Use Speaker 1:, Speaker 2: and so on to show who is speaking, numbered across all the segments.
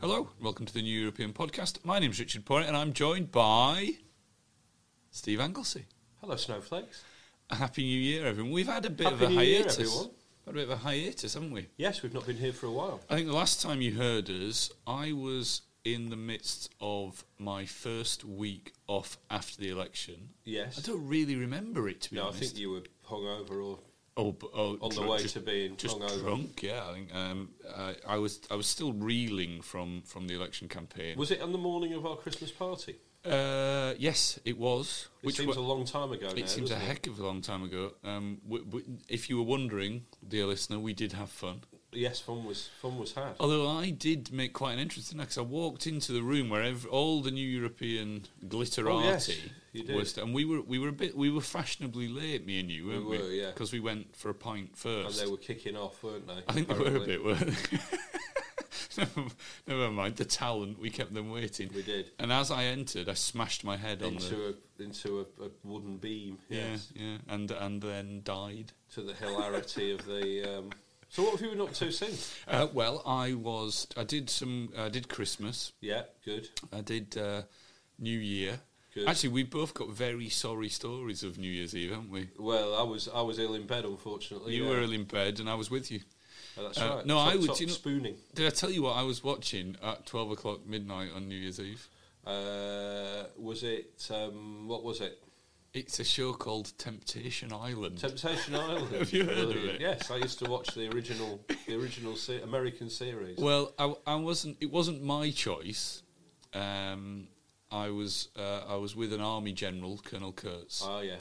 Speaker 1: Hello, and welcome to the New European Podcast. My name's Richard Porritt, and I'm joined by Steve Anglesey.
Speaker 2: Hello, snowflakes.
Speaker 1: A happy New Year, everyone. We've had a bit of
Speaker 2: Happy
Speaker 1: a
Speaker 2: New Year,
Speaker 1: hiatus.
Speaker 2: everyone.
Speaker 1: had a bit of a hiatus, haven't we?
Speaker 2: Yes, we've not been here for a while.
Speaker 1: I think the last time you heard us, I was in the midst of my first week off after the election.
Speaker 2: Yes.
Speaker 1: I don't really remember it, to be
Speaker 2: No, I
Speaker 1: honest.
Speaker 2: think you were hungover or
Speaker 1: Oh, b- oh,
Speaker 2: On the
Speaker 1: drunk-
Speaker 2: way
Speaker 1: just-
Speaker 2: to being
Speaker 1: just
Speaker 2: hungover.
Speaker 1: drunk. Yeah, I think um, I, I was. I was still reeling from from the election campaign.
Speaker 2: was it on the morning of our Christmas party? It
Speaker 1: uh, yes, it was.
Speaker 2: seems
Speaker 1: wa-
Speaker 2: a long time ago now.
Speaker 1: It seems a
Speaker 2: doesn't
Speaker 1: heck of a long time ago. Um, w- w- if you were wondering, dear listener, we did have fun.
Speaker 2: Yes, fun was fun was had.
Speaker 1: Although I did make quite an entrance in because I walked into the room where ev- all the new European glitterati
Speaker 2: Oh, yes, you did.
Speaker 1: was, and we were we were a bit we were fashionably late, me and you, weren't we?
Speaker 2: were, yeah.
Speaker 1: because we went for a pint
Speaker 2: And
Speaker 1: first.
Speaker 2: they were kicking off, weren't they?
Speaker 1: I think they were a
Speaker 2: apparently?
Speaker 1: bit, weren't they? never, never mind the talent. We kept them waiting.
Speaker 2: We did.
Speaker 1: And as I entered, I smashed my head on the
Speaker 2: into a into a, a wooden beam. Yes,
Speaker 1: yeah yeah, and and then died.
Speaker 2: to the hilarity of the. Um, so what have you been up to since?
Speaker 1: Uh, well, I was. I did some. uh, I did Christmas.
Speaker 2: Yeah, good.
Speaker 1: I did uh, New Year.
Speaker 2: Good.
Speaker 1: Actually, we both got very sorry stories of New Year's Eve, haven't we?
Speaker 2: Well, I was I was ill in bed, unfortunately.
Speaker 1: You
Speaker 2: Oh, yeah.
Speaker 1: were ill in bed, and I was with you.
Speaker 2: Oh, that's
Speaker 1: uh,
Speaker 2: right.
Speaker 1: no,
Speaker 2: Top-
Speaker 1: I would-
Speaker 2: top
Speaker 1: you know-
Speaker 2: spooning.
Speaker 1: Did I tell you what I was watching at twelve o'clock midnight on New Year's Eve?
Speaker 2: Uh, was it um, what was it?
Speaker 1: It's a show called Temptation Island.
Speaker 2: Temptation Island.
Speaker 1: Have you heard of
Speaker 2: Brilliant.
Speaker 1: it?
Speaker 2: Yes, I used to watch the original, the original se- American series.
Speaker 1: Well, I, I wasn't. It wasn't my choice. Um, I was. Uh, I was with an army general, Colonel Kurtz,
Speaker 2: oh yeah,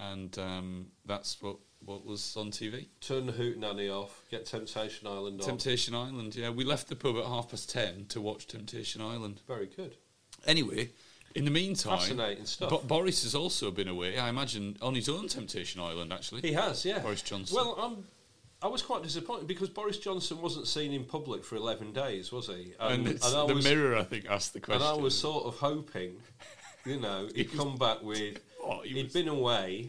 Speaker 1: and um, that's what what was on TV.
Speaker 2: turn the hoot nanny off. Get Temptation Island on.
Speaker 1: Temptation Island. Yeah, we left the pub at half past ten to watch Temptation Island.
Speaker 2: Very good.
Speaker 1: Anyway, in the meantime,
Speaker 2: Fascinating stuff.
Speaker 1: Bo- Boris has also been away. I imagine on his own Temptation Island. Actually,
Speaker 2: He has, yeah.
Speaker 1: Boris Johnson.
Speaker 2: Well, I'm. I was quite disappointed because Boris Johnson wasn't seen in public for eleven days, was he?
Speaker 1: and, it's,
Speaker 2: I
Speaker 1: the
Speaker 2: was,
Speaker 1: Mirror, I think, asked the
Speaker 2: and
Speaker 1: question.
Speaker 2: I was sort of hoping, you know, he'd come back with.
Speaker 1: Oh, he
Speaker 2: he had
Speaker 1: was-
Speaker 2: been away.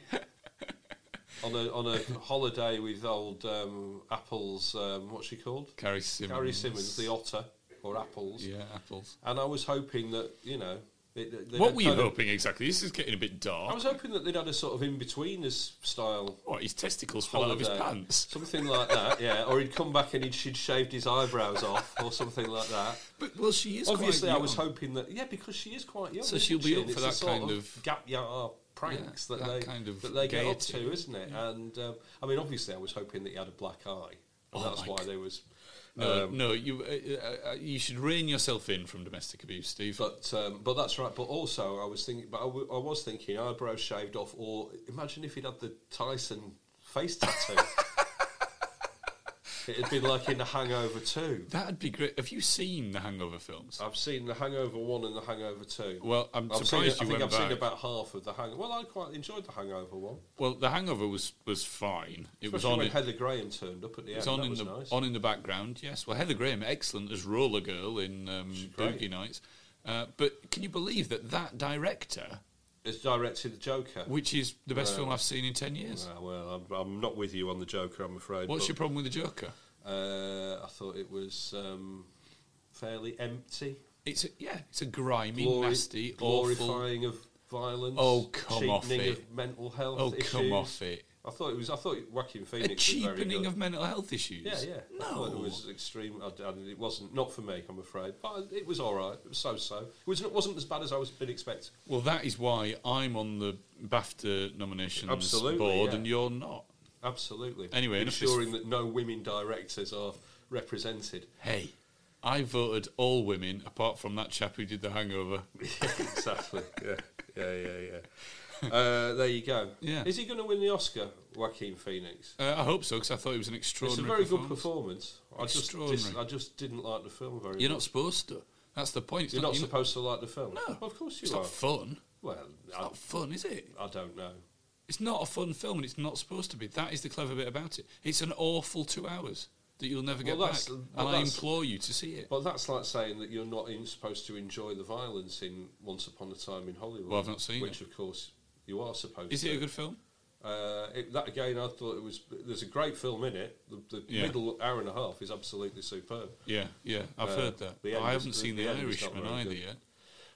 Speaker 2: On a, on a holiday with old um, Apple's, um, what's she called?
Speaker 1: Carrie Simmons.
Speaker 2: Gary Simmons, the otter or apples.
Speaker 1: yeah, apples.
Speaker 2: And I was hoping that you know. It, that they'd
Speaker 1: What
Speaker 2: had
Speaker 1: were you
Speaker 2: kind of-
Speaker 1: hoping exactly? This is getting a bit dark.
Speaker 2: I was hoping that they'd had a sort of in betweeners style.
Speaker 1: What, his testicles fell out of his
Speaker 2: Holiday.
Speaker 1: pants?
Speaker 2: Something like that, yeah. Or he'd come back and he'd, she'd shaved his eyebrows off, or something like that.
Speaker 1: But well, she is
Speaker 2: Obviously,
Speaker 1: quite
Speaker 2: I was
Speaker 1: young.
Speaker 2: hoping that, yeah, because she is quite young.
Speaker 1: So
Speaker 2: isn't
Speaker 1: she'll be
Speaker 2: she?
Speaker 1: up
Speaker 2: And
Speaker 1: for
Speaker 2: it's the
Speaker 1: that
Speaker 2: sort
Speaker 1: kind
Speaker 2: of,
Speaker 1: of-
Speaker 2: gap year pranks
Speaker 1: Yeah,
Speaker 2: that,
Speaker 1: that
Speaker 2: they
Speaker 1: kind of
Speaker 2: that they get up to,
Speaker 1: gaiety.
Speaker 2: isn't it? And um, I mean, obviously, I was hoping that he had a black eye.
Speaker 1: Oh
Speaker 2: And that's
Speaker 1: my
Speaker 2: why
Speaker 1: God.
Speaker 2: there was.
Speaker 1: No,
Speaker 2: um,
Speaker 1: no, you uh, uh, uh, you should rein yourself in from domestic abuse, Steve.
Speaker 2: But um, but that's right. But also, I was thinking. But I, w- I was thinking eyebrows shaved off, or imagine if he'd had the Tyson face tattoo. It'd been like in The Hangover Two.
Speaker 1: That'd be great. Have you seen the Hangover films?
Speaker 2: I've seen The Hangover One and The Hangover Two.
Speaker 1: Well, I'm
Speaker 2: I've seen
Speaker 1: surprised
Speaker 2: it-
Speaker 1: you
Speaker 2: I think
Speaker 1: went
Speaker 2: I've
Speaker 1: back.
Speaker 2: seen about half of The Hangover. Well, I quite enjoyed The Hangover One.
Speaker 1: Well, the Hangover was was fine. It was
Speaker 2: Especially
Speaker 1: on.
Speaker 2: when
Speaker 1: in-
Speaker 2: Heather Graham turned up at the
Speaker 1: it was
Speaker 2: end.
Speaker 1: on
Speaker 2: that
Speaker 1: in
Speaker 2: was
Speaker 1: the
Speaker 2: nice.
Speaker 1: on in the background. Yes. Well, Heather Graham, excellent as Roller Girl in um,
Speaker 2: great.
Speaker 1: Boogie Nights. Uh, but can you believe that that director,
Speaker 2: It's directed the Joker.
Speaker 1: which is the best film I've seen in ten years,
Speaker 2: Ah, well, I'm, I'm not with you on the Joker, I'm afraid.
Speaker 1: what's
Speaker 2: but,
Speaker 1: your problem with the Joker?
Speaker 2: uh, I thought it was um, fairly empty.
Speaker 1: It's a, yeah, it's a grimy,
Speaker 2: Glori-
Speaker 1: nasty, awful.
Speaker 2: glorifying of violence.
Speaker 1: Oh, come off
Speaker 2: cheapening
Speaker 1: it.
Speaker 2: of mental health
Speaker 1: Oh,
Speaker 2: issues.
Speaker 1: come off it!
Speaker 2: I thought it was. I thought Joaquin Phoenix.
Speaker 1: A
Speaker 2: was very
Speaker 1: cheapening
Speaker 2: good.
Speaker 1: of mental health issues.
Speaker 2: Yeah, yeah. I
Speaker 1: No.
Speaker 2: thought it was extreme. I, I, it wasn't not for me, I'm afraid. But it was all right. It was so-so. It was, it wasn't as bad as I was been expecting.
Speaker 1: Well, that is why I'm on the BAFTA nominations
Speaker 2: Absolutely,
Speaker 1: board
Speaker 2: yeah.
Speaker 1: and you're not.
Speaker 2: Absolutely.
Speaker 1: Anyway, enough this-
Speaker 2: ensuring that no women directors are represented.
Speaker 1: Hey, I voted all women apart from that chap who did The Hangover.
Speaker 2: exactly. Yeah. Yeah. Yeah. Yeah. Uh, there you go.
Speaker 1: Yeah.
Speaker 2: Is he going to win the Oscar, Joaquin Phoenix?
Speaker 1: Uh, I hope so because I thought it was an
Speaker 2: It's a
Speaker 1: extraordinary.
Speaker 2: very good performance. I just, dis-
Speaker 1: Extraordinary.
Speaker 2: I just didn't like the film very.
Speaker 1: You're
Speaker 2: much.
Speaker 1: not supposed to. That's the point. It's
Speaker 2: You're not
Speaker 1: you're
Speaker 2: supposed to like the film.
Speaker 1: No,
Speaker 2: Well, of course you
Speaker 1: it's
Speaker 2: are.
Speaker 1: not fun.
Speaker 2: well,
Speaker 1: It's
Speaker 2: I,
Speaker 1: not fun, is it?
Speaker 2: I don't know.
Speaker 1: It's not a fun film, and it's not supposed to be. That is the clever bit about it. It's an awful two hours that you'll never get
Speaker 2: Well,
Speaker 1: back.
Speaker 2: that's-
Speaker 1: And
Speaker 2: well,
Speaker 1: I
Speaker 2: that's-
Speaker 1: implore you to see it.
Speaker 2: But that's like saying that you're not in, supposed to enjoy the violence in Once Upon a Time in Hollywood.
Speaker 1: Well, I've not seen
Speaker 2: Which, of course, you are supposed
Speaker 1: Is
Speaker 2: to.
Speaker 1: it a good film?
Speaker 2: Uh, it, that again, I thought it was. There's a great film in it. The, the
Speaker 1: Yeah.
Speaker 2: middle hour and a half is absolutely superb.
Speaker 1: Yeah, yeah, I've
Speaker 2: Uh,
Speaker 1: heard that.
Speaker 2: the
Speaker 1: I
Speaker 2: end
Speaker 1: haven't
Speaker 2: is-
Speaker 1: seen The,
Speaker 2: the end is not
Speaker 1: Irishman
Speaker 2: very
Speaker 1: either
Speaker 2: good.
Speaker 1: yet.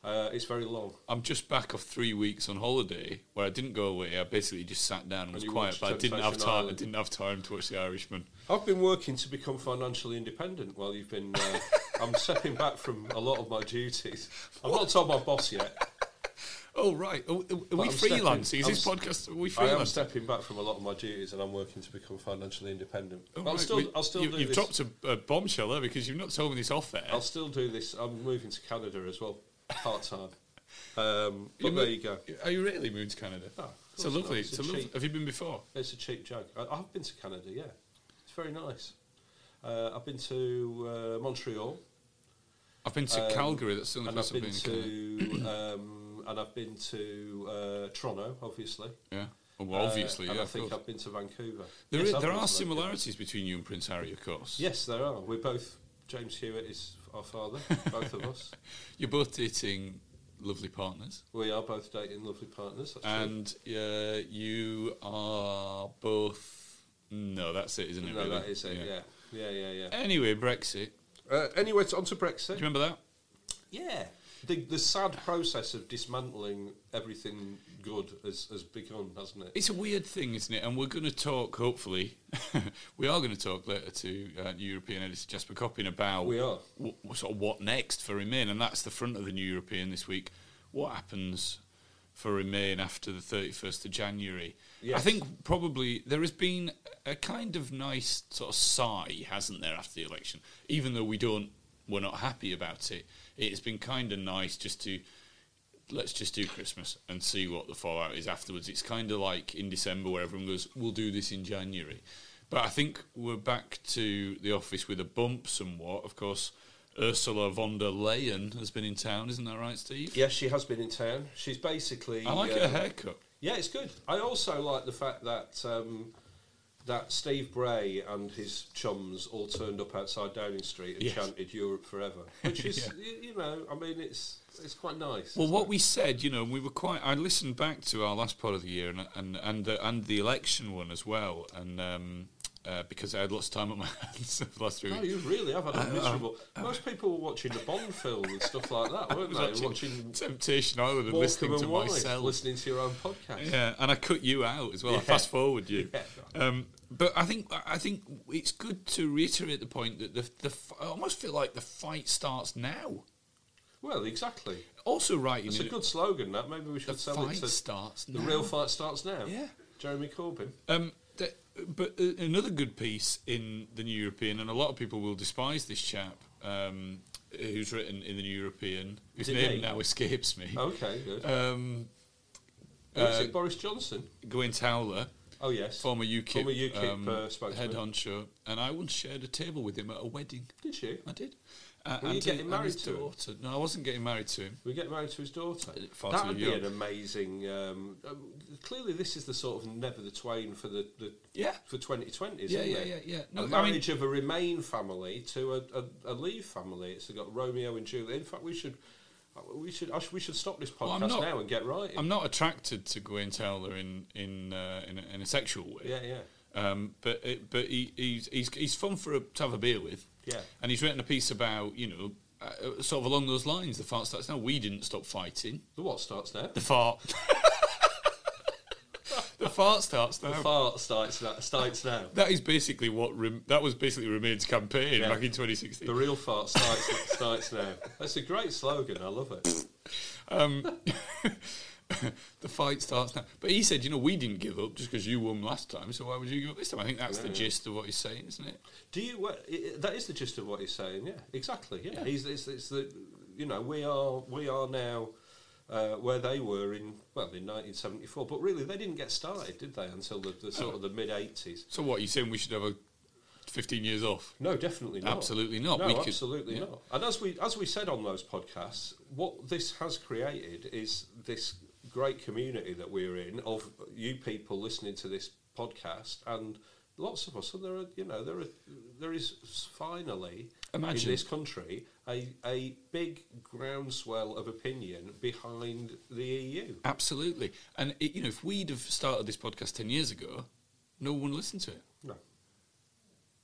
Speaker 2: Uh, it's very long.
Speaker 1: I'm just back off three weeks on holiday where I didn't go away. I basically just sat down and was
Speaker 2: you
Speaker 1: quiet,
Speaker 2: watched
Speaker 1: but I didn't have
Speaker 2: Temptation
Speaker 1: time. I
Speaker 2: Island.
Speaker 1: didn't have time to watch The Irishman.
Speaker 2: I've been working to become financially independent while you've been. Uh, I'm stepping back from a lot of my duties. I've not told my boss yet.
Speaker 1: Oh right, are, are- are we
Speaker 2: I'm stepping-
Speaker 1: freelancing? Is
Speaker 2: I'm
Speaker 1: this
Speaker 2: s-
Speaker 1: podcast? Are we
Speaker 2: I am
Speaker 1: freelancing?
Speaker 2: stepping back from a lot of my duties, and I'm working to become financially independent.
Speaker 1: Oh,
Speaker 2: But I'll
Speaker 1: right,
Speaker 2: still,
Speaker 1: we-
Speaker 2: I'll still
Speaker 1: you,
Speaker 2: do
Speaker 1: You've
Speaker 2: this.
Speaker 1: dropped a, a bombshell there because you've not told me this off air.
Speaker 2: I'll still do this. I'm moving to Canada as well, part time. Um, but there
Speaker 1: mo-
Speaker 2: you go.
Speaker 1: Are you really moving to Canada?
Speaker 2: No, of
Speaker 1: it's a
Speaker 2: course
Speaker 1: lovely.
Speaker 2: not.
Speaker 1: It's
Speaker 2: It's
Speaker 1: a
Speaker 2: a
Speaker 1: lovely.
Speaker 2: cheap-
Speaker 1: Have you been before?
Speaker 2: It's a cheap joke. I, I've been to Canada, yeah. It's very nice. Uh, I've been to uh, Montreal,
Speaker 1: I've been to Calgary. That's the only
Speaker 2: and I've
Speaker 1: place
Speaker 2: been
Speaker 1: in Canada.
Speaker 2: to um, and I've been to uh, Toronto, obviously.
Speaker 1: Yeah. Oh, Well, obviously,
Speaker 2: uh, and
Speaker 1: yeah.
Speaker 2: I
Speaker 1: of
Speaker 2: think
Speaker 1: course.
Speaker 2: I've been to Vancouver.
Speaker 1: There,
Speaker 2: Yes,
Speaker 1: is,
Speaker 2: I've
Speaker 1: there
Speaker 2: been
Speaker 1: are
Speaker 2: to Vancouver.
Speaker 1: similarities between you and Prince Harry, of course.
Speaker 2: Yes, there are. We're both James Hewitt is our father, both of us.
Speaker 1: You're both dating lovely partners,
Speaker 2: We are both dating lovely partners. That's true.
Speaker 1: and uh, you are both. No, that's it, isn't it?
Speaker 2: no,
Speaker 1: really?
Speaker 2: that is it. Yeah, yeah, yeah, yeah.
Speaker 1: Anyway, Brexit.
Speaker 2: Uh, anyway, on to
Speaker 1: Do
Speaker 2: Brexit.
Speaker 1: you remember that?
Speaker 2: Yeah. The, the sad process of dismantling everything good has, has begun, hasn't it?
Speaker 1: It's a weird thing, isn't it? And we're going to talk, hopefully, we are going to talk later to uh, European editor Jasper Coppin about
Speaker 2: We are.
Speaker 1: wh- wh- sort of what next for Remain, and that's the front of the New European this week. What happens for Remain after the thirty first of January? I
Speaker 2: Yes.
Speaker 1: think probably there has been a kind of nice sort of sigh, hasn't there, after the election? Even though we don't, we're not happy about it. It has been kind of nice just to let's just do Christmas and see what the fallout is afterwards. It's kind of like in December where everyone goes, we'll do this in January. But I think we're back to the office with a bump somewhat. Of course, Ursula von der Leyen has been in town, isn't that right, Steve?
Speaker 2: Yes, she has been in town. She's basically.
Speaker 1: I like
Speaker 2: uh,
Speaker 1: her haircut.
Speaker 2: Yeah, it's good. I also like the fact that um, that Steve Bray and his chums all turned up outside Downing Street and
Speaker 1: Yes.
Speaker 2: chanted "Europe Forever," which is,
Speaker 1: Yeah.
Speaker 2: y- you, know, I mean, it's it's quite nice.
Speaker 1: Well,
Speaker 2: isn't
Speaker 1: what
Speaker 2: it?
Speaker 1: we said, you know, we were quite. I listened back to our last part of the year and and and the, and the election one as well, and um, uh, because I had lots of time on my hands the last three
Speaker 2: No,
Speaker 1: weeks.
Speaker 2: you really have had a miserable. Most people were watching the Bond film and stuff like that, weren't
Speaker 1: I was
Speaker 2: they?
Speaker 1: watching
Speaker 2: Watching
Speaker 1: Temptation Island and
Speaker 2: Morecambe
Speaker 1: listening
Speaker 2: and
Speaker 1: to
Speaker 2: Wise,
Speaker 1: myself.
Speaker 2: listening to your own podcast.
Speaker 1: Yeah, and I cut you out as well. I fast forward you.
Speaker 2: Yeah.
Speaker 1: Um, but I think I think it's good to reiterate the point that the, the f- I almost feel like the fight starts now.
Speaker 2: Well, exactly.
Speaker 1: Also, writing
Speaker 2: It's a
Speaker 1: in
Speaker 2: good slogan. That maybe we
Speaker 1: the
Speaker 2: should sell
Speaker 1: fight
Speaker 2: it to
Speaker 1: starts
Speaker 2: the
Speaker 1: now.
Speaker 2: real fight starts now.
Speaker 1: Yeah.
Speaker 2: Jeremy Corbyn.
Speaker 1: Um, th- but uh, another good piece in the New European, and a lot of people will despise this chap um, who's written in the New European, whose
Speaker 2: it
Speaker 1: name
Speaker 2: me?
Speaker 1: now escapes me.
Speaker 2: Okay, good.
Speaker 1: Um,
Speaker 2: Who is it? Boris Johnson.
Speaker 1: Gwyn Towler,
Speaker 2: Oh yes,
Speaker 1: former UKIP,
Speaker 2: former UKIP
Speaker 1: um,
Speaker 2: uh, spokesman.
Speaker 1: head honcho, and I once shared a table with him at a wedding.
Speaker 2: Did you?
Speaker 1: I did. Uh,
Speaker 2: Were you
Speaker 1: and
Speaker 2: getting
Speaker 1: he- and
Speaker 2: married
Speaker 1: his
Speaker 2: to him?
Speaker 1: daughter. No, I wasn't getting married to him.
Speaker 2: We get married to his daughter.
Speaker 1: Far
Speaker 2: that
Speaker 1: too
Speaker 2: would be
Speaker 1: young.
Speaker 2: an amazing. Um, um, clearly, this is the sort of never the twain for the, the
Speaker 1: Yeah.
Speaker 2: for twenty twenty.
Speaker 1: Yeah, yeah, yeah, yeah. No, I
Speaker 2: a
Speaker 1: mean-
Speaker 2: marriage of a Remain family to a, a, a Leave family. It's got Romeo and Juliet. In fact, we should we should I sh- we should stop this
Speaker 1: Well, I'm
Speaker 2: podcast
Speaker 1: not-
Speaker 2: now and get right.
Speaker 1: I'm not attracted to Gwyn Towler in in uh, in, a, in a sexual way.
Speaker 2: yeah, yeah.
Speaker 1: Um, but it, but he, he's he's he's fun for a, to have a beer with.
Speaker 2: Yeah.
Speaker 1: And he's written a piece about you know uh, sort of along those lines. The fart starts now. We didn't stop fighting.
Speaker 2: The what starts now?
Speaker 1: The fart. the fart starts now.
Speaker 2: The fart starts now. Starts now.
Speaker 1: that is basically what Rem- that was basically Remain's campaign
Speaker 2: Yeah.
Speaker 1: back in 2016.
Speaker 2: The real fart starts starts now. That's a great slogan. I love it.
Speaker 1: Um, the fight starts now. But he said, you know, we didn't give up just because you won last time, so why would you give up this time? I think that's the gist of what he's saying, isn't it?
Speaker 2: Do you? What, i- i- that is the gist of what he's saying. Yeah, exactly. Yeah, he's it's, it's the you know we are we are now uh, where they were in well in 1974, but really they didn't get started, did they? Until the, the sort of the mid 80s.
Speaker 1: So what, you saying we should have a 15 years off?
Speaker 2: No, definitely not.
Speaker 1: Absolutely not.
Speaker 2: No,
Speaker 1: We could-
Speaker 2: absolutely
Speaker 1: yeah.
Speaker 2: not. And as we as we said on those podcasts, what this has created is this great community that we're in of you people listening to this podcast and lots of us. And there are you know there are there is finally
Speaker 1: Imagine.
Speaker 2: in this country a a big groundswell of opinion behind the E EU.
Speaker 1: Absolutely. And, it, you know, if we'd have started this podcast 10 years ago, no one listened to it.
Speaker 2: No.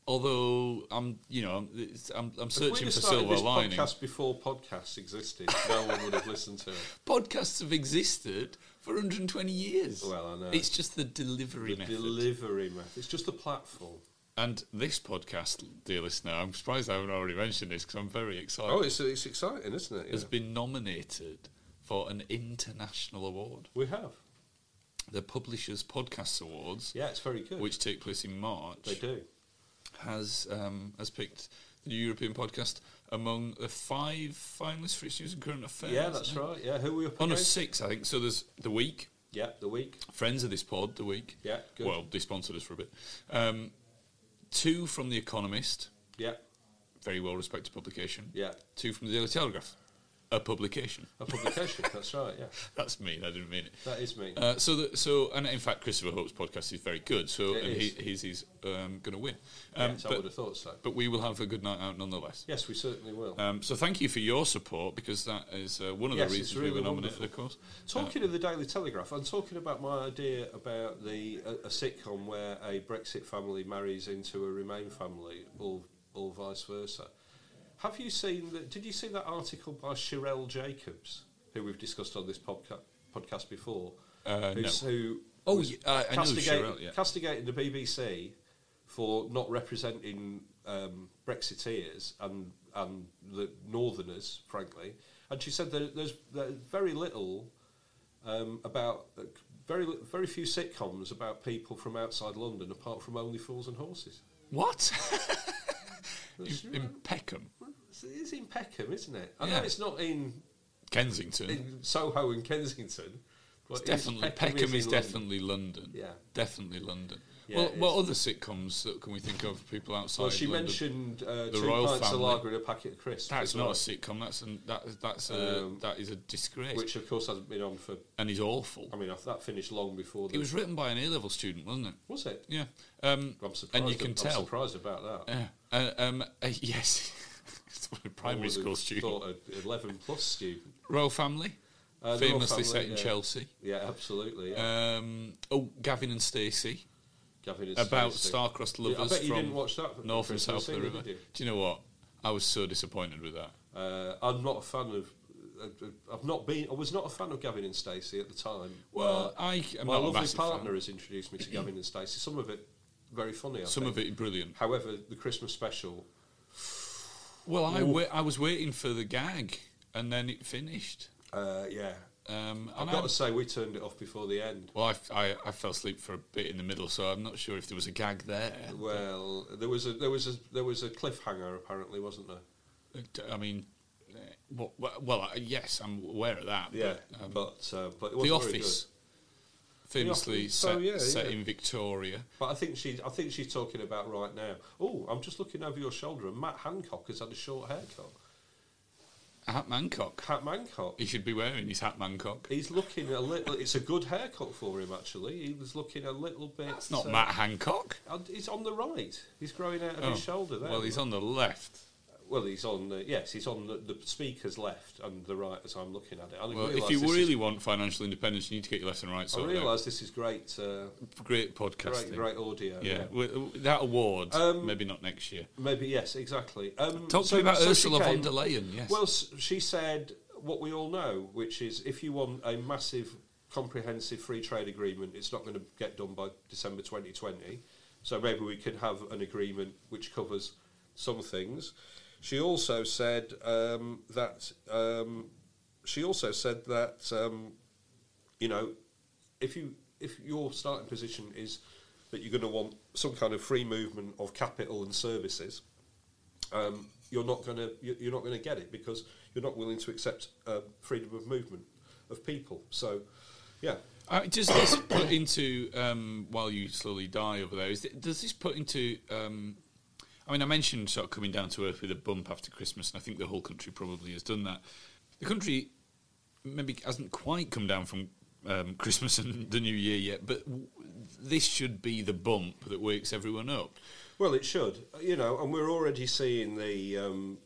Speaker 1: Although I'm, you know, I'm, it's- I'm, I'm
Speaker 2: If we'd
Speaker 1: searching
Speaker 2: have
Speaker 1: for
Speaker 2: started
Speaker 1: silver
Speaker 2: this
Speaker 1: lining.
Speaker 2: podcast before podcasts existed, no one would have listened to it.
Speaker 1: Podcasts have existed for 120 years.
Speaker 2: Well, I know.
Speaker 1: It's just the delivery
Speaker 2: The
Speaker 1: method.
Speaker 2: delivery method. It's just the platform.
Speaker 1: and this podcast, dear listener, I'm surprised I haven't already mentioned this because I'm very excited.
Speaker 2: Oh, it's, it's exciting, isn't it?
Speaker 1: has been nominated for an international award,
Speaker 2: We have.
Speaker 1: the Publishers Podcast Awards,
Speaker 2: Yeah, it's very good.
Speaker 1: which take place in March.
Speaker 2: they do.
Speaker 1: has um, has picked the new European podcast among the five finalists for its news and current affairs.
Speaker 2: yeah, that's
Speaker 1: isn't it?
Speaker 2: right. Yeah, who are we up
Speaker 1: Oh no,
Speaker 2: against?
Speaker 1: six I think. So there's the week,
Speaker 2: yeah, the week.
Speaker 1: friends of this pod, the week.
Speaker 2: Yeah, good.
Speaker 1: Well, they sponsored us for a bit. Um, two from the Economist,
Speaker 2: Yeah,
Speaker 1: very well respected publication.
Speaker 2: yeah.
Speaker 1: Two from the Daily Telegraph, a publication.
Speaker 2: A publication. that's right. Yeah,
Speaker 1: That's mean. I didn't mean it.
Speaker 2: that is me.
Speaker 1: Uh, so, the, so, and in fact, Christopher Hope's podcast is very good. So,
Speaker 2: It
Speaker 1: and he,
Speaker 2: is.
Speaker 1: he's, he's um, going to win. Um,
Speaker 2: yes, I would
Speaker 1: but,
Speaker 2: have thought so.
Speaker 1: but we will have a good night out nonetheless.
Speaker 2: Yes, we certainly will.
Speaker 1: Um, so, thank you for your support because that is uh, one of
Speaker 2: Yes,
Speaker 1: the
Speaker 2: it's
Speaker 1: reasons we
Speaker 2: really
Speaker 1: were nominated,
Speaker 2: wonderful.
Speaker 1: of course.
Speaker 2: Talking of the Daily Telegraph, I'm talking about my idea about the a, a sitcom where a Brexit family marries into a Remain family, or or vice versa. Have you seen that? Did you see that article by Sherelle Jacobs, who we've discussed on this podca- podcast before?
Speaker 1: Uh,
Speaker 2: who's- Who
Speaker 1: Oh,
Speaker 2: was
Speaker 1: yeah, I- I know
Speaker 2: castigate-
Speaker 1: Sherelle, yeah.
Speaker 2: castigating the BBC for not representing um, Brexiteers and and the Northerners, frankly. And she said that there's, there's very little um, about uh, very li- very few sitcoms about people from outside London, apart from Only Fools and Horses.
Speaker 1: What? in, in Peckham,
Speaker 2: It's, it's in Peckham, isn't it? I
Speaker 1: Yeah.
Speaker 2: know it's not in,
Speaker 1: Kensington.
Speaker 2: in Soho and Kensington. But
Speaker 1: it's definitely Peckham, is,
Speaker 2: in London.
Speaker 1: definitely London.
Speaker 2: Yeah.
Speaker 1: definitely London.
Speaker 2: Yeah,
Speaker 1: well,
Speaker 2: it
Speaker 1: what
Speaker 2: is.
Speaker 1: other sitcoms that can we think of? for People outside.
Speaker 2: Well, she
Speaker 1: London?
Speaker 2: mentioned uh,
Speaker 1: The
Speaker 2: two
Speaker 1: royal
Speaker 2: pints
Speaker 1: family.
Speaker 2: of lager and a packet of crisps.
Speaker 1: That's
Speaker 2: as
Speaker 1: not
Speaker 2: well,
Speaker 1: a sitcom. That's an, that, that's a
Speaker 2: Um,
Speaker 1: that is a disgrace,
Speaker 2: which of course hasn't been on for.
Speaker 1: and he's awful.
Speaker 2: I mean, I- that finished long before. The,
Speaker 1: It was written by an A level student, wasn't it?
Speaker 2: Was it?
Speaker 1: Yeah. Um,
Speaker 2: I'm surprised.
Speaker 1: and you can
Speaker 2: I'm
Speaker 1: tell.
Speaker 2: surprised about that.
Speaker 1: Yeah. Uh, um, uh, yes. it's what a primary
Speaker 2: Would've
Speaker 1: school student.
Speaker 2: Thought an eleven plus student.
Speaker 1: Royal Family,
Speaker 2: Uh, the Royal
Speaker 1: famously
Speaker 2: Family,
Speaker 1: set in
Speaker 2: yeah.
Speaker 1: Chelsea.
Speaker 2: Yeah, absolutely. Yeah.
Speaker 1: Um, oh, Gavin and Stacey.
Speaker 2: Gavin and
Speaker 1: About
Speaker 2: Stacey.
Speaker 1: star-crossed
Speaker 2: Yeah,
Speaker 1: lovers
Speaker 2: I bet you
Speaker 1: from
Speaker 2: didn't watch that. for
Speaker 1: north and
Speaker 2: Christmas
Speaker 1: south of the
Speaker 2: Eve,
Speaker 1: river.
Speaker 2: did you?
Speaker 1: Do you know what? I was so disappointed with that.
Speaker 2: Uh, I'm not a fan of. uh, uh, I've not been. I was not a fan of Gavin and Stacey at the time.
Speaker 1: Well,
Speaker 2: Uh,
Speaker 1: I am
Speaker 2: my
Speaker 1: not a
Speaker 2: lovely
Speaker 1: massive
Speaker 2: partner
Speaker 1: fan.
Speaker 2: has introduced me to Gavin and Stacey. Some of it very funny. I
Speaker 1: Some
Speaker 2: think.
Speaker 1: of it brilliant.
Speaker 2: However, the Christmas special.
Speaker 1: Well, I, wa- I was waiting for the gag, and then it finished.
Speaker 2: Uh, yeah,
Speaker 1: Um,
Speaker 2: I've
Speaker 1: and
Speaker 2: got
Speaker 1: I'm-
Speaker 2: to say we turned it off before the end.
Speaker 1: Well, I, f- I- I fell asleep for a bit in the middle, so I'm not sure if there was a gag there.
Speaker 2: Well, there was a there was a there was a cliffhanger apparently, wasn't there?
Speaker 1: Uh, d- I mean, eh, what, wha- well, uh, yes, I'm aware of that. but, um,
Speaker 2: but uh, but it
Speaker 1: The
Speaker 2: wasn't very
Speaker 1: Office,
Speaker 2: good.
Speaker 1: famously
Speaker 2: Office, so
Speaker 1: set,
Speaker 2: yeah,
Speaker 1: set
Speaker 2: yeah.
Speaker 1: in Victoria.
Speaker 2: But I think she's I think she's talking about right now. Oh, I'm just looking over your shoulder, and Matt Hancock has had a short haircut.
Speaker 1: Hat Mancock.
Speaker 2: Cat Mancock.
Speaker 1: He should be wearing his Hat Mancock.
Speaker 2: He's looking a little. It's a good haircut for him, actually. He was looking a little bit.
Speaker 1: That's not
Speaker 2: uh,
Speaker 1: Matt Hancock.
Speaker 2: and He's on the right. He's growing out of
Speaker 1: Oh,
Speaker 2: his shoulder there.
Speaker 1: Well, he's on the left.
Speaker 2: Well, he's on. The, yes, he's on the, the speaker's left and the right as I'm looking at it. I
Speaker 1: Well, if
Speaker 2: realise
Speaker 1: you
Speaker 2: this is-
Speaker 1: really want financial independence, you need to get your left and right
Speaker 2: I
Speaker 1: sorted out.
Speaker 2: realise this is great. Uh,
Speaker 1: Great podcasting.
Speaker 2: great, great audio.
Speaker 1: Yeah, w- w- that award
Speaker 2: Um,
Speaker 1: maybe not next year.
Speaker 2: Maybe yes, exactly. Um,
Speaker 1: Talk to me about
Speaker 2: she
Speaker 1: Ursula von
Speaker 2: came-
Speaker 1: der Leyen, yes.
Speaker 2: Well, s- she said what we all know, which is if you want a massive comprehensive free trade agreement. It's not going to get done by December 2020. So maybe we can have an agreement which covers some things. She also said um, that um, she also said that um, you know if you if your starting position is that you're going to want some kind of free movement of capital and services, um, you're not going to you're not going to get it because you're not willing to accept uh, freedom of movement of people. So, yeah,
Speaker 1: Uh, does this put into um, while you slowly die over there? Is th- does this put into? Um, I mean, I mentioned sort of coming down to earth with a bump after Christmas, and I think the whole country probably has done that. The country maybe hasn't quite come down from um, Christmas and the New Year yet, but w- this should be the bump that wakes everyone up.
Speaker 2: Well, it should, you know, and we're already seeing the um,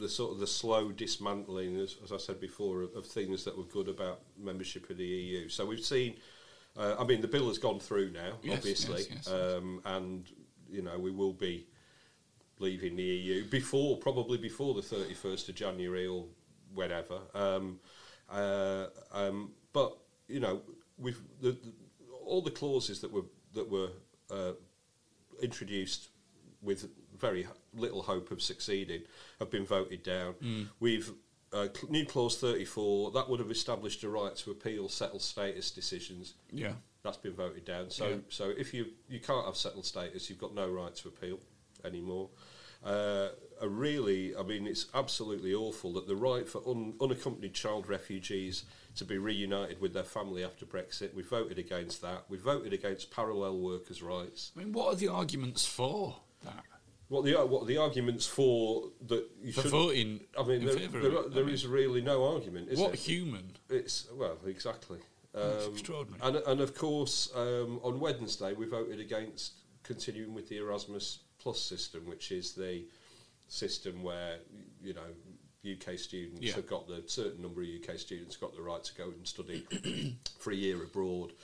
Speaker 2: the sort of the slow dismantling, as, as I said before, of, of things that were good about membership of the EU. So we've seen, uh, I mean, the bill has gone through now,
Speaker 1: Yes,
Speaker 2: obviously,
Speaker 1: yes, yes, yes.
Speaker 2: um, and you know we will be leaving the EU before, probably before the thirty first of January or whenever. Um, uh, um, but you know, we've the, the, all the clauses that were that were uh, introduced with very h- little hope of succeeding have been voted down.
Speaker 1: Mm.
Speaker 2: We've uh, cl- new clause 34 that would have established a right to appeal settled status decisions.
Speaker 1: Yeah.
Speaker 2: that's been voted down. So
Speaker 1: Yeah.
Speaker 2: so if you you can't have settled status, you've got no right to appeal anymore. Uh, a really, I mean, it's absolutely awful that the right for un, unaccompanied child refugees to be reunited with their family after Brexit. We voted against that. We voted against parallel workers' rights.
Speaker 1: I mean, what are the arguments for that?
Speaker 2: What the what are the arguments for that you
Speaker 1: For
Speaker 2: should
Speaker 1: voting
Speaker 2: I mean,
Speaker 1: in
Speaker 2: there,
Speaker 1: favour of
Speaker 2: there,
Speaker 1: it, I
Speaker 2: there
Speaker 1: mean.
Speaker 2: is really no argument, is
Speaker 1: what
Speaker 2: it?
Speaker 1: human?
Speaker 2: It's well, exactly.
Speaker 1: It's
Speaker 2: Um,
Speaker 1: extraordinary.
Speaker 2: and and of course, um, on Wednesday we voted against continuing with the Erasmus Plus system, which is the system where you know UK students
Speaker 1: Yeah.
Speaker 2: have got the certain number of UK students got the right to go and study for a year abroad.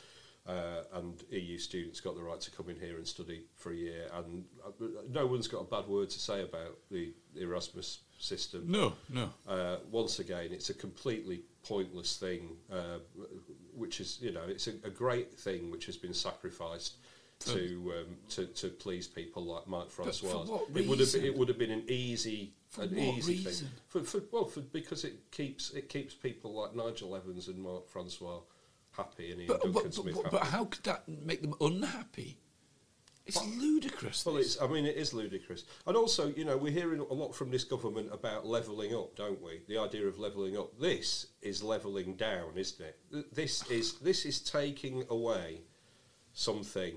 Speaker 2: Uh, and EU students got the right to come in here and study for a year, and uh, no one's got a bad word to say about the Erasmus system
Speaker 1: No, no.
Speaker 2: uh, once again, it's a completely pointless thing, uh, which is you know it's a, a great thing which has been sacrificed to um, to, to please people like Mark
Speaker 1: for
Speaker 2: Francois.
Speaker 1: what
Speaker 2: it would have
Speaker 1: reason?
Speaker 2: it would have been an easy
Speaker 1: For
Speaker 2: an
Speaker 1: what
Speaker 2: easy
Speaker 1: reason?
Speaker 2: thing for, for well for, because it keeps it keeps people like Nigel Evans and Mark Francois happy and Ian
Speaker 1: But,
Speaker 2: Duncan
Speaker 1: but,
Speaker 2: Smith
Speaker 1: but,
Speaker 2: happy.
Speaker 1: but how could that make them unhappy? It's ludicrous.
Speaker 2: Well,
Speaker 1: this.
Speaker 2: it's, I mean, it is ludicrous. And also, you know, we're hearing a lot from this government about levelling up, don't we? The idea of levelling up. This is levelling down, isn't it? Th- This is this is taking away something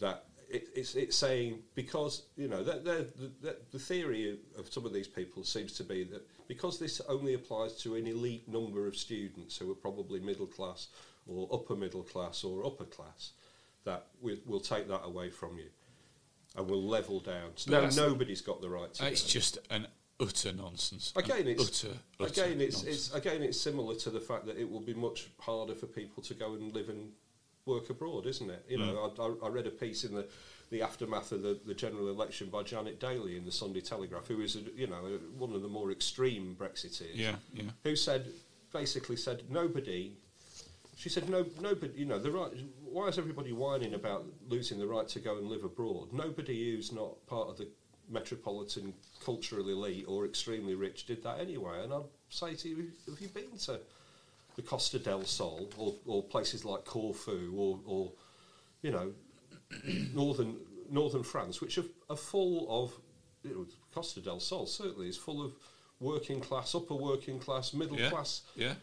Speaker 2: that it, it's it's saying because you know that the, the, the theory of some of these people seems to be that because this only applies to an elite number of students who are probably middle class or upper middle class or upper class, that we, we'll take that away from you and we'll level down. So
Speaker 1: No,
Speaker 2: now
Speaker 1: that's-
Speaker 2: nobody's got the right to.
Speaker 1: Uh,
Speaker 2: do
Speaker 1: It's
Speaker 2: it.
Speaker 1: just an utter nonsense. An
Speaker 2: Again, it's
Speaker 1: utter, utter
Speaker 2: again, it's,
Speaker 1: nonsense.
Speaker 2: it's again, it's similar to the fact that it will be much harder for people to go and live and work abroad, isn't it? You
Speaker 1: Mm.
Speaker 2: know, I, I, I read a piece in the, the aftermath of the, the general election by Janet Daly in the Sunday Telegraph, who is a, you know a- one of the more extreme Brexiteers,
Speaker 1: yeah, yeah.
Speaker 2: who said basically said nobody. She said, "No, nobody. You know, the right. Why is everybody whining about losing the right to go and live abroad? Nobody who's not part of the metropolitan cultural elite or extremely rich did that anyway. And I'd say to you, have you been to the Costa del Sol or, or places like Corfu or, or you know, northern northern France, which are, are full of you know, Costa del Sol certainly is full of working class, upper working class, middle
Speaker 1: yeah,
Speaker 2: class
Speaker 1: Yeah.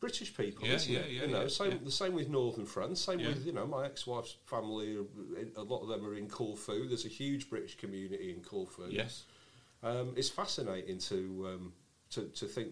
Speaker 2: British people,
Speaker 1: Yeah,
Speaker 2: isn't
Speaker 1: yeah,
Speaker 2: it?
Speaker 1: yeah,
Speaker 2: you know,
Speaker 1: yeah,
Speaker 2: same
Speaker 1: yeah.
Speaker 2: the same with Northern France. Same
Speaker 1: Yeah.
Speaker 2: with you know my ex-wife's family. uh, A lot of them are in Corfu. There's a huge British community in Corfu.
Speaker 1: Yes.
Speaker 2: um, it's fascinating to um, to to think,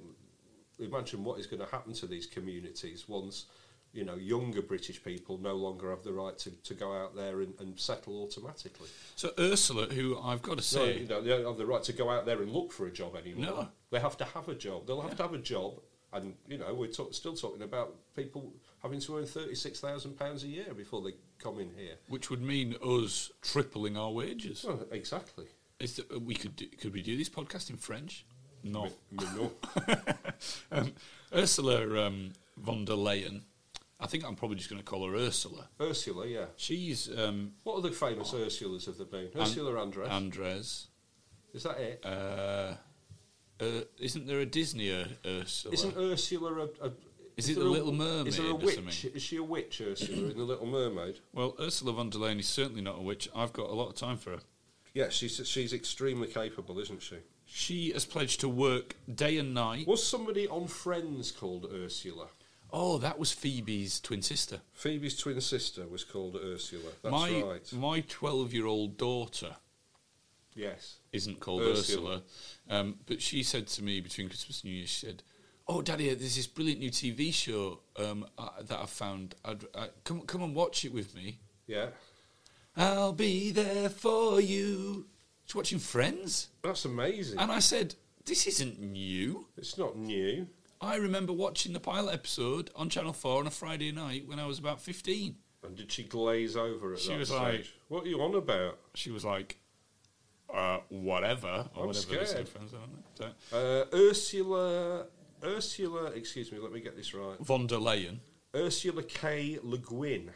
Speaker 2: imagine what is going to happen to these communities once you know younger British people no longer have the right to, to go out there and, and settle automatically.
Speaker 1: So Ursula, who I've got to
Speaker 2: No,
Speaker 1: say,
Speaker 2: you know, they don't have the right to go out there and look for a job anymore.
Speaker 1: No.
Speaker 2: They have to have a job. They'll have to have a job. And, you know, we're talk- still talking about people having to earn £36,000 a year before they come in here.
Speaker 1: which would mean us tripling our wages,
Speaker 2: Well, exactly.
Speaker 1: is that uh, we could do, could we do this podcast in French? No.
Speaker 2: I mean, no.
Speaker 1: um, Ursula um, von der Leyen I think I'm probably just going to call her Ursula.
Speaker 2: Ursula, yeah.
Speaker 1: She's um,
Speaker 2: What other famous Ursulas have there been? Ursula Andress.
Speaker 1: Andres.
Speaker 2: is that it?
Speaker 1: Uh, uh, isn't there a Disney uh, Ur- Ursula?
Speaker 2: Isn't Ursula a. a
Speaker 1: Is it
Speaker 2: there
Speaker 1: the
Speaker 2: a-
Speaker 1: Little
Speaker 2: Is there a
Speaker 1: Mermaid or something?
Speaker 2: witch? Is she a witch, Ursula, in The Little Mermaid?
Speaker 1: well, Ursula von der Leyen is certainly not a witch. I've got a lot of time for her.
Speaker 2: Yeah, she's, she's extremely capable, isn't she?
Speaker 1: She has pledged to work day and night.
Speaker 2: Was somebody on Friends called Ursula?
Speaker 1: Oh, that was Phoebe's twin sister.
Speaker 2: Phoebe's twin sister was called Ursula. That's
Speaker 1: my
Speaker 2: right.
Speaker 1: my twelve year old daughter
Speaker 2: yes.
Speaker 1: isn't called
Speaker 2: Ursula.
Speaker 1: Ursula, um, but she said to me between Christmas and New Year, she said, "Oh, Daddy, there's this brilliant new TV show um, I, that I've found. I'd, I, come come and watch it with me.
Speaker 2: Yeah.
Speaker 1: I'll be there for you." She's watching Friends,
Speaker 2: That's amazing.
Speaker 1: and I said, "This isn't new."
Speaker 2: it's not new.
Speaker 1: I remember watching the pilot episode on Channel Four on a Friday night when I was about fifteen.
Speaker 2: And did she glaze over at
Speaker 1: She
Speaker 2: that
Speaker 1: was
Speaker 2: stage?
Speaker 1: like-
Speaker 2: what are you on about?
Speaker 1: She was like, uh, "Whatever," or
Speaker 2: I'm
Speaker 1: whatever they say,
Speaker 2: scared.
Speaker 1: Friends, don't they? Don't-
Speaker 2: Uh, Ursula, Ursula, excuse me, let me get this right.
Speaker 1: von der Leyen.
Speaker 2: Ursula K. Le Guin,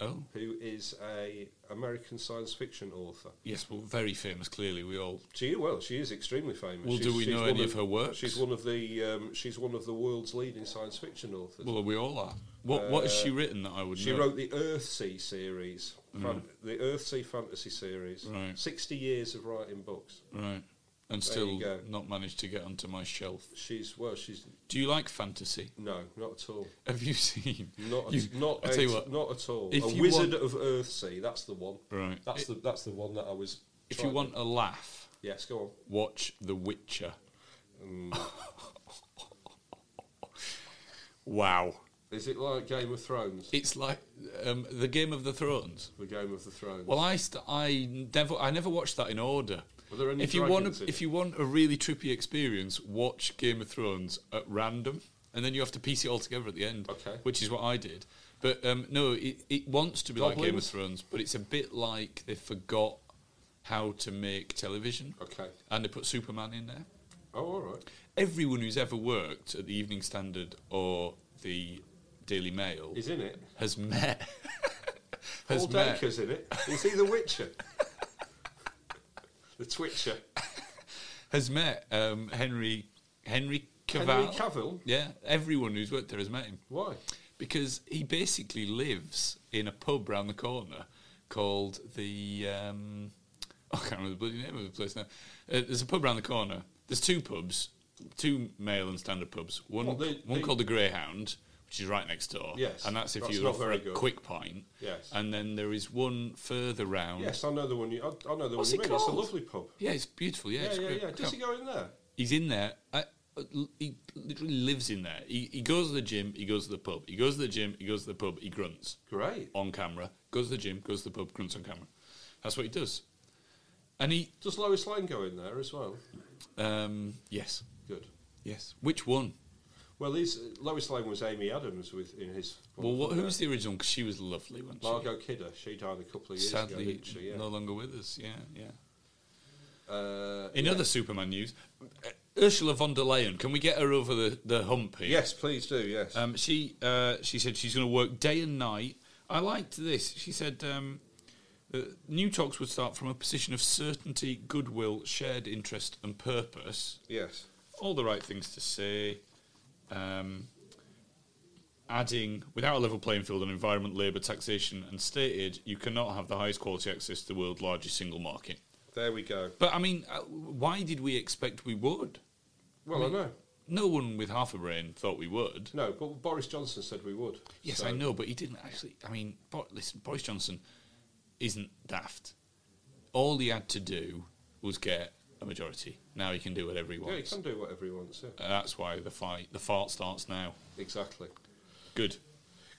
Speaker 1: Oh,
Speaker 2: who is a American science fiction author.
Speaker 1: yes, well, very famous. Clearly, we all.
Speaker 2: She well, she is extremely famous.
Speaker 1: Well,
Speaker 2: she's,
Speaker 1: do we
Speaker 2: she's
Speaker 1: know
Speaker 2: one
Speaker 1: any of her works?
Speaker 2: She's one of the um, she's one of the world's leading science fiction authors.
Speaker 1: Well, we all are. What What has she written that I would
Speaker 2: Uh, She
Speaker 1: know?
Speaker 2: wrote the Earthsea series, fan- the Earthsea fantasy series.
Speaker 1: Mm. Right.
Speaker 2: 60 years of writing books.
Speaker 1: right, and
Speaker 2: There
Speaker 1: still
Speaker 2: you go.
Speaker 1: not managed to get onto my shelf.
Speaker 2: She's, well, she's,
Speaker 1: Do you like fantasy?
Speaker 2: no, not at all.
Speaker 1: Have you seen?
Speaker 2: Not,
Speaker 1: you-
Speaker 2: not,
Speaker 1: I tell you
Speaker 2: at-
Speaker 1: what.
Speaker 2: not at all.
Speaker 1: if
Speaker 2: a
Speaker 1: you
Speaker 2: Wizard
Speaker 1: want-
Speaker 2: of Earthsea, that's the one.
Speaker 1: Right.
Speaker 2: That's,
Speaker 1: It-
Speaker 2: the, that's the one that I was.
Speaker 1: If you
Speaker 2: trying-
Speaker 1: want a laugh,
Speaker 2: Yes, go on.
Speaker 1: watch The Witcher. wow,
Speaker 2: Is it like Game of Thrones?
Speaker 1: it's like um, the Game of the Thrones.
Speaker 2: the Game of the Thrones.
Speaker 1: Well, I, st- I never I never watched that in order.
Speaker 2: Were there any
Speaker 1: if you want
Speaker 2: dragons
Speaker 1: a,
Speaker 2: in
Speaker 1: if
Speaker 2: it?
Speaker 1: you want a really trippy experience, watch Game of Thrones at random, and then you have to piece it all together at the end.
Speaker 2: Okay.
Speaker 1: which is what I did. But um, no, it, it wants to be like Game of
Speaker 2: Goblins?
Speaker 1: Thrones, but it's a bit like they forgot how to make television,
Speaker 2: okay.
Speaker 1: and they put Superman in there.
Speaker 2: Oh, all right.
Speaker 1: Everyone who's ever worked at the Evening Standard or the Daily Mail
Speaker 2: He's in it.
Speaker 1: has met. has
Speaker 2: Paul
Speaker 1: met.
Speaker 2: Dacre's in it. Is he the Witcher? the Twitcher.
Speaker 1: has met um, Henry Henry Cavill.
Speaker 2: Henry Cavill?
Speaker 1: Yeah, everyone who's worked there has met him
Speaker 2: Why?
Speaker 1: Hmm. because he basically lives in a pub round the corner called the um, I can't remember the bloody name of the place now. Uh, there's a pub round the corner. There's two pubs, two male and standard pubs. One
Speaker 2: Well, they-
Speaker 1: one
Speaker 2: they-
Speaker 1: called the Greyhound, which is right next door.
Speaker 2: Yes,
Speaker 1: and that's if
Speaker 2: that's
Speaker 1: you
Speaker 2: not
Speaker 1: look for
Speaker 2: very
Speaker 1: a
Speaker 2: good.
Speaker 1: quick pint.
Speaker 2: Yes.
Speaker 1: and then there is one further round.
Speaker 2: Yes, I know the one you. I, I know the
Speaker 1: What's
Speaker 2: one you
Speaker 1: it
Speaker 2: mean. It's a
Speaker 1: called?
Speaker 2: lovely pub.
Speaker 1: Yeah, it's beautiful. Yeah,
Speaker 2: Yeah,
Speaker 1: it's
Speaker 2: yeah,
Speaker 1: great.
Speaker 2: yeah. Does he go in there?
Speaker 1: he's in there. I, he literally lives in there. He, he goes to the gym, he goes to the pub. He goes to the gym, he goes to the pub, he grunts
Speaker 2: Great.
Speaker 1: on camera. Goes to the gym, goes to the pub, grunts on camera. That's what he does. And he,
Speaker 2: Does Lois Lane go in there as well?
Speaker 1: um, yes,
Speaker 2: Good.
Speaker 1: yes. Which one?
Speaker 2: Well, he's, Lois Lane was Amy Adams with in his.
Speaker 1: Well, what, who was the original? Because she was lovely, wasn't she?
Speaker 2: Margot Kidder. She died a couple of years ago,
Speaker 1: Sadly,
Speaker 2: didn't she? Yeah.
Speaker 1: no longer with us. Yeah, yeah.
Speaker 2: Uh,
Speaker 1: In other Superman news, uh, Ursula von der Leyen, can we get her over the, the hump here?
Speaker 2: yes, please do. Yes.
Speaker 1: Um, she uh, she said she's going to work day and night. I liked this. She said um, uh, new talks would start from a position of certainty, goodwill, shared interest, and purpose.
Speaker 2: yes.
Speaker 1: All the right things to say. Um, adding, without a level playing field on environment, labour, taxation, and state aid, you cannot have the highest quality access to the world's largest single market.
Speaker 2: There we go.
Speaker 1: But I mean, uh, why did we expect we would?
Speaker 2: Well, I know.
Speaker 1: No one with half a brain thought we would.
Speaker 2: No, but Boris Johnson said we would.
Speaker 1: Yes,
Speaker 2: so-
Speaker 1: I know, but he didn't actually. I mean, Bo- listen, Boris Johnson isn't daft. All he had to do was get a majority. Now he can do whatever he
Speaker 2: Yeah, he
Speaker 1: wants.
Speaker 2: can do whatever he wants. Yeah.
Speaker 1: Uh, that's why the fight, the fart starts now.
Speaker 2: Exactly.
Speaker 1: Good.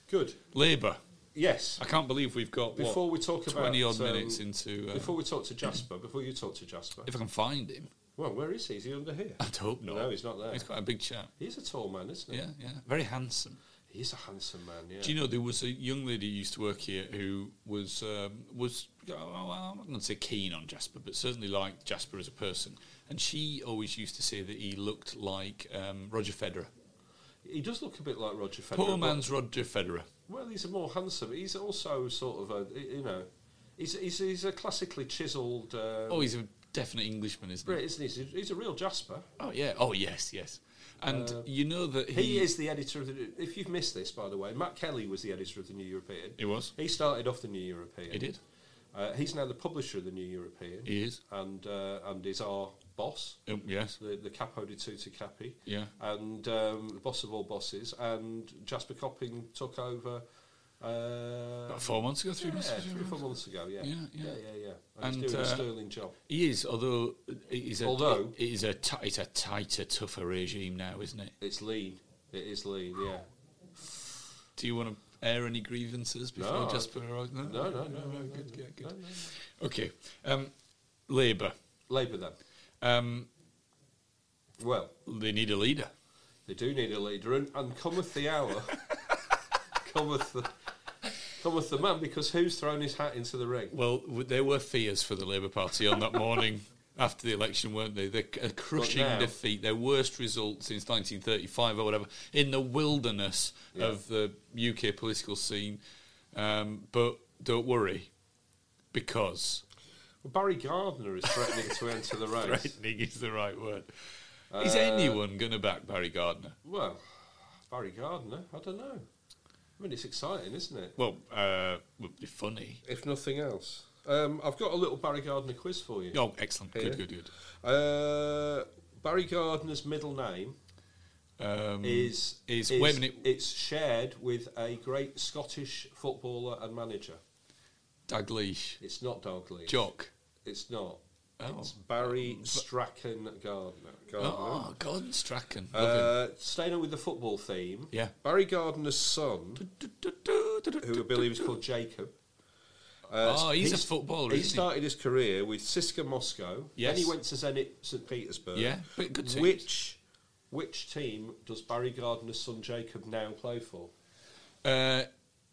Speaker 2: Good.
Speaker 1: Labour.
Speaker 2: Yes.
Speaker 1: I can't believe we've got what,
Speaker 2: Before we talk about
Speaker 1: twenty odd
Speaker 2: um,
Speaker 1: minutes into. Uh,
Speaker 2: Before we talk to Jasper, before you talk to Jasper,
Speaker 1: if I Uh, can find him,
Speaker 2: well, where is he? Is he under here?
Speaker 1: I'd hope not.
Speaker 2: No, he's not there.
Speaker 1: He's quite a big chap.
Speaker 2: He's a tall man, isn't he?
Speaker 1: Yeah, yeah, very handsome.
Speaker 2: He's a handsome man. Yeah.
Speaker 1: Do you know there was a young lady who used to work here who was um, was oh, I'm not going to say keen on Jasper, but certainly liked Jasper as a person. And she always used to say that he looked like um, Roger Federer.
Speaker 2: he does look a bit like Roger Federer.
Speaker 1: Poor
Speaker 2: but-
Speaker 1: man's Roger Federer.
Speaker 2: Well, he's a more handsome. He's also sort of a you know, he's he's, he's a classically chiselled. Uh,
Speaker 1: Oh, he's a definite Englishman, isn't he?
Speaker 2: Brit, isn't he? He's a- He's a real Jasper.
Speaker 1: Oh yeah. Oh yes, yes. And you know that he,
Speaker 2: Uh, He is the editor of the. If you've missed this, by the way, Matt Kelly was the editor of the New European.
Speaker 1: He was.
Speaker 2: He started off the New European.
Speaker 1: He did.
Speaker 2: Uh, he's now the publisher of the New European.
Speaker 1: He is.
Speaker 2: and uh, and is our boss.
Speaker 1: Um, yes.
Speaker 2: The, the capo di tutti capi,
Speaker 1: Yeah.
Speaker 2: and um, the boss of all bosses, and Jasper Copping took over uh,
Speaker 1: About four months ago, three months
Speaker 2: yeah,
Speaker 1: ago.
Speaker 2: three or four months ago. Yeah,
Speaker 1: Yeah, yeah.
Speaker 2: yeah, yeah. yeah. And, he's
Speaker 1: And,
Speaker 2: doing
Speaker 1: uh,
Speaker 2: a sterling job.
Speaker 1: He is, although it is a,
Speaker 2: Although-
Speaker 1: it is a ti it's a tighter, tougher regime now, isn't it?
Speaker 2: It's lean. It is lean. Yeah.
Speaker 1: Do you want to air any grievances before
Speaker 2: No, I-
Speaker 1: Jasper? arrives? No,
Speaker 2: No, no, no, no,
Speaker 1: good, yeah, good. Okay, um, Labour.
Speaker 2: Labour then.
Speaker 1: Um,
Speaker 2: Well,
Speaker 1: they need a leader.
Speaker 2: They do need a leader, and, and cometh the hour, cometh the, cometh the man, because who's thrown his hat into the ring?
Speaker 1: Well, w- there were fears for the Labour Party on that morning after the election, weren't they? The c- a crushing
Speaker 2: now-
Speaker 1: defeat, their worst result since 1935 or whatever, in the wilderness of the UK political scene. Um, but don't worry, because
Speaker 2: Well, Barry Gardner is threatening to enter the race.
Speaker 1: threatening is the right word.
Speaker 2: Uh,
Speaker 1: is anyone going to back Barry Gardner?
Speaker 2: Well, Barry Gardner, I don't know. I mean, it's exciting, isn't it?
Speaker 1: Well, uh, would be funny.
Speaker 2: If nothing else, um, I've got a little Barry Gardner quiz for you.
Speaker 1: Oh, excellent. Good,
Speaker 2: Yeah.
Speaker 1: good, good.
Speaker 2: Uh, Barry Gardner's middle name
Speaker 1: Um,
Speaker 2: is
Speaker 1: is- wait a minute.
Speaker 2: It's shared with a great Scottish footballer and manager.
Speaker 1: Dalgleish.
Speaker 2: It's not Dalgleish.
Speaker 1: Jock.
Speaker 2: It's not.
Speaker 1: Oh.
Speaker 2: It's Barry Strachan Gardner. Gardner.
Speaker 1: Oh, Gordon Strachan. Love him.
Speaker 2: uh, staying on with the football theme.
Speaker 1: Yeah.
Speaker 2: Barry Gardner's son, who I believe is called Jacob. Uh,
Speaker 1: Oh, he's a
Speaker 2: he's-
Speaker 1: footballer,
Speaker 2: He
Speaker 1: isn't he?
Speaker 2: started his career with Siska Moscow.
Speaker 1: Yes.
Speaker 2: Then he went to Zenit St Petersburg.
Speaker 1: Yeah, but good teams.
Speaker 2: Which which team does Barry Gardner's son Jacob now play for?
Speaker 1: Uh,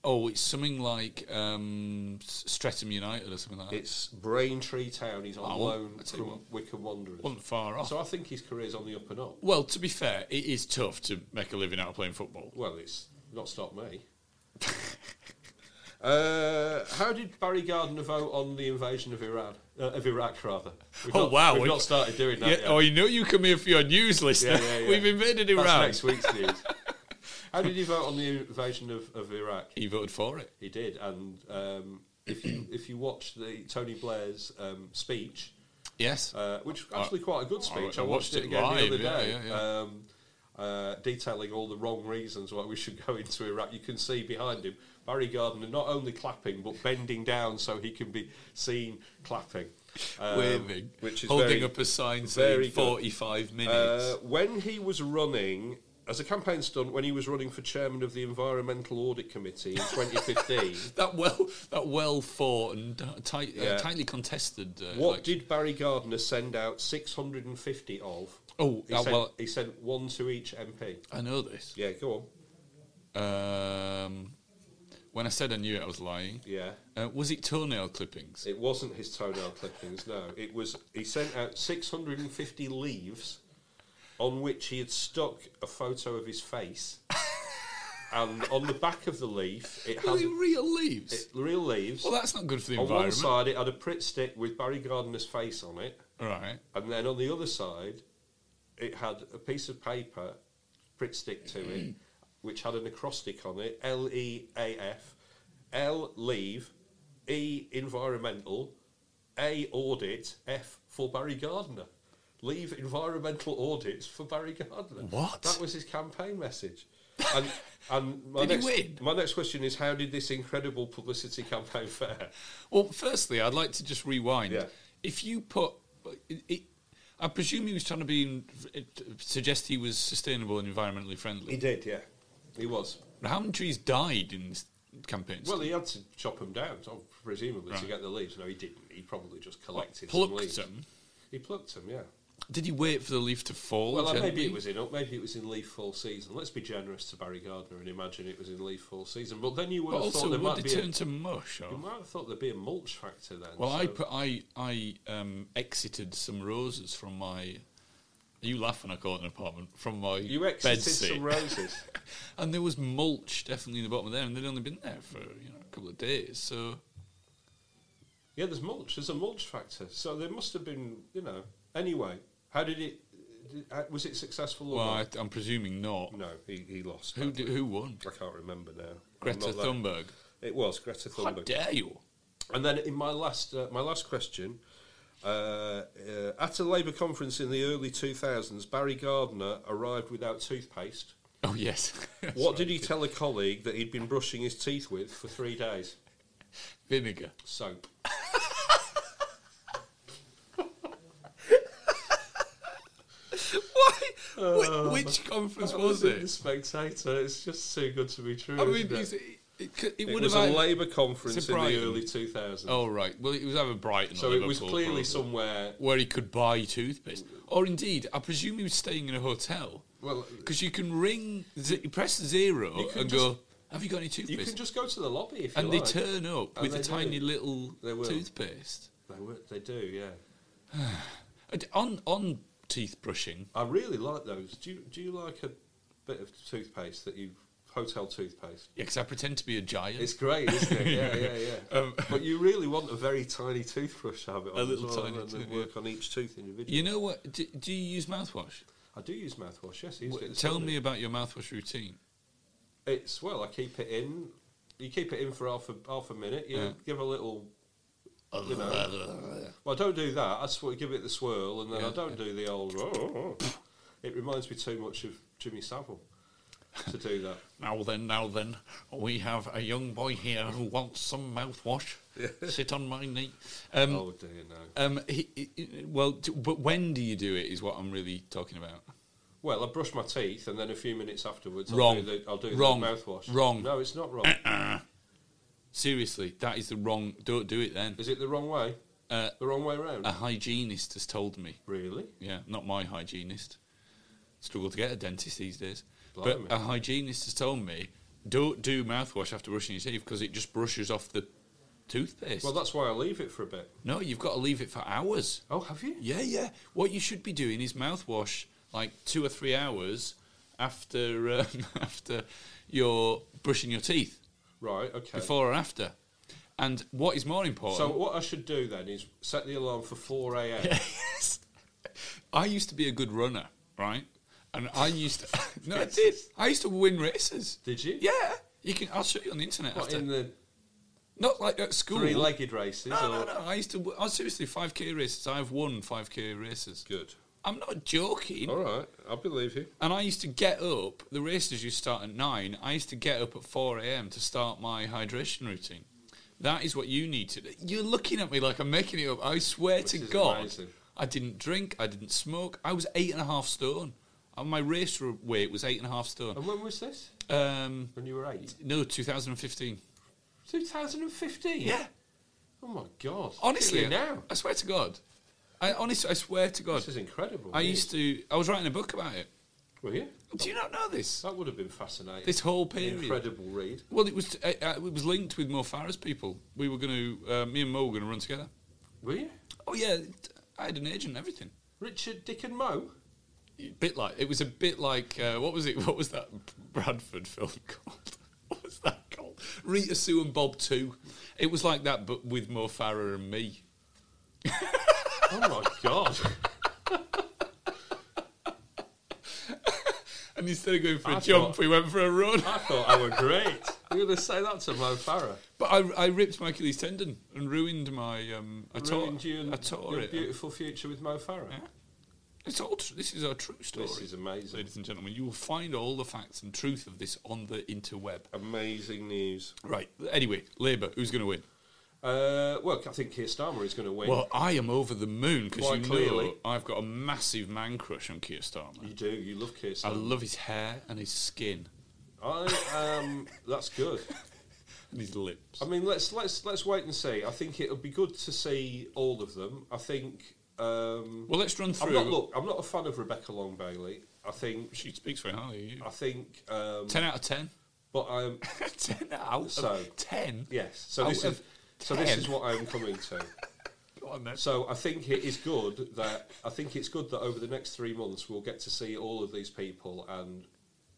Speaker 1: oh, it's something like um, S- Streatham United or something like that.
Speaker 2: It's Braintree Town. He's on
Speaker 1: Oh,
Speaker 2: loan
Speaker 1: I tell you
Speaker 2: to Wickham Wanderers.
Speaker 1: wasn't far off.
Speaker 2: So I think his career's on the up and up.
Speaker 1: well, to be fair, it is tough to make a living out of playing football.
Speaker 2: Well, it's not stopped me. uh, how did Barry Gardner vote on the invasion of Iran? Uh, of Iraq, rather. We've
Speaker 1: oh
Speaker 2: not,
Speaker 1: wow,
Speaker 2: We've
Speaker 1: we-
Speaker 2: not started doing that
Speaker 1: Yeah,
Speaker 2: yet.
Speaker 1: Oh, you know you come here for your news list.
Speaker 2: Yeah, yeah, yeah.
Speaker 1: We've invaded
Speaker 2: That's
Speaker 1: Iran.
Speaker 2: next week's news. how did he vote on the invasion of, of Iraq?
Speaker 1: He voted for it.
Speaker 2: He did, and um, if you if you watch the Tony Blair's um, speech,
Speaker 1: Yes.
Speaker 2: uh, which was actually quite a good speech.
Speaker 1: I
Speaker 2: I,
Speaker 1: watched
Speaker 2: watched,
Speaker 1: it
Speaker 2: it again
Speaker 1: live,
Speaker 2: the other
Speaker 1: yeah,
Speaker 2: day.
Speaker 1: yeah, yeah.
Speaker 2: Um, uh, detailing all the wrong reasons why we should go into Iraq. You can see behind him Barry Gardner not only clapping but bending down so he can be seen clapping, um,
Speaker 1: Waving,
Speaker 2: which is
Speaker 1: holding
Speaker 2: very-
Speaker 1: up a sign
Speaker 2: very
Speaker 1: saying
Speaker 2: good.
Speaker 1: forty-five minutes.
Speaker 2: Uh, when he was running as a campaign stunt, when he was running for chairman of the Environmental Audit Committee in 2015,
Speaker 1: that well, that well fought and tight, uh,
Speaker 2: Yeah.
Speaker 1: tightly contested. Uh,
Speaker 2: what
Speaker 1: election.
Speaker 2: did Barry Gardner send out 650 of?
Speaker 1: Oh,
Speaker 2: he,
Speaker 1: uh,
Speaker 2: sent,
Speaker 1: well-
Speaker 2: he sent one to each MP.
Speaker 1: I know this?
Speaker 2: Yeah, go on.
Speaker 1: Um, when I said I knew it, I was lying.
Speaker 2: Yeah.
Speaker 1: Uh, was it toenail clippings?
Speaker 2: It wasn't his toenail clippings, no. It was he sent out 650 leaves on which he had stuck a photo of his face. and on the back of the leaf, it
Speaker 1: Were
Speaker 2: had
Speaker 1: they real leaves?
Speaker 2: it- real leaves.
Speaker 1: well, that's not good for the
Speaker 2: on one
Speaker 1: environment.
Speaker 2: side, it had a Pritt stick with Barry Gardner's face on it.
Speaker 1: Right.
Speaker 2: And then on the other side, it had a piece of paper, Pritt stick to it, which had an acrostic on it L E A F, L leave, E environmental, A audit, F for Barry Gardner. Leave environmental audits for Barry Gardner.
Speaker 1: What?
Speaker 2: That was his campaign message. And, and my,
Speaker 1: Did he
Speaker 2: next,
Speaker 1: win?
Speaker 2: my next question is how did this incredible publicity campaign fare?
Speaker 1: Well, firstly, I'd like to just rewind.
Speaker 2: Yeah.
Speaker 1: If you put, it, it, I presume he was trying to be in- suggest he was sustainable and environmentally friendly.
Speaker 2: did, yeah. He was.
Speaker 1: How many trees died in this campaign?
Speaker 2: Well, he had to chop them down, so presumably
Speaker 1: Right.
Speaker 2: to get the leaves. No, he didn't. He probably just collected some
Speaker 1: plucked
Speaker 2: leaves.
Speaker 1: them.
Speaker 2: He plucked them, yeah.
Speaker 1: Did he wait for the leaf to fall?
Speaker 2: Well, uh, maybe
Speaker 1: gently?
Speaker 2: it was in maybe it was in leaf fall season. Let's be generous to Barry Gardner and imagine it was in leaf fall season. But then you would
Speaker 1: But
Speaker 2: have
Speaker 1: also,
Speaker 2: thought there
Speaker 1: would
Speaker 2: might
Speaker 1: it
Speaker 2: be. A,
Speaker 1: turn to mush? Or?
Speaker 2: you might have thought there'd be a mulch factor then.
Speaker 1: Well, I
Speaker 2: so-
Speaker 1: put, I I um, exited some roses from my You laugh when I call it an apartment from my
Speaker 2: You
Speaker 1: bed
Speaker 2: exited
Speaker 1: seat.
Speaker 2: some roses.
Speaker 1: and there was mulch definitely in the bottom of there, and they'd only been there for you know a couple of days. So
Speaker 2: yeah, there's mulch. There's a mulch factor. So there must have been, you know. Anyway, how did it? Did, uh, was it successful or
Speaker 1: well, I,
Speaker 2: not?
Speaker 1: I'm presuming not.
Speaker 2: No, he, he lost.
Speaker 1: Who
Speaker 2: that
Speaker 1: did,
Speaker 2: one.
Speaker 1: who won?
Speaker 2: I can't remember now. I'm
Speaker 1: Greta
Speaker 2: not that-
Speaker 1: Thunberg.
Speaker 2: It was Greta
Speaker 1: How
Speaker 2: Thunberg.
Speaker 1: dare you?
Speaker 2: And then in my last uh, my last question, uh, uh, at a Labour conference in the early 2000s, Barry Gardner arrived without toothpaste.
Speaker 1: Oh yes. That's
Speaker 2: what
Speaker 1: right.
Speaker 2: did he tell a colleague that he'd been brushing his teeth with for three days?
Speaker 1: Vinegar.
Speaker 2: Soap.
Speaker 1: Why? Whi- which conference Oh, was
Speaker 2: The
Speaker 1: it?
Speaker 2: Spectator. It's just too good to be true.
Speaker 1: I mean,
Speaker 2: isn't
Speaker 1: is
Speaker 2: it?
Speaker 1: it, it, could- it
Speaker 2: It
Speaker 1: would
Speaker 2: was
Speaker 1: have
Speaker 2: a
Speaker 1: either-
Speaker 2: Labour conference in the
Speaker 1: Brighton.
Speaker 2: early 2000s.
Speaker 1: Oh right. Well, it was either Brighton.
Speaker 2: so
Speaker 1: or
Speaker 2: it was
Speaker 1: Liverpool,
Speaker 2: clearly
Speaker 1: probably.
Speaker 2: somewhere.
Speaker 1: where he could buy toothpaste, or indeed, I presume he was staying in a hotel.
Speaker 2: Well, uh,
Speaker 1: because you can ring, z- you press zero
Speaker 2: You can
Speaker 1: and
Speaker 2: just-
Speaker 1: go, "Have you got any
Speaker 2: You can
Speaker 1: toothpaste?"
Speaker 2: just go to the lobby if you
Speaker 1: and they
Speaker 2: like.
Speaker 1: turn up
Speaker 2: And
Speaker 1: with
Speaker 2: they
Speaker 1: a
Speaker 2: do.
Speaker 1: tiny little
Speaker 2: They will.
Speaker 1: toothpaste.
Speaker 2: They, were, they do, yeah.
Speaker 1: And on on teeth brushing,
Speaker 2: I really like those. Do you, do you like a bit of toothpaste that you hotel toothpaste?
Speaker 1: because I pretend to be a giant.
Speaker 2: It's great, isn't it? Yeah, yeah, yeah.
Speaker 1: Um,
Speaker 2: but you really want a very tiny toothbrush to have it on.
Speaker 1: A little
Speaker 2: as well,
Speaker 1: tiny
Speaker 2: and then
Speaker 1: tooth, yeah.
Speaker 2: work on each tooth individually.
Speaker 1: you know what? Do, do you use mouthwash?
Speaker 2: I do use mouthwash. Yes, I used it this
Speaker 1: Tell me
Speaker 2: morning.
Speaker 1: about your mouthwash routine.
Speaker 2: It's well, I keep it in. You keep it in for half a half a minute. You
Speaker 1: Yeah.
Speaker 2: give a little. You
Speaker 1: uh,
Speaker 2: know. Well, I don't do that. I sort of give it the swirl, and then I
Speaker 1: Yeah,
Speaker 2: don't do the old. "Oh, It reminds me too much of Jimmy Savile to do that.
Speaker 1: Now then, now then, we have a young boy here who wants some mouthwash. Sit on my knee. Um,
Speaker 2: oh dear, no.
Speaker 1: Um, he, he- he- well, t- but when do you do it is what I'm really talking about.
Speaker 2: Well, I brush my teeth, and then a few minutes afterwards,
Speaker 1: Wrong.
Speaker 2: I'll do the, I'll do
Speaker 1: Wrong.
Speaker 2: the mouthwash.
Speaker 1: Wrong. Uh-uh.
Speaker 2: No, it's not wrong.
Speaker 1: Seriously, that is the wrong. Don't do it then.
Speaker 2: Is it the wrong way?
Speaker 1: Uh,
Speaker 2: the wrong way round?
Speaker 1: A hygienist has told me.
Speaker 2: really?
Speaker 1: Yeah, not my hygienist. Struggle to get a dentist these days.
Speaker 2: Blimey.
Speaker 1: But a hygienist has told me don't do mouthwash after brushing your teeth because it just brushes off the toothpaste.
Speaker 2: Well, that's why I leave it for a bit.
Speaker 1: no, you've got to leave it for hours.
Speaker 2: Oh, have you?
Speaker 1: Yeah, yeah. What you should be doing is mouthwash like two or three hours after um, after you're brushing your teeth,
Speaker 2: Right. Okay.
Speaker 1: before or after. And what is more important?
Speaker 2: so what I should do then is set the alarm for four a.m.
Speaker 1: Yes. I used to be a good runner, right? And I used to, no, I did. I used to win races.
Speaker 2: Did you?
Speaker 1: Yeah, you can. I'll show you on the internet
Speaker 2: What,
Speaker 1: after.
Speaker 2: in the
Speaker 1: Not like at school.
Speaker 2: three-legged races?
Speaker 1: no, no,
Speaker 2: or?
Speaker 1: no. I used to. w- I seriously five k races. I've won five k races.
Speaker 2: Good.
Speaker 1: I'm not joking.
Speaker 2: All right, I believe you.
Speaker 1: And I used to get up. The races used to start at nine. I used to get up at four a.m. to start my hydration routine. That is what you need to. do. You're looking at me like I'm making it up. I swear to
Speaker 2: is
Speaker 1: God,
Speaker 2: amazing.
Speaker 1: I didn't drink. I didn't smoke. I was eight and a half stone. And my race r- weight was eight and a half stone.
Speaker 2: And when was this?
Speaker 1: Um,
Speaker 2: When you were eight?
Speaker 1: no, 2015.
Speaker 2: 2015.
Speaker 1: Yeah,
Speaker 2: Oh my God.
Speaker 1: honestly,
Speaker 2: Look at you now
Speaker 1: I swear to God. I honestly, I swear to God.
Speaker 2: this is incredible.
Speaker 1: I used to. I was writing a book about it.
Speaker 2: Were you?
Speaker 1: Do you not know this?
Speaker 2: That would have been fascinating.
Speaker 1: This whole
Speaker 2: An
Speaker 1: period.
Speaker 2: Incredible read.
Speaker 1: Well, it was uh, uh, it was linked with Mo Farah's people. We were going to uh, me and Mo were going to run together.
Speaker 2: Were you?
Speaker 1: Oh yeah, t- I had an agent and everything.
Speaker 2: Richard Dick and Mo.
Speaker 1: Bit like it was a bit like uh, what was it? What was that Bradford film called? what was that called? Rita Sue and Bob Two. It was like that, but with Mo Farah and me.
Speaker 2: Oh my God.
Speaker 1: And instead of going for a
Speaker 2: I
Speaker 1: jump,
Speaker 2: thought-
Speaker 1: we went for a run.
Speaker 2: I thought I were great. You're going to say that to Mo Farah.
Speaker 1: but I, I ripped my Achilles tendon and ruined my. Um, I
Speaker 2: Ruined
Speaker 1: tore,
Speaker 2: you and
Speaker 1: I tore
Speaker 2: your
Speaker 1: it.
Speaker 2: beautiful future with Mo Farah.
Speaker 1: Yeah. It's all. Tr- this is our true story.
Speaker 2: This is amazing.
Speaker 1: ladies and gentlemen. You will find all the facts and truth of this on the interweb.
Speaker 2: Amazing news.
Speaker 1: Right. Anyway, Labour, who's going to win?
Speaker 2: Uh, well, I think Keir Starmer is going to win.
Speaker 1: Well, I am over the moon because
Speaker 2: Why,
Speaker 1: you know
Speaker 2: clearly.
Speaker 1: I've got a massive man crush on Keir Starmer.
Speaker 2: you do. You love Keir
Speaker 1: I
Speaker 2: Starmer.
Speaker 1: love his hair and his skin
Speaker 2: I um, that's good.
Speaker 1: and his lips.
Speaker 2: I mean, let's let's let's wait and see. I think it'll be good to see all of them. I think. Um,
Speaker 1: Well, let's run through.
Speaker 2: I'm not look. I'm not a fan of Rebecca Long Bailey. I think.
Speaker 1: She speaks very highly. of you.
Speaker 2: I think. Um,
Speaker 1: Ten out of ten.
Speaker 2: but I'm
Speaker 1: ten out
Speaker 2: So-
Speaker 1: of ten.
Speaker 2: yes. So
Speaker 1: Out
Speaker 2: this is.
Speaker 1: of
Speaker 2: So this
Speaker 1: 10.
Speaker 2: is what I'm coming to.
Speaker 3: one then.
Speaker 2: So I think it is good that I think it's good that over the next three months we'll get to see all of these people and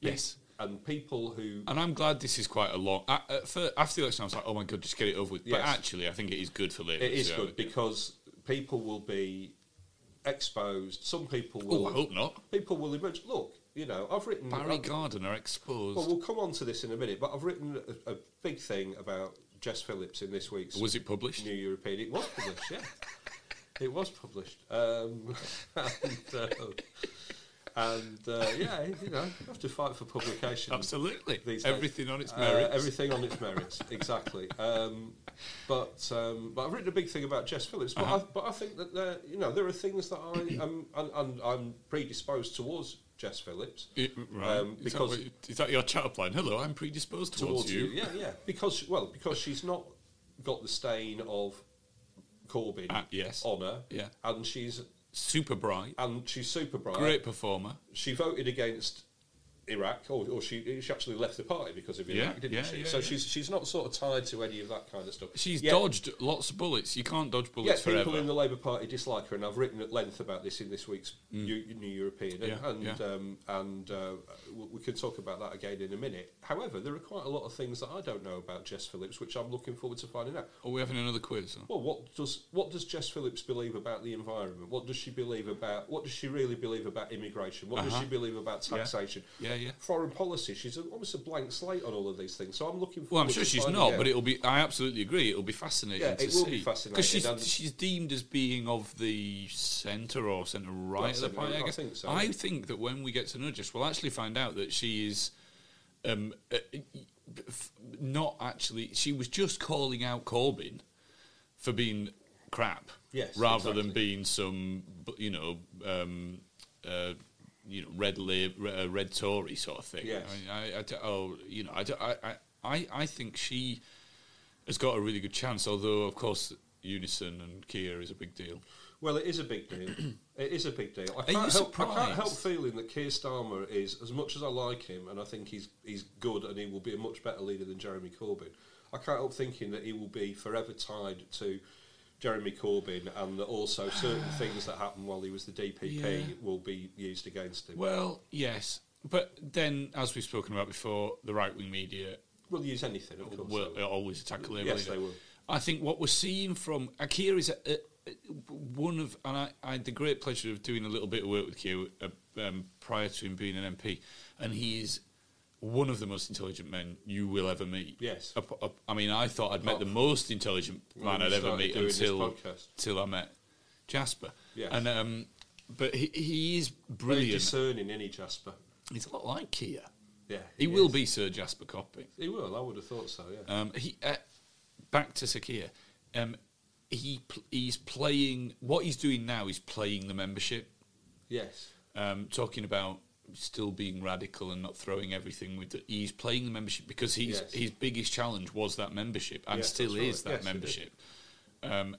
Speaker 1: Yes.
Speaker 2: and people who
Speaker 1: And I'm glad this is quite a long. a- At, fir- after the election, I was like, "Oh my god, just get it over with." But
Speaker 2: Yes.
Speaker 1: actually, I think it is good for Labour.
Speaker 2: it
Speaker 1: to
Speaker 2: is
Speaker 1: go
Speaker 2: good
Speaker 1: with it.
Speaker 2: because people will be exposed. Some people
Speaker 1: Oh,
Speaker 2: will.
Speaker 1: I hope not.
Speaker 2: People will emerge. Look, you know, I've written.
Speaker 1: Barry
Speaker 2: I've-
Speaker 1: Gardiner exposed.
Speaker 2: well, we'll come on to this in a minute, but I've written a, a big thing about Jess Phillips in this week's
Speaker 1: was it published?
Speaker 2: New European. It was published, yeah. It was published. Um, and uh, and uh, yeah, you know, you have to fight for publication.
Speaker 1: Absolutely.
Speaker 2: These days.
Speaker 1: Everything on its
Speaker 2: Uh,
Speaker 1: merits.
Speaker 2: everything on its merits, exactly. Um, but um, but I've written a big thing about Jess Phillips,
Speaker 1: Uh-huh.
Speaker 2: but, I, but I think that there, you know there are things that I am and, and I'm predisposed towards Jess Phillips.
Speaker 1: It- right.
Speaker 2: um,
Speaker 1: Is that
Speaker 2: because
Speaker 1: what- is, that your chat line? Hello, I'm predisposed towards, you.
Speaker 2: Yeah, yeah. Because well, because she's not got the stain of Corbyn
Speaker 1: Ah, yes.
Speaker 2: on her.
Speaker 1: Yeah.
Speaker 2: And she's
Speaker 1: Super bright,
Speaker 2: and she's super bright.
Speaker 1: great performer.
Speaker 2: She voted against Iraq, or, or she she actually left the party because of
Speaker 1: Yeah,
Speaker 2: Iraq, didn't
Speaker 1: yeah,
Speaker 2: she?
Speaker 1: yeah,
Speaker 2: so
Speaker 1: yeah.
Speaker 2: she's she's not sort of tied to any of that kind of stuff.
Speaker 1: She's
Speaker 2: Yet-
Speaker 1: dodged lots of bullets. You can't dodge
Speaker 2: Yet
Speaker 1: bullets
Speaker 2: people
Speaker 1: forever.
Speaker 2: in the Labour Party dislike her, and I've written at length about this in this week's Eu- New European, and
Speaker 1: Mm. Yeah,
Speaker 2: and,
Speaker 1: yeah.
Speaker 2: Um, and uh, w- we can talk about that again in a minute. However, there are quite a lot of things that I don't know about Jess Phillips, which I'm looking forward to finding out.
Speaker 1: Are we having another quiz?
Speaker 2: Well, what does what does Jess Phillips believe about the environment? What does she believe about what does she really believe about immigration? What does she believe about taxation?
Speaker 1: Uh-huh. Yeah, yeah.
Speaker 2: Foreign policy. She's a, almost a blank slate on all of these things. So I'm looking.
Speaker 1: Well,
Speaker 2: forward
Speaker 1: I'm sure
Speaker 2: to
Speaker 1: she's
Speaker 2: finding
Speaker 1: not,
Speaker 2: out.
Speaker 1: but it'll be. I absolutely agree. It'll be fascinating.
Speaker 2: Yeah,
Speaker 1: to
Speaker 2: it will
Speaker 1: see.
Speaker 2: be fascinating,
Speaker 1: because she's
Speaker 2: and-
Speaker 1: she's deemed as being of the centre or centre right of the
Speaker 2: centre-right,
Speaker 1: party. I,
Speaker 2: I
Speaker 1: guess.
Speaker 2: think so.
Speaker 1: I think that when we get to know Jess, we'll actually find out that she is. Um, uh, f- not actually. She was just calling out Corbyn for being crap,
Speaker 2: Yes,
Speaker 1: rather than
Speaker 2: exactly.
Speaker 1: being some, bu- you know, um, uh, you know, red lib, re- uh, red Tory sort of thing.
Speaker 2: Yes.
Speaker 1: I mean, I, I d- oh, you know, I, d- I, I- I, I think she has got a really good chance. Although, of course, Unison and Kia is a big deal.
Speaker 2: Well, it is a big deal. it is a big deal. I
Speaker 1: you
Speaker 2: can't, help, I can't
Speaker 1: surprised?
Speaker 2: help feeling that Keir Starmer is, as much as I like him, and I think he's he's good, and he will be a much better leader than Jeremy Corbyn. I can't help thinking that he will be forever tied to Jeremy Corbyn, and that also certain things that happened while he was the DPP
Speaker 1: Yeah.
Speaker 2: will be used against him.
Speaker 1: Well, yes, but then, as we've spoken about before, the right wing media
Speaker 2: We'll use anything, of course.
Speaker 1: will
Speaker 2: they
Speaker 1: uh,
Speaker 2: will.
Speaker 1: always attack Labour.
Speaker 2: Yes,
Speaker 1: leader.
Speaker 2: they will.
Speaker 1: I think what we're seeing from Akira is a, a, a- one of, and I, I had the great pleasure of doing a little bit of work with Akira uh, um, prior to him being an MP, and he is one of the most intelligent men you will ever meet.
Speaker 2: Yes. Oh.
Speaker 1: Up- up- I mean, I thought I'd met the most intelligent
Speaker 2: When
Speaker 1: man
Speaker 2: we
Speaker 1: I'd ever
Speaker 2: started
Speaker 1: meet
Speaker 2: doing this
Speaker 1: until
Speaker 2: podcast.
Speaker 1: till I met Jasper.
Speaker 2: Yes.
Speaker 1: And um, but he, he is
Speaker 2: Very
Speaker 1: brilliant.
Speaker 2: discerning, any Jasper.
Speaker 1: He's a lot like Kia.
Speaker 2: Yeah,
Speaker 1: He, will
Speaker 2: is.
Speaker 1: be Sir Jasper Copping.
Speaker 2: He will. I would have thought so. Yeah.
Speaker 1: Um, he uh, back to Sakia. Um, he pl- he's playing what he's doing now. He's playing the membership,
Speaker 2: yes.
Speaker 1: um, talking about still being radical and not throwing everything with. The, he's playing the membership because he's
Speaker 2: Yes.
Speaker 1: his biggest challenge was that membership and
Speaker 2: Yes,
Speaker 1: still
Speaker 2: that's right.
Speaker 1: is that
Speaker 2: Yes, it is.
Speaker 1: membership. Um,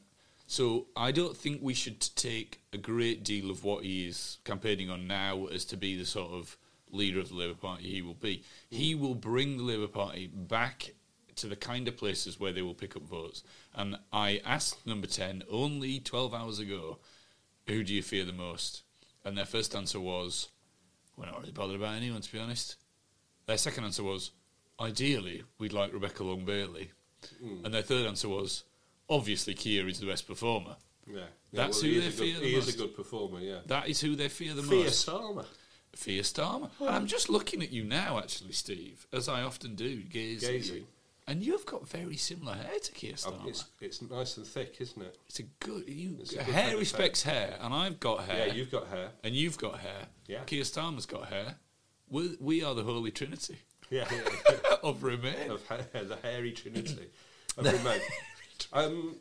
Speaker 1: so I don't think we should take a great deal of what he is campaigning on now as to be the sort of leader of the Labour Party he will be.
Speaker 2: Mm.
Speaker 1: He will bring the Labour Party back to the kind of places where they will pick up votes. And I asked Number Ten only twelve hours ago, "Who do you fear the most?" And their first answer was, "We're not really bothered about anyone, to be honest." Their second answer was, ideally, we'd like Rebecca Long Bailey.
Speaker 2: Mm.
Speaker 1: And their third answer was, obviously, Keir is the best performer.
Speaker 2: Yeah. Yeah,
Speaker 1: That's who
Speaker 2: he
Speaker 1: they
Speaker 2: is a
Speaker 1: fear
Speaker 2: good,
Speaker 1: the
Speaker 2: He is
Speaker 1: most.
Speaker 2: a good performer. Yeah.
Speaker 1: That is who they fear the
Speaker 2: Fear
Speaker 1: most.
Speaker 2: Starmer.
Speaker 1: Fear Starmer. And I'm just looking at you now, actually, Steve, as I often do, gazing. at
Speaker 2: Gazing.
Speaker 1: you. And you've got very similar hair to Keir
Speaker 2: Um,
Speaker 1: Starmer.
Speaker 2: It's,
Speaker 1: It's,
Speaker 2: it's nice and thick, isn't it?
Speaker 1: a good. You,
Speaker 2: It's a good head
Speaker 1: hair
Speaker 2: of
Speaker 1: respects hair, and I've got hair.
Speaker 2: Yeah, you've got hair.
Speaker 1: and you've got hair.
Speaker 2: Yeah.
Speaker 1: Keir Starmer's got hair. We're, we are the Holy Trinity
Speaker 2: Yeah,
Speaker 1: of Remain.
Speaker 2: of hair, the hairy trinity of Remain. Um,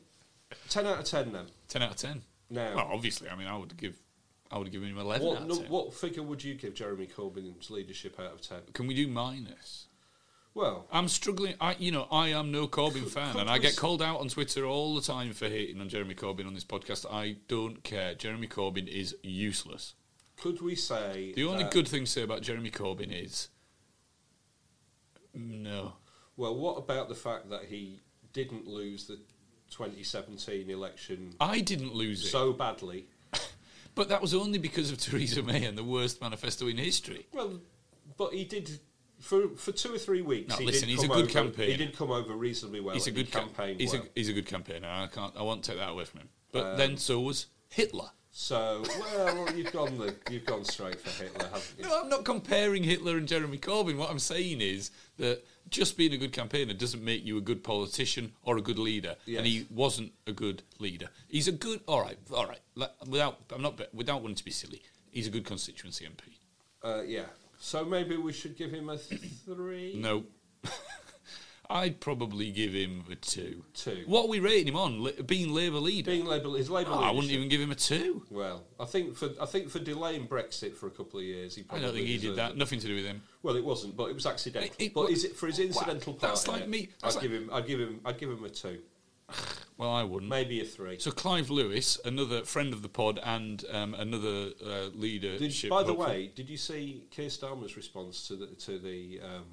Speaker 2: ten out of ten then.
Speaker 1: 10 out of 10.
Speaker 2: Now-
Speaker 1: Well, obviously, I mean, I would give I would give him 11 out
Speaker 2: What
Speaker 1: of
Speaker 2: no,
Speaker 1: 10.
Speaker 2: what figure would you give Jeremy Corbyn's leadership out of ten?
Speaker 1: Can we do minus?
Speaker 2: Well,
Speaker 1: I'm struggling. I, you know, I am no Corbyn fan,
Speaker 2: could
Speaker 1: and I
Speaker 2: we
Speaker 1: get
Speaker 2: s-
Speaker 1: called out on Twitter all the time for hating on Jeremy Corbyn on this podcast. I don't care. Jeremy Corbyn is useless.
Speaker 2: could we say
Speaker 1: The only
Speaker 2: that-
Speaker 1: good thing to say about Jeremy Corbyn is no.
Speaker 2: Well, what about the fact that he didn't lose the 2017 election
Speaker 1: I didn't lose it.
Speaker 2: so badly.
Speaker 1: But that was only because of Theresa May and the worst manifesto in history.
Speaker 2: Well, but he did for for two or three weeks.
Speaker 1: No,
Speaker 2: he
Speaker 1: listen,
Speaker 2: did
Speaker 1: he's a
Speaker 2: come
Speaker 1: good
Speaker 2: over- He
Speaker 1: campaigner.
Speaker 2: did come over reasonably well.
Speaker 1: He's a
Speaker 2: and he
Speaker 1: good cam-
Speaker 2: campaign.
Speaker 1: He's
Speaker 2: well. Um,
Speaker 1: a he's a good campaigner. I can't. I won't take that away from him. But then so was Hitler.
Speaker 2: So well, you've gone the, you've gone straight for Hitler, haven't you?
Speaker 1: No, I'm not comparing Hitler and Jeremy Corbyn. What I'm saying is that just being a good campaigner doesn't make you a good politician or a good leader.
Speaker 2: Yes.
Speaker 1: And he wasn't a good leader. He's a good. All right, all right. like, Without I'm not without wanting to be silly. He's a good constituency MP.
Speaker 2: Uh, yeah. So maybe we should give him a three.
Speaker 1: No. I'd probably give him a two.
Speaker 2: Two.
Speaker 1: What are we rating him on? Li- being Labour leader?
Speaker 2: Being labelled his label.
Speaker 1: Oh, I wouldn't even give him a two.
Speaker 2: Well, I think for I think for delaying Brexit for a couple of years, he
Speaker 1: I
Speaker 2: probably
Speaker 1: don't think he did
Speaker 2: deserved
Speaker 1: that.
Speaker 2: it.
Speaker 1: Nothing to do with him.
Speaker 2: Well, it wasn't, but it was accidental.
Speaker 1: It- it
Speaker 2: but
Speaker 1: wa-
Speaker 2: is it for his incidental
Speaker 1: Wow,
Speaker 2: part?
Speaker 1: that's
Speaker 2: in
Speaker 1: like
Speaker 2: it,
Speaker 1: me-
Speaker 2: I'd
Speaker 1: that's like- Mm.
Speaker 2: give him. I'd give him. I'd give him a two,
Speaker 1: Well, I wouldn't.
Speaker 2: maybe a three.
Speaker 1: So Clive Lewis, another friend of the pod and um, another uh, leader.
Speaker 2: Did, by the way, did you see Keir Starmer's response to the to the um,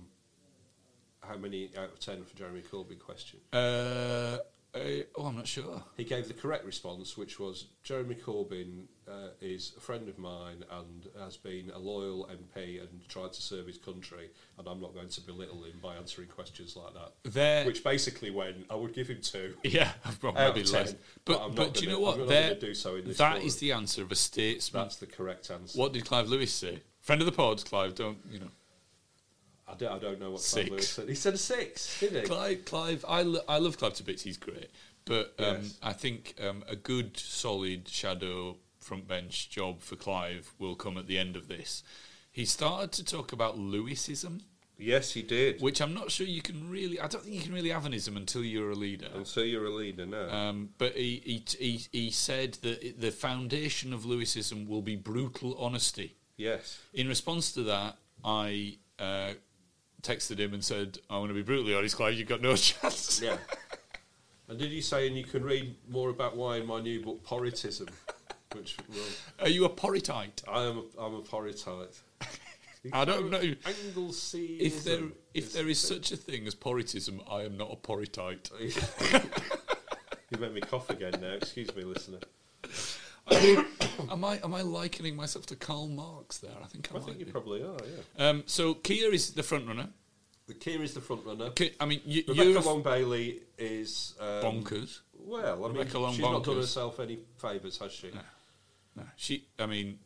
Speaker 2: how many out of ten for Jeremy Corbyn question?
Speaker 1: uh, uh, oh, I'm not sure.
Speaker 2: He gave the correct response, which was Jeremy Corbyn uh, is a friend of mine and has been a loyal MP and tried to serve his country, and I'm not going to belittle him by answering questions like that.
Speaker 1: There,
Speaker 2: Which basically, when I would give him two.
Speaker 1: yeah, I've
Speaker 2: Out of
Speaker 1: probably less.
Speaker 2: 10, but I'm
Speaker 1: But,
Speaker 2: not
Speaker 1: but do you
Speaker 2: gonna-
Speaker 1: know
Speaker 2: I'm
Speaker 1: what?
Speaker 2: not
Speaker 1: There,
Speaker 2: gonna do so in this
Speaker 1: that
Speaker 2: forum.
Speaker 1: is the answer of a statesman.
Speaker 2: That's the correct answer.
Speaker 1: what did Clive Lewis say? Friend of the pod, Clive. Don't you know?
Speaker 2: I don't, I don't know what Clive
Speaker 1: Six.
Speaker 2: Lewis said. He said a six, did he?
Speaker 1: Clive, Clive, I, lo- I love Clive to bits. He's great, but um,
Speaker 2: Yes.
Speaker 1: I think um, a good, solid shadow front bench job for Clive will come at the end of this. He started to talk about Lewisism,
Speaker 2: Yes, he did.
Speaker 1: which I'm not sure you can really. I don't think you can really have an ism until you're a leader.
Speaker 2: And so you're a leader now.
Speaker 1: Um, but he, he he he said that it- the foundation of Lewisism will be brutal honesty.
Speaker 2: yes.
Speaker 1: In response to that, I uh, texted him and said, "I'm going to be brutally honest, Clive. You've got no chance."
Speaker 2: Yeah. and did you say, and you can read more about why in my new book, Porritism, which well,
Speaker 1: Are you a Porritite?
Speaker 2: I am a, I'm a Porritite.
Speaker 1: I don't know.
Speaker 2: Anglesey.
Speaker 1: If there if there is such a thing as Porritism, I am not a Porritite.
Speaker 2: You made me cough again now. Excuse me, listener.
Speaker 1: am I am I likening myself to Karl Marx there? I think I,
Speaker 2: I
Speaker 1: might
Speaker 2: think you
Speaker 1: be.
Speaker 2: probably are, yeah.
Speaker 1: Um, so Keir is the front runner.
Speaker 2: The Keir is the front runner.
Speaker 1: Ki- I mean, you,
Speaker 2: Rebecca
Speaker 1: you're a f-
Speaker 2: Long Bailey is. Um,
Speaker 1: bonkers.
Speaker 2: well, I mean,
Speaker 1: Rebecca Long
Speaker 2: she's not done
Speaker 1: bonkers.
Speaker 2: herself any favours, has she?
Speaker 1: No, she. I mean,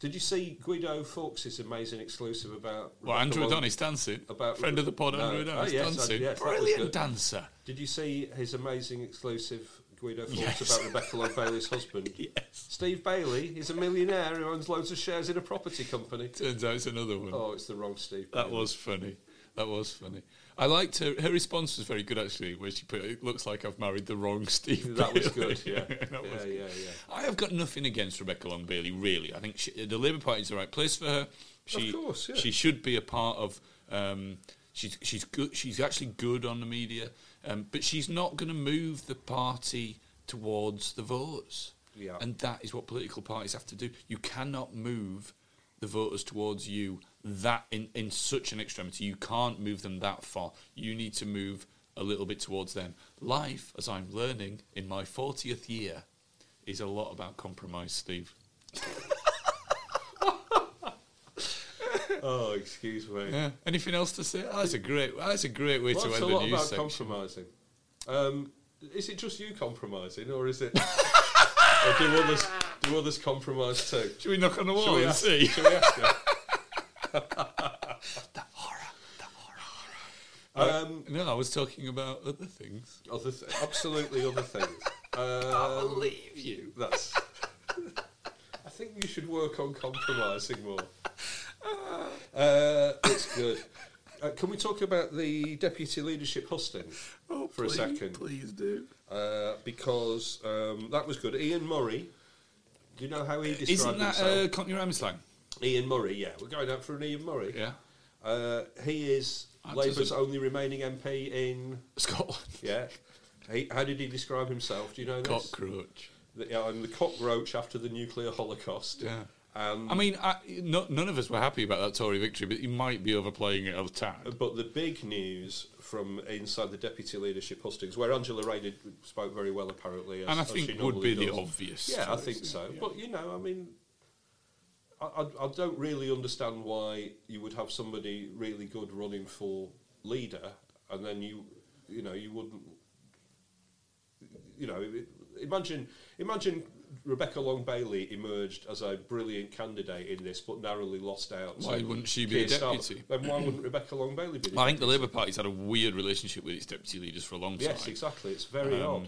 Speaker 2: Did you see Guido Fawkes' amazing exclusive about
Speaker 1: well,
Speaker 2: Rebecca
Speaker 1: Andrew
Speaker 2: Long-
Speaker 1: Adonis dancing.
Speaker 2: about-
Speaker 1: friend of the pod,
Speaker 2: No.
Speaker 1: Andrew
Speaker 2: Oh,
Speaker 1: Adonis
Speaker 2: yes, I-
Speaker 1: dancing.
Speaker 2: yes, that was
Speaker 1: Brilliant
Speaker 2: good.
Speaker 1: dancer.
Speaker 2: Did you see his amazing exclusive Guido Fawkes
Speaker 1: Yes.
Speaker 2: about Rebecca Long Bailey's husband?
Speaker 1: Yes.
Speaker 2: Steve Bailey is a millionaire who owns loads of shares in a property company.
Speaker 1: Turns out it's another one.
Speaker 2: Oh, it's the wrong Steve.
Speaker 1: That
Speaker 2: Bailey.
Speaker 1: was funny. That was funny. I liked her. Her response was very good, actually, where she put, "It looks like I've married the wrong Steve."
Speaker 2: That was
Speaker 1: Bailey."
Speaker 2: good, yeah.
Speaker 1: that
Speaker 2: Yeah,
Speaker 1: was
Speaker 2: yeah,
Speaker 1: good.
Speaker 2: yeah.
Speaker 1: I have got nothing against Rebecca Long Bailey. Really, I think she, the Labour Party is the right place for her. She,
Speaker 2: course, yeah.
Speaker 1: she should be a part of. Um, she's she's good. She's actually good on the media, um, but she's not going to move the party towards the voters.
Speaker 2: Yeah.
Speaker 1: And that is what political parties have to do. You cannot move the voters towards you that in, in such an extremity. You can't move them that far. You need to move a little bit towards them. Life, as I'm learning in my 40th year, is a lot about compromise, Steve.
Speaker 2: Oh, excuse me.
Speaker 1: Yeah. Anything else to say? Oh, that's a great. That's a great way
Speaker 2: What's
Speaker 1: to end
Speaker 2: a
Speaker 1: the
Speaker 2: lot
Speaker 1: news
Speaker 2: about
Speaker 1: section.
Speaker 2: compromising? Um, is it just you compromising, or is it? or do others do others compromise too?
Speaker 1: Should we knock on the
Speaker 2: Shall
Speaker 1: wall
Speaker 2: we
Speaker 1: and
Speaker 2: ask-
Speaker 1: see?
Speaker 2: shall we ask her?
Speaker 1: Horror, the horror.
Speaker 2: Um,
Speaker 1: No, I was talking about other things.
Speaker 2: other th- absolutely other things. Uh,
Speaker 1: Believe you.
Speaker 2: that's. I think you should work on compromising more. Uh, it's good. Uh, can we talk about the deputy leadership hustling
Speaker 1: Oh,
Speaker 2: for
Speaker 1: please,
Speaker 2: a second?
Speaker 1: please do.
Speaker 2: Uh, because um, that was good. Ian Murray. Do you know how he described
Speaker 1: Isn't that
Speaker 2: himself?
Speaker 1: uh, Cockney Rhyming slang?
Speaker 2: Ian Murray, yeah. We're going out for an Ian Murray.
Speaker 1: Yeah.
Speaker 2: Uh, he is
Speaker 1: That
Speaker 2: Labour's
Speaker 1: doesn't-
Speaker 2: only remaining MP in.
Speaker 1: Scotland.
Speaker 2: Yeah. He, how did he describe himself? Do you know this?
Speaker 1: Cockroach.
Speaker 2: That, yeah, I'm the cockroach after the nuclear holocaust.
Speaker 1: Yeah.
Speaker 2: Um,
Speaker 1: I mean, I, no, none of us were happy about that Tory victory, but he might be overplaying it a tad.
Speaker 2: But the big news from inside the deputy leadership hustings, where Angela Rayner spoke very well, apparently, as,
Speaker 1: And I
Speaker 2: as
Speaker 1: think
Speaker 2: she
Speaker 1: would
Speaker 2: normally
Speaker 1: be the
Speaker 2: does.
Speaker 1: obvious
Speaker 2: Yeah, I
Speaker 1: choice,
Speaker 2: think
Speaker 1: yeah,
Speaker 2: so.
Speaker 1: yeah.
Speaker 2: But you know, I mean, I, I, I don't really understand why you would have somebody really good running for leader, and then you, you know, you wouldn't. You know, i- imagine imagine Rebecca Long Bailey emerged as a brilliant candidate in this, but narrowly lost out.
Speaker 1: Why
Speaker 2: to
Speaker 1: wouldn't she be a
Speaker 2: Keir Starmer.
Speaker 1: deputy?
Speaker 2: Then why wouldn't Rebecca Long Bailey be? the
Speaker 1: I think the Labour Party's had a weird relationship with its deputy leaders for a long time.
Speaker 2: Yes, exactly. It's very odd.
Speaker 1: Um,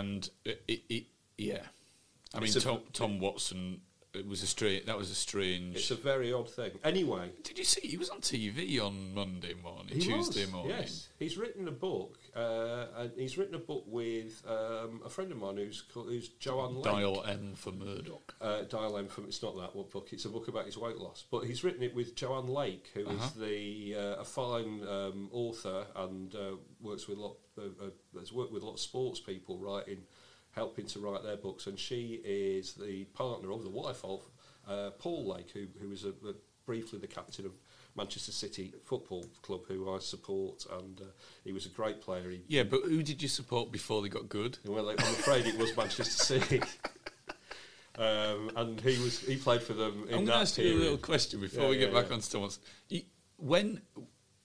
Speaker 1: and it, it, it, yeah, I mean,
Speaker 2: It's a-
Speaker 1: Tom, Tom Watson. It was a strange. That was a strange.
Speaker 2: It's a very odd thing. Anyway,
Speaker 1: Did you see? He was on TV on Monday morning,
Speaker 2: he
Speaker 1: Tuesday
Speaker 2: was,
Speaker 1: morning.
Speaker 2: Yes, he's written a book. Uh, and he's written a book with um, a friend of mine who's called, who's Joanne Lake.
Speaker 1: Dial M for Murdoch.
Speaker 2: Uh, Dial M from it's not that one book. It's a book about his weight loss, but he's written it with Joanne Lake, who is the uh, a fine um, author and uh, works with a lot. Uh, uh, has worked with a lot of sports people writing, helping to write their books, and she is the partner of the wife of uh, Paul Lake, who who is a, a, briefly the captain of. Manchester City Football Club, who I support, and uh, he was a great player. He
Speaker 1: Yeah, but who did you support before they got good?
Speaker 2: well, like, I'm afraid it was Manchester City. um, and he was he played for them in
Speaker 1: I'm going to
Speaker 2: that
Speaker 1: ask
Speaker 2: period.
Speaker 1: you a little question before
Speaker 2: Yeah,
Speaker 1: we get
Speaker 2: yeah,
Speaker 1: back
Speaker 2: yeah.
Speaker 1: on to Tom Watson. You- When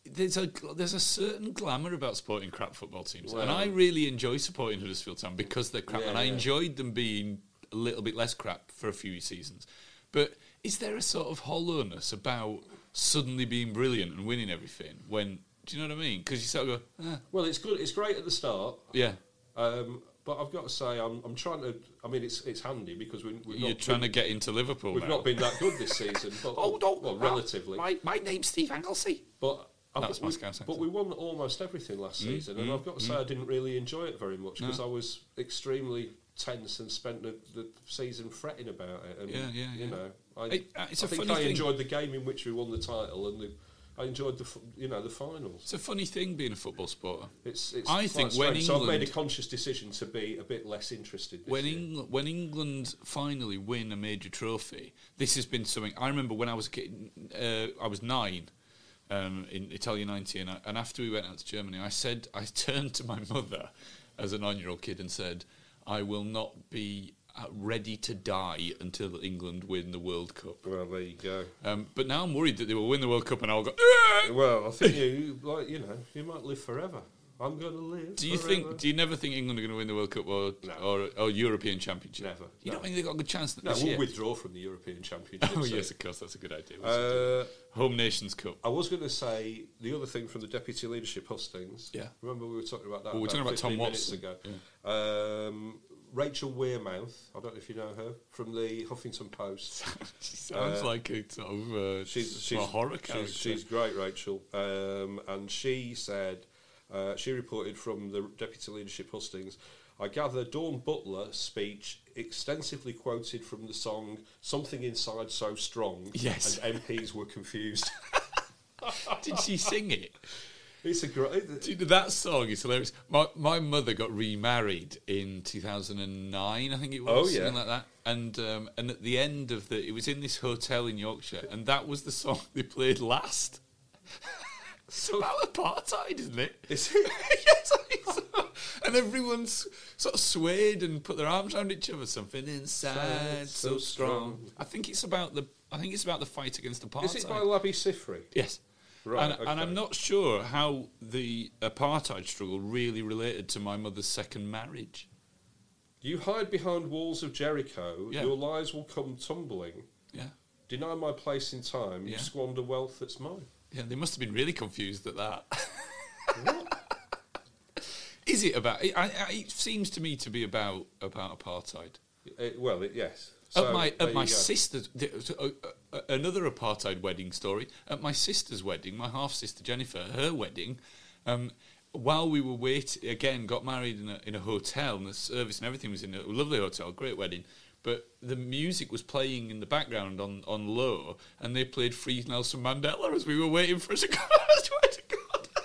Speaker 1: there's a gl- there's a certain glamour about supporting crap football teams, and
Speaker 2: Well-
Speaker 1: I really enjoy supporting Huddersfield Town because they're crap,
Speaker 2: Yeah,
Speaker 1: and I
Speaker 2: yeah.
Speaker 1: enjoyed them being a little bit less crap for a few seasons. But is there a sort of hollowness about suddenly being brilliant and winning everything? When do you know what I mean? Because you sort of go, ah,
Speaker 2: Well, it's good. It's great at the start,
Speaker 1: yeah,
Speaker 2: um, but I've got to say, I'm, I'm trying to. I mean, it's it's handy because we, we've
Speaker 1: you're
Speaker 2: not
Speaker 1: trying to
Speaker 2: been,
Speaker 1: get into Liverpool.
Speaker 2: we've
Speaker 1: now.
Speaker 2: not been that good this season. But well, relatively.
Speaker 1: My, my name's Steve Anglesey.
Speaker 2: But I-
Speaker 1: That's
Speaker 2: but we-
Speaker 1: Moscow accent.
Speaker 2: But we won almost everything last
Speaker 1: Mm,
Speaker 2: season, and I've got to say I didn't really enjoy it very much because I was extremely tense and spent the, the season fretting about it. And
Speaker 1: Yeah, yeah,
Speaker 2: you
Speaker 1: yeah.
Speaker 2: know, I,
Speaker 1: It- uh, it's
Speaker 2: I
Speaker 1: a
Speaker 2: think
Speaker 1: funny
Speaker 2: I
Speaker 1: thing.
Speaker 2: enjoyed the game in which we won the title, and the, I enjoyed the f- you know the finals.
Speaker 1: It's a funny thing being a football supporter.
Speaker 2: It's, it's
Speaker 1: I
Speaker 2: quite
Speaker 1: think when
Speaker 2: strange. so I've made a
Speaker 1: England-
Speaker 2: conscious decision to be a bit less interested. This
Speaker 1: When,
Speaker 2: year.
Speaker 1: Engl- when England finally win a major trophy, this has been something. I remember when I was a kid, uh, I was nine um, in Italia 90, and, I, and after we went out to Germany, I said, I turned to my mother as a nine year old kid and said, I will not be uh, ready to die until England win the World Cup.
Speaker 2: well, there you go.
Speaker 1: Um, but now I'm worried that they will win the World Cup and I'll go, "Ah!"
Speaker 2: Well, I think you like you know you might live forever. I'm going to live.
Speaker 1: Do you
Speaker 2: forever.
Speaker 1: think? Do you never think England are going to win the World Cup or
Speaker 2: No.
Speaker 1: or, or European Championship?
Speaker 2: Never,
Speaker 1: You
Speaker 2: no.
Speaker 1: don't think they have got a good chance
Speaker 2: No,
Speaker 1: this
Speaker 2: we'll
Speaker 1: year?
Speaker 2: withdraw from the European Championship.
Speaker 1: oh
Speaker 2: so-
Speaker 1: yes, of course, that's a good idea. We'll do
Speaker 2: Uh,
Speaker 1: that. Home Nations Cup.
Speaker 2: I was going to say the other thing from the deputy leadership hustings.
Speaker 1: Yeah.
Speaker 2: remember we were talking about that.
Speaker 1: Well, we were talking about Tom
Speaker 2: 15 minutes
Speaker 1: Watson.
Speaker 2: ago. Um, Rachel Weirmouth. I don't know if you know her from the Huffington Post.
Speaker 1: she sounds like a sort of uh,
Speaker 2: she's she's
Speaker 1: a horror character.
Speaker 2: She's, she's great, Rachel. Um, and she said uh, she reported from the deputy leadership hustings. I gather Dawn Butler's speech extensively quoted from the song "Something Inside So Strong."
Speaker 1: Yes.
Speaker 2: and MPs were confused.
Speaker 1: Did she sing it?
Speaker 2: it's a great.
Speaker 1: Do you know, that song is hilarious. My my mother got remarried in two thousand and nine, I think it was,
Speaker 2: Oh, yeah.
Speaker 1: something like that. And um, and at the end of the, it was in this hotel in Yorkshire, and that was the song they played last. it's about apartheid, isn't it?
Speaker 2: Is it?
Speaker 1: yes, I think so. and everyone's sort of swayed and put their arms around each other. Something inside so, strong.
Speaker 2: so strong.
Speaker 1: I think it's about the. I think it's about the fight against apartheid.
Speaker 2: Is it by Labby Sifri?
Speaker 1: Yes.
Speaker 2: Right,
Speaker 1: And, and
Speaker 2: okay.
Speaker 1: I'm not sure how the apartheid struggle really related to my mother's second marriage.
Speaker 2: You hide behind walls of Jericho,
Speaker 1: Yeah.
Speaker 2: your lies will come tumbling.
Speaker 1: Yeah.
Speaker 2: Deny my place in time, you
Speaker 1: Yeah.
Speaker 2: squander wealth that's mine.
Speaker 1: Yeah, they must have been really confused at that. Is it about? It, I, I, it seems to me to be about about apartheid.
Speaker 2: Uh, well, it, yes.
Speaker 1: at my
Speaker 2: there
Speaker 1: at
Speaker 2: you
Speaker 1: my
Speaker 2: go.
Speaker 1: sister's th- uh, uh, another apartheid wedding story. At my sister's wedding, my half sister Jennifer, her wedding, um, while we were waiting, again got married in a in a hotel, and the service and everything was in a lovely hotel, great wedding. But the music was playing in the background on, on low, and they played "Free Nelson Mandela" as we were waiting for us to go. I swear to God.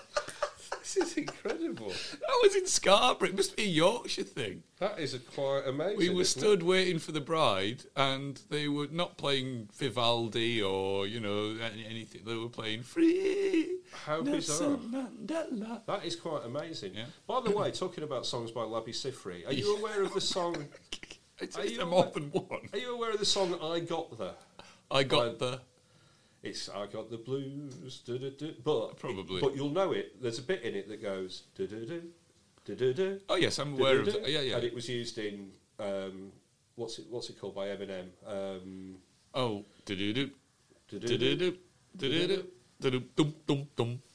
Speaker 2: This is incredible. incredible.
Speaker 1: That was in Scarborough. It must be a Yorkshire thing.
Speaker 2: That is a quite amazing.
Speaker 1: We were
Speaker 2: isn't it?
Speaker 1: stood waiting for the bride, and they were not playing Vivaldi or you know any- anything. They were playing Free
Speaker 2: How
Speaker 1: Nelson Mandela.
Speaker 2: That is quite amazing.
Speaker 1: Yeah.
Speaker 2: By the way, talking about songs by Labi Sifri, are you aware of the song?
Speaker 1: It's
Speaker 2: Are you
Speaker 1: more
Speaker 2: aware-
Speaker 1: than one.
Speaker 2: Are you aware of the song "I Got There"?
Speaker 1: I got
Speaker 2: Well,
Speaker 1: the
Speaker 2: It's "I Got the Blues," duh, duh, duh, but
Speaker 1: Probably.
Speaker 2: but you'll know it. There's a bit in it that goes duh, duh, duh, duh, duh, duh,
Speaker 1: Oh, yes, I'm
Speaker 2: duh,
Speaker 1: aware of
Speaker 2: duh,
Speaker 1: that. Yeah, yeah.
Speaker 2: And it was used in um, what's it what's it called by Eminem? Um,
Speaker 1: oh do
Speaker 2: duh, duh, duh.
Speaker 1: do do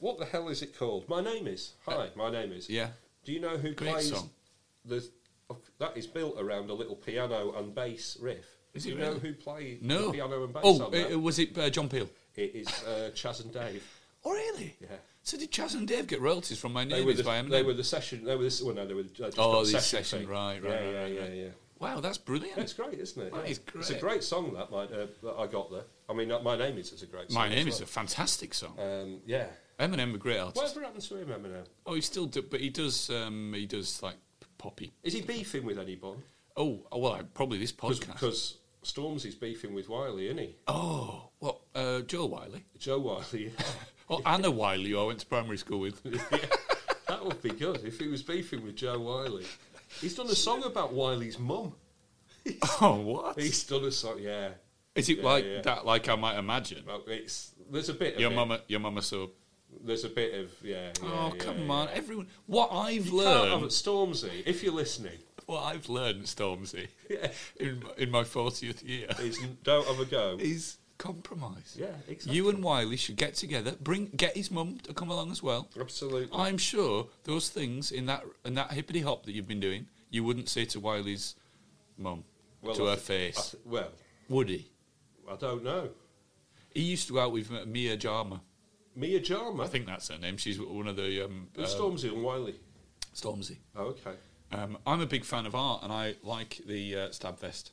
Speaker 2: What the hell is it called? My name is. Hi, my name is.
Speaker 1: Uh, Yeah.
Speaker 2: Do you know who
Speaker 1: Great
Speaker 2: plays
Speaker 1: song.
Speaker 2: the? oh, That is built around a little piano and bass riff.
Speaker 1: Is
Speaker 2: Do
Speaker 1: it
Speaker 2: you know
Speaker 1: really?
Speaker 2: who played
Speaker 1: No.
Speaker 2: the piano and bass
Speaker 1: oh,
Speaker 2: on that?
Speaker 1: uh, was it uh, John Peel?
Speaker 2: it is uh, Chaz and Dave.
Speaker 1: Oh, really?
Speaker 2: Yeah.
Speaker 1: So did Chaz and Dave get royalties from my
Speaker 2: They were
Speaker 1: name
Speaker 2: the,
Speaker 1: by Eminem?
Speaker 2: they were the session. They were the, well, no, they were they just
Speaker 1: Oh,
Speaker 2: got
Speaker 1: the
Speaker 2: session,
Speaker 1: session,
Speaker 2: thing.
Speaker 1: right, right,
Speaker 2: yeah,
Speaker 1: right,
Speaker 2: yeah,
Speaker 1: right,
Speaker 2: yeah,
Speaker 1: right.
Speaker 2: yeah.
Speaker 1: Wow, that's brilliant.
Speaker 2: That's great, isn't it?
Speaker 1: That
Speaker 2: Yeah.
Speaker 1: is
Speaker 2: It's a
Speaker 1: great.
Speaker 2: great song that, my, uh, that I got there. I mean, uh, my name is. It's a great. song.
Speaker 1: my name
Speaker 2: as
Speaker 1: is a fantastic song.
Speaker 2: well. Um, yeah.
Speaker 1: Eminem, a great artist.
Speaker 2: Whatever happened to him, Eminem?
Speaker 1: Oh, he still do, but he does. Um, he does like p- poppy.
Speaker 2: Is he beefing with anyone?
Speaker 1: Oh, oh, well, I, probably this podcast.
Speaker 2: Because Stormzy's beefing with Wiley, isn't he?
Speaker 1: oh, what? Uh, Joel Wiley
Speaker 2: Joe Wiley.
Speaker 1: or Anna Wiley, who I went to primary school with.
Speaker 2: that would be good if he was beefing with Joe Wiley. He's done a song about Wiley's mum.
Speaker 1: oh, what?
Speaker 2: He's done a song, yeah.
Speaker 1: Is it
Speaker 2: Yeah,
Speaker 1: like
Speaker 2: yeah.
Speaker 1: that? Like I might imagine.
Speaker 2: Well, it's there's a bit. Of
Speaker 1: Your
Speaker 2: it.
Speaker 1: mama, your mama. So,
Speaker 2: There's a bit of yeah. yeah,
Speaker 1: oh
Speaker 2: yeah,
Speaker 1: come
Speaker 2: yeah.
Speaker 1: on, everyone. What I've
Speaker 2: You can't have
Speaker 1: learned,
Speaker 2: it, Stormzy, if you're listening,
Speaker 1: what I've learned, Stormzy, in my- in my fortieth year,
Speaker 2: is don't have a go.
Speaker 1: is compromise.
Speaker 2: Yeah, exactly.
Speaker 1: You and Wiley should get together. Bring get his mum to come along as well.
Speaker 2: Absolutely.
Speaker 1: I'm sure those things in that in that hippity hop that you've been doing, you wouldn't say to Wiley's mum
Speaker 2: Well,
Speaker 1: to
Speaker 2: I
Speaker 1: her
Speaker 2: th- I
Speaker 1: face,
Speaker 2: th- well,
Speaker 1: would he?
Speaker 2: I don't know.
Speaker 1: He used to go out with M- Mia Jarma.
Speaker 2: Mia Jarma.
Speaker 1: I think that's her name. She's one of the um,
Speaker 2: Who's
Speaker 1: uh,
Speaker 2: Stormzy and Wiley.
Speaker 1: Stormzy.
Speaker 2: Oh, okay.
Speaker 1: Um, I'm a big fan of art, and I like the uh, stab vest.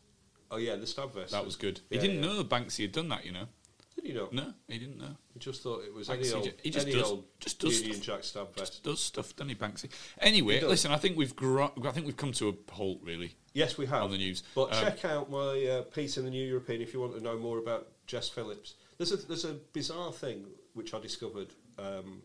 Speaker 2: Oh yeah, the stab vest.
Speaker 1: That was good. He
Speaker 2: Yeah,
Speaker 1: didn't
Speaker 2: yeah.
Speaker 1: know Banksy had done that, you know.
Speaker 2: Did he not?
Speaker 1: No, he didn't know.
Speaker 2: He just thought it was
Speaker 1: Like,
Speaker 2: any
Speaker 1: he
Speaker 2: old,
Speaker 1: ju- he just
Speaker 2: any
Speaker 1: does-
Speaker 2: old
Speaker 1: just does
Speaker 2: Union
Speaker 1: stuff.
Speaker 2: Jack stab vest.
Speaker 1: Just does stuff, doesn't he, Banksy? Anyway,
Speaker 2: does.
Speaker 1: listen, I think we've gro- I think we've come to a halt, really.
Speaker 2: Yes, we have
Speaker 1: on the news.
Speaker 2: But
Speaker 1: Um,
Speaker 2: check out my uh, piece in the New European if you want to know more about Jess Phillips. There's a there's a bizarre thing which I discovered. Um,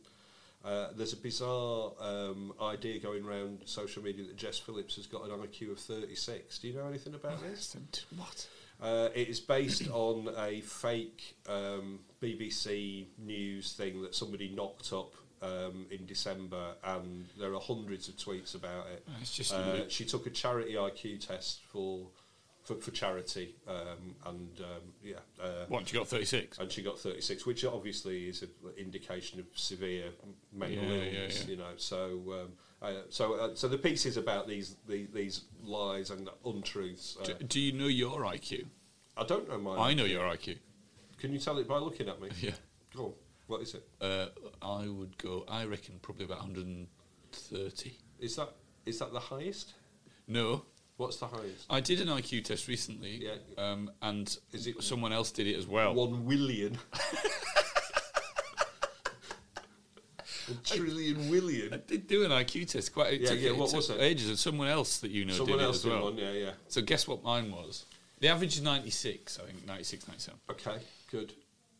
Speaker 2: uh, there's a bizarre um, idea going around social media that Jess Phillips has got an IQ of 36. Do you know anything about this?
Speaker 1: What?
Speaker 2: Uh, it is based on a fake um, BBC news thing that somebody knocked up um, in December, and there are hundreds of tweets about it.
Speaker 1: Oh, It's just
Speaker 2: Uh,
Speaker 1: ludicrous.
Speaker 2: she took a charity IQ test for for, for charity, um, and um, yeah, uh,
Speaker 1: What? You got thirty-six.
Speaker 2: and she got 36, which obviously is an indication of severe mental
Speaker 1: Yeah, yeah,
Speaker 2: illness,
Speaker 1: yeah.
Speaker 2: you know. So, um, uh, so, uh, so the piece is about these these, these lies and untruths. Uh,
Speaker 1: Do, do you know your IQ?
Speaker 2: I don't know my.
Speaker 1: I know your IQ.
Speaker 2: Can you tell it by looking at me?
Speaker 1: Yeah.
Speaker 2: Go on. What is it?
Speaker 1: Uh, I would go. I reckon probably about 130.
Speaker 2: Is that is that the highest?
Speaker 1: No,
Speaker 2: What's the highest?
Speaker 1: I did an IQ test recently.
Speaker 2: Yeah.
Speaker 1: Um, and
Speaker 2: Is it-
Speaker 1: someone else did it as well.
Speaker 2: One willion. A trillion
Speaker 1: I
Speaker 2: willion.
Speaker 1: did do an IQ test. Quite. It
Speaker 2: Yeah,
Speaker 1: took-
Speaker 2: yeah,
Speaker 1: it
Speaker 2: what
Speaker 1: took
Speaker 2: was it?
Speaker 1: Ages, and someone else that you know
Speaker 2: Someone
Speaker 1: did it
Speaker 2: else
Speaker 1: as
Speaker 2: did
Speaker 1: well.
Speaker 2: one. Yeah, yeah.
Speaker 1: So guess what mine was? The average is 96. I think 96, 97.
Speaker 2: Okay, good.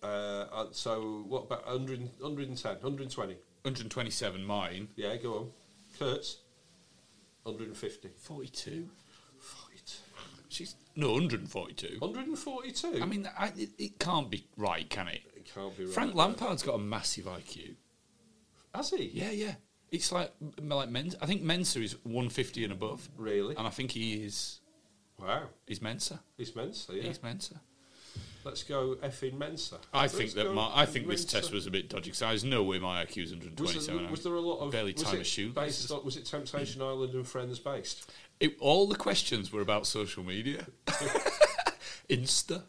Speaker 2: Uh, uh, so what about 100, 110, 120?
Speaker 1: 127. Mine.
Speaker 2: Yeah, go on. Kurtz, 150.
Speaker 1: 42. 42. She's no 142.
Speaker 2: 142?
Speaker 1: I mean, I, it, it can't be right, can it?
Speaker 2: it can't be right.
Speaker 1: Frank Lampard's got a massive IQ.
Speaker 2: Has he?
Speaker 1: Yeah, yeah. It's like m- like Mensa. I think Mensa is 150 and above,
Speaker 2: Really?
Speaker 1: and I think he is
Speaker 2: Wow.
Speaker 1: is Mensa.
Speaker 2: He's Mensa, yeah.
Speaker 1: He's Mensa.
Speaker 2: Let's go effing Mensa.
Speaker 1: I
Speaker 2: Let's
Speaker 1: think that
Speaker 2: go
Speaker 1: my I think this
Speaker 2: Mensa.
Speaker 1: test was a bit dodgy because there's no way my IQ is
Speaker 2: Was
Speaker 1: 127.
Speaker 2: there, was there a lot of
Speaker 1: barely
Speaker 2: was
Speaker 1: time
Speaker 2: it
Speaker 1: a shoe?
Speaker 2: Based on, was it Temptation Island and Friends based?
Speaker 1: It, all the questions were about social media, Insta.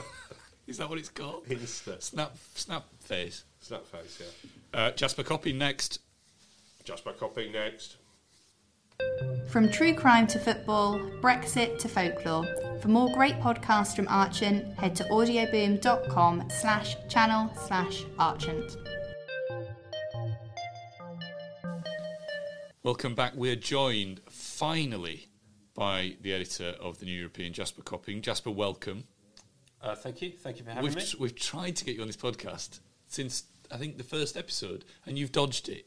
Speaker 1: is that what it's called?
Speaker 2: Insta.
Speaker 1: Snap Snap Face.
Speaker 2: Snapface, yeah.
Speaker 1: Uh, Jasper Copy next.
Speaker 2: Jasper Copy next.
Speaker 3: From true crime to football, Brexit to folklore. For more great podcasts from Archant, head to audioboom.com slash channel slash Archant.
Speaker 1: Welcome back. We're joined finally by the editor of the New European, Jasper Copping. Jasper, welcome.
Speaker 4: Uh, thank you. Thank you for having
Speaker 1: We've,
Speaker 4: me.
Speaker 1: tr- we've tried to get you on this podcast since I think the first episode, and you've dodged it.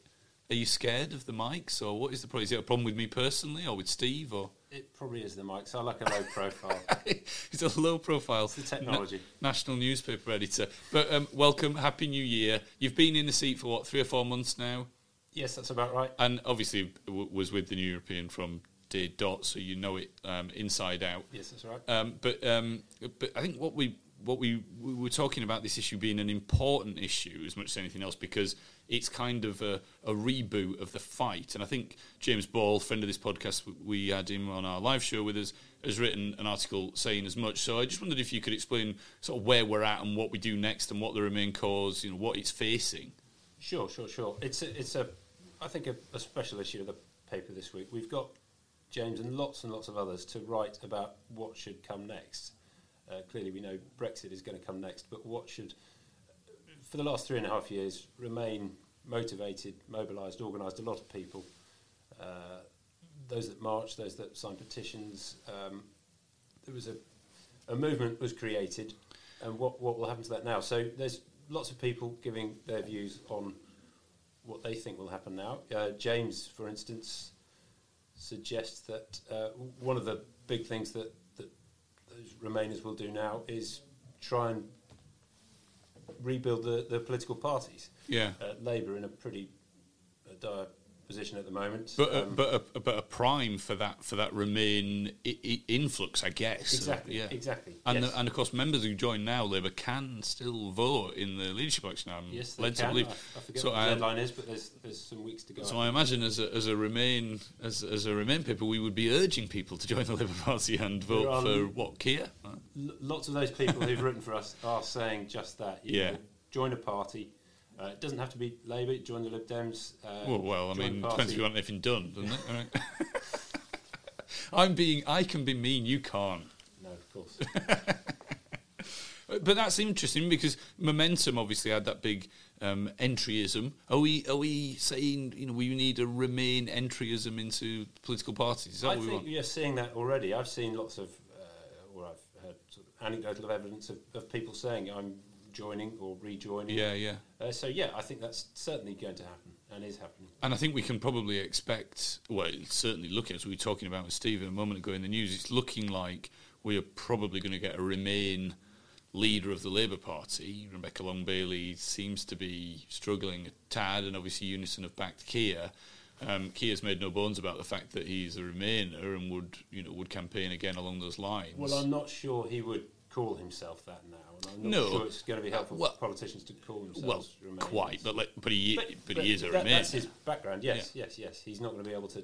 Speaker 1: Are you scared of the mics, or what is the problem? Is it a problem with me personally, or with Steve, or
Speaker 4: It probably is the mics. I like a low profile.
Speaker 1: it's a low profile
Speaker 4: the technology.
Speaker 1: national newspaper editor? But um, welcome, happy new year. You've been in the seat for what three or four months now,
Speaker 4: yes, that's about right.
Speaker 1: and obviously w- was with the New European from day dot, so you know it um, inside out.
Speaker 4: Yes, that's right.
Speaker 1: Um, but um, but I think what we what we, we were talking about this issue being an important issue as much as anything else because it's kind of a, a reboot of the fight. And I think James Ball, friend of this podcast, w- we had him on our live show with us, has written an article saying as much. So I just wondered if you could explain sort of where we're at and what we do next and what the Remain cause, you know, what it's facing.
Speaker 4: Sure, sure, sure. It's a, it's a, I think a, a special issue of the paper this week. We've got James and lots and lots of others to write about what should come next. Uh, clearly, we know Brexit is going to come next, but what should, for the last three and a half years, remain motivated, mobilised, organised a lot of people. Uh, those that marched, those that signed petitions. Um, there was a, a movement was created, and what, what will happen to that now? So there's lots of people giving their views on what they think will happen now. Uh, James, for instance, suggests that uh, w- one of the big things that, that those Remainers will do now is try and rebuild the, the political parties.
Speaker 1: Yeah.
Speaker 4: Uh, Labour in a pretty uh, dire position at the moment.
Speaker 1: But uh,
Speaker 4: Um,
Speaker 1: a, but a, but a prime for that for that Remain I- I- influx, I guess.
Speaker 4: Exactly, exactly,
Speaker 1: And
Speaker 4: yes.
Speaker 1: the, and of course, members who join now Labour can still vote in the leadership election. I'm
Speaker 4: Yes, they
Speaker 1: led to
Speaker 4: can.
Speaker 1: believe.
Speaker 4: I, I forget
Speaker 1: so
Speaker 4: what the
Speaker 1: I-
Speaker 4: deadline is, but there's there's some weeks to go.
Speaker 1: so I imagine as a, as a Remain as, as a Remain people, we would be urging people to join the Labour Party and vote
Speaker 4: There are- uh,
Speaker 1: for what Keir. right?
Speaker 4: L- lots of those people who've written for us are saying just that. You
Speaker 1: Yeah.
Speaker 4: know, join a party. Uh, it doesn't have to be Labour. Join the Lib Dems. Uh,
Speaker 1: Well, well, I
Speaker 4: join a
Speaker 1: mean,
Speaker 4: party.
Speaker 1: depends if you want anything done, doesn't it? All right. I'm being. I can be mean. You can't.
Speaker 4: No, of course.
Speaker 1: But that's interesting because momentum obviously had that big um, entryism. Are we are we saying you know we need a remain entryism into political parties? Is that
Speaker 4: I
Speaker 1: what we
Speaker 4: think
Speaker 1: want?
Speaker 4: you're seeing that already. I've seen lots of, uh, or I've heard sort of anecdotal evidence of, of people saying I'm joining or rejoining.
Speaker 1: Yeah, yeah.
Speaker 4: Uh, so yeah, I think that's certainly going to happen and is happening.
Speaker 1: And I think we can probably expect. Well, it's certainly looking as we were talking about with Stephen a moment ago in the news, it's looking like we are probably going to get a remain leader of the Labour Party. Rebecca Long Bailey seems to be struggling a tad, and obviously Unison have backed Keir. Um, Keir's made no bones about the fact that he's a Remainer and would, you know, would campaign again along those lines.
Speaker 4: Well, I'm not sure he would call himself that now, and I'm not
Speaker 1: No.
Speaker 4: sure it's going to be helpful
Speaker 1: Well-
Speaker 4: for politicians to call themselves
Speaker 1: Well,
Speaker 4: Remainers.
Speaker 1: quite, but like, but he, but,
Speaker 4: but
Speaker 1: he is a
Speaker 4: that-
Speaker 1: Remainer.
Speaker 4: That's his background. Yes, yes, yes. He's not going to be able to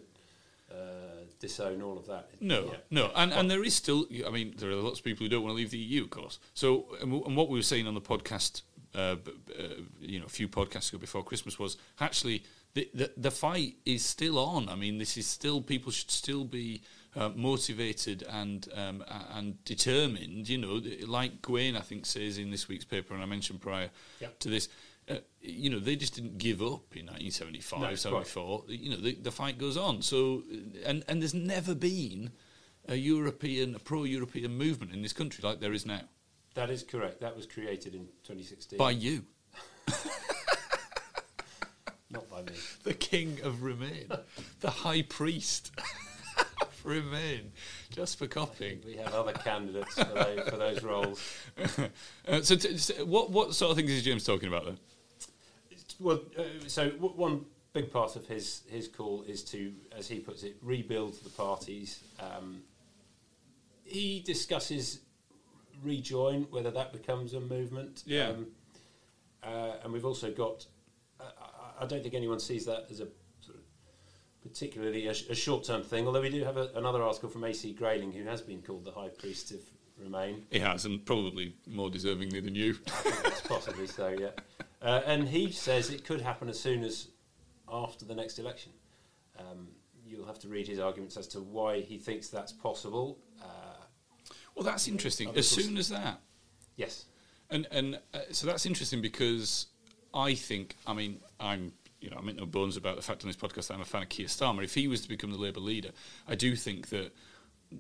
Speaker 4: uh, disown all of that.
Speaker 1: No,
Speaker 4: Yeah.
Speaker 1: no, and and there is still. I mean, there are lots of people who don't want to leave the EU, of course. So, and, w- and what we were saying on the podcast, uh, b- b- uh, you know, a few podcasts ago before Christmas was actually the, the the fight is still on. I mean, this is still people should still be uh, motivated and um, a- and determined. You know, th- like Gwen, I think says in this week's paper, and I mentioned prior
Speaker 4: Yeah.
Speaker 1: to this. Uh, you know, they just didn't give up in 1975,
Speaker 4: No, quite.
Speaker 1: 74. You know, the, the fight goes on. So, and and there's never been a European, a pro-European movement in this country like there is now
Speaker 4: That is correct. That was created in 2016.
Speaker 1: by you,
Speaker 4: Not by me.
Speaker 1: the King of Remain, the High Priest of Remain, just for copying.
Speaker 4: We have other candidates for those, for those roles.
Speaker 1: uh, so, t- so what what sort of things is James talking about then?
Speaker 4: Well, uh, so w- one big part of his his call is to, as he puts it, rebuild the parties. Um, he discusses rejoin whether that becomes a movement.
Speaker 1: Yeah.
Speaker 4: uh, and we've also got. Uh, I- I don't think anyone sees that as a sort of particularly a, sh- a short-term thing. Although we do have a, another article from AC Grayling, who has been called the High Priest of Remain.
Speaker 1: He has, and probably more deservingly than you.
Speaker 4: It's possibly so, yeah. Uh, and he says it could happen as soon as after the next election. Um, you'll have to read his arguments as to why he thinks that's possible. Uh,
Speaker 1: Well, that's interesting. As soon as that,
Speaker 4: yes,
Speaker 1: And and uh, so that's interesting because I think I mean I'm you know, I make no bones about the fact on this podcast that I'm a fan of Keir Starmer. If he was to become the Labour leader, I do think that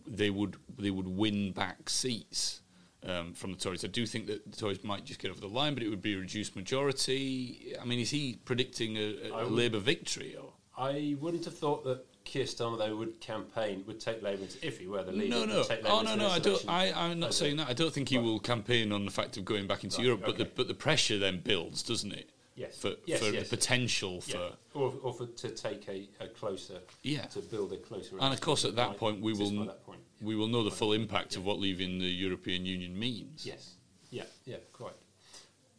Speaker 1: they would they would win back seats um, from the Tories. I do think that the Tories might just get over the line, but it would be a reduced majority. I mean, is he predicting a, a Labour victory or?
Speaker 4: I wouldn't have thought that Keir Starmer, though, would campaign, would take Labour into, if he were the leader.
Speaker 1: No,
Speaker 4: would
Speaker 1: no.
Speaker 4: take Labour
Speaker 1: Oh, no,
Speaker 4: into the
Speaker 1: no.
Speaker 4: next
Speaker 1: I don't.
Speaker 4: election.
Speaker 1: I, I'm not
Speaker 4: Okay.
Speaker 1: saying that. I don't think he will campaign on the fact of going back into Europe. But the but the pressure then builds, doesn't it?
Speaker 4: Yes.
Speaker 1: For
Speaker 4: Yes,
Speaker 1: for
Speaker 4: yes.
Speaker 1: the potential
Speaker 4: Yeah.
Speaker 1: for.
Speaker 4: Or, or for, to take a, a closer,
Speaker 1: Yeah.
Speaker 4: to build a closer.
Speaker 1: And of
Speaker 4: relationship
Speaker 1: course,
Speaker 4: with
Speaker 1: at that
Speaker 4: Mike
Speaker 1: point, we
Speaker 4: just
Speaker 1: will
Speaker 4: by
Speaker 1: kn-
Speaker 4: that point.
Speaker 1: we will know the full impact of what leaving the European Union means.
Speaker 4: Yes. Yeah. Yeah. Quite.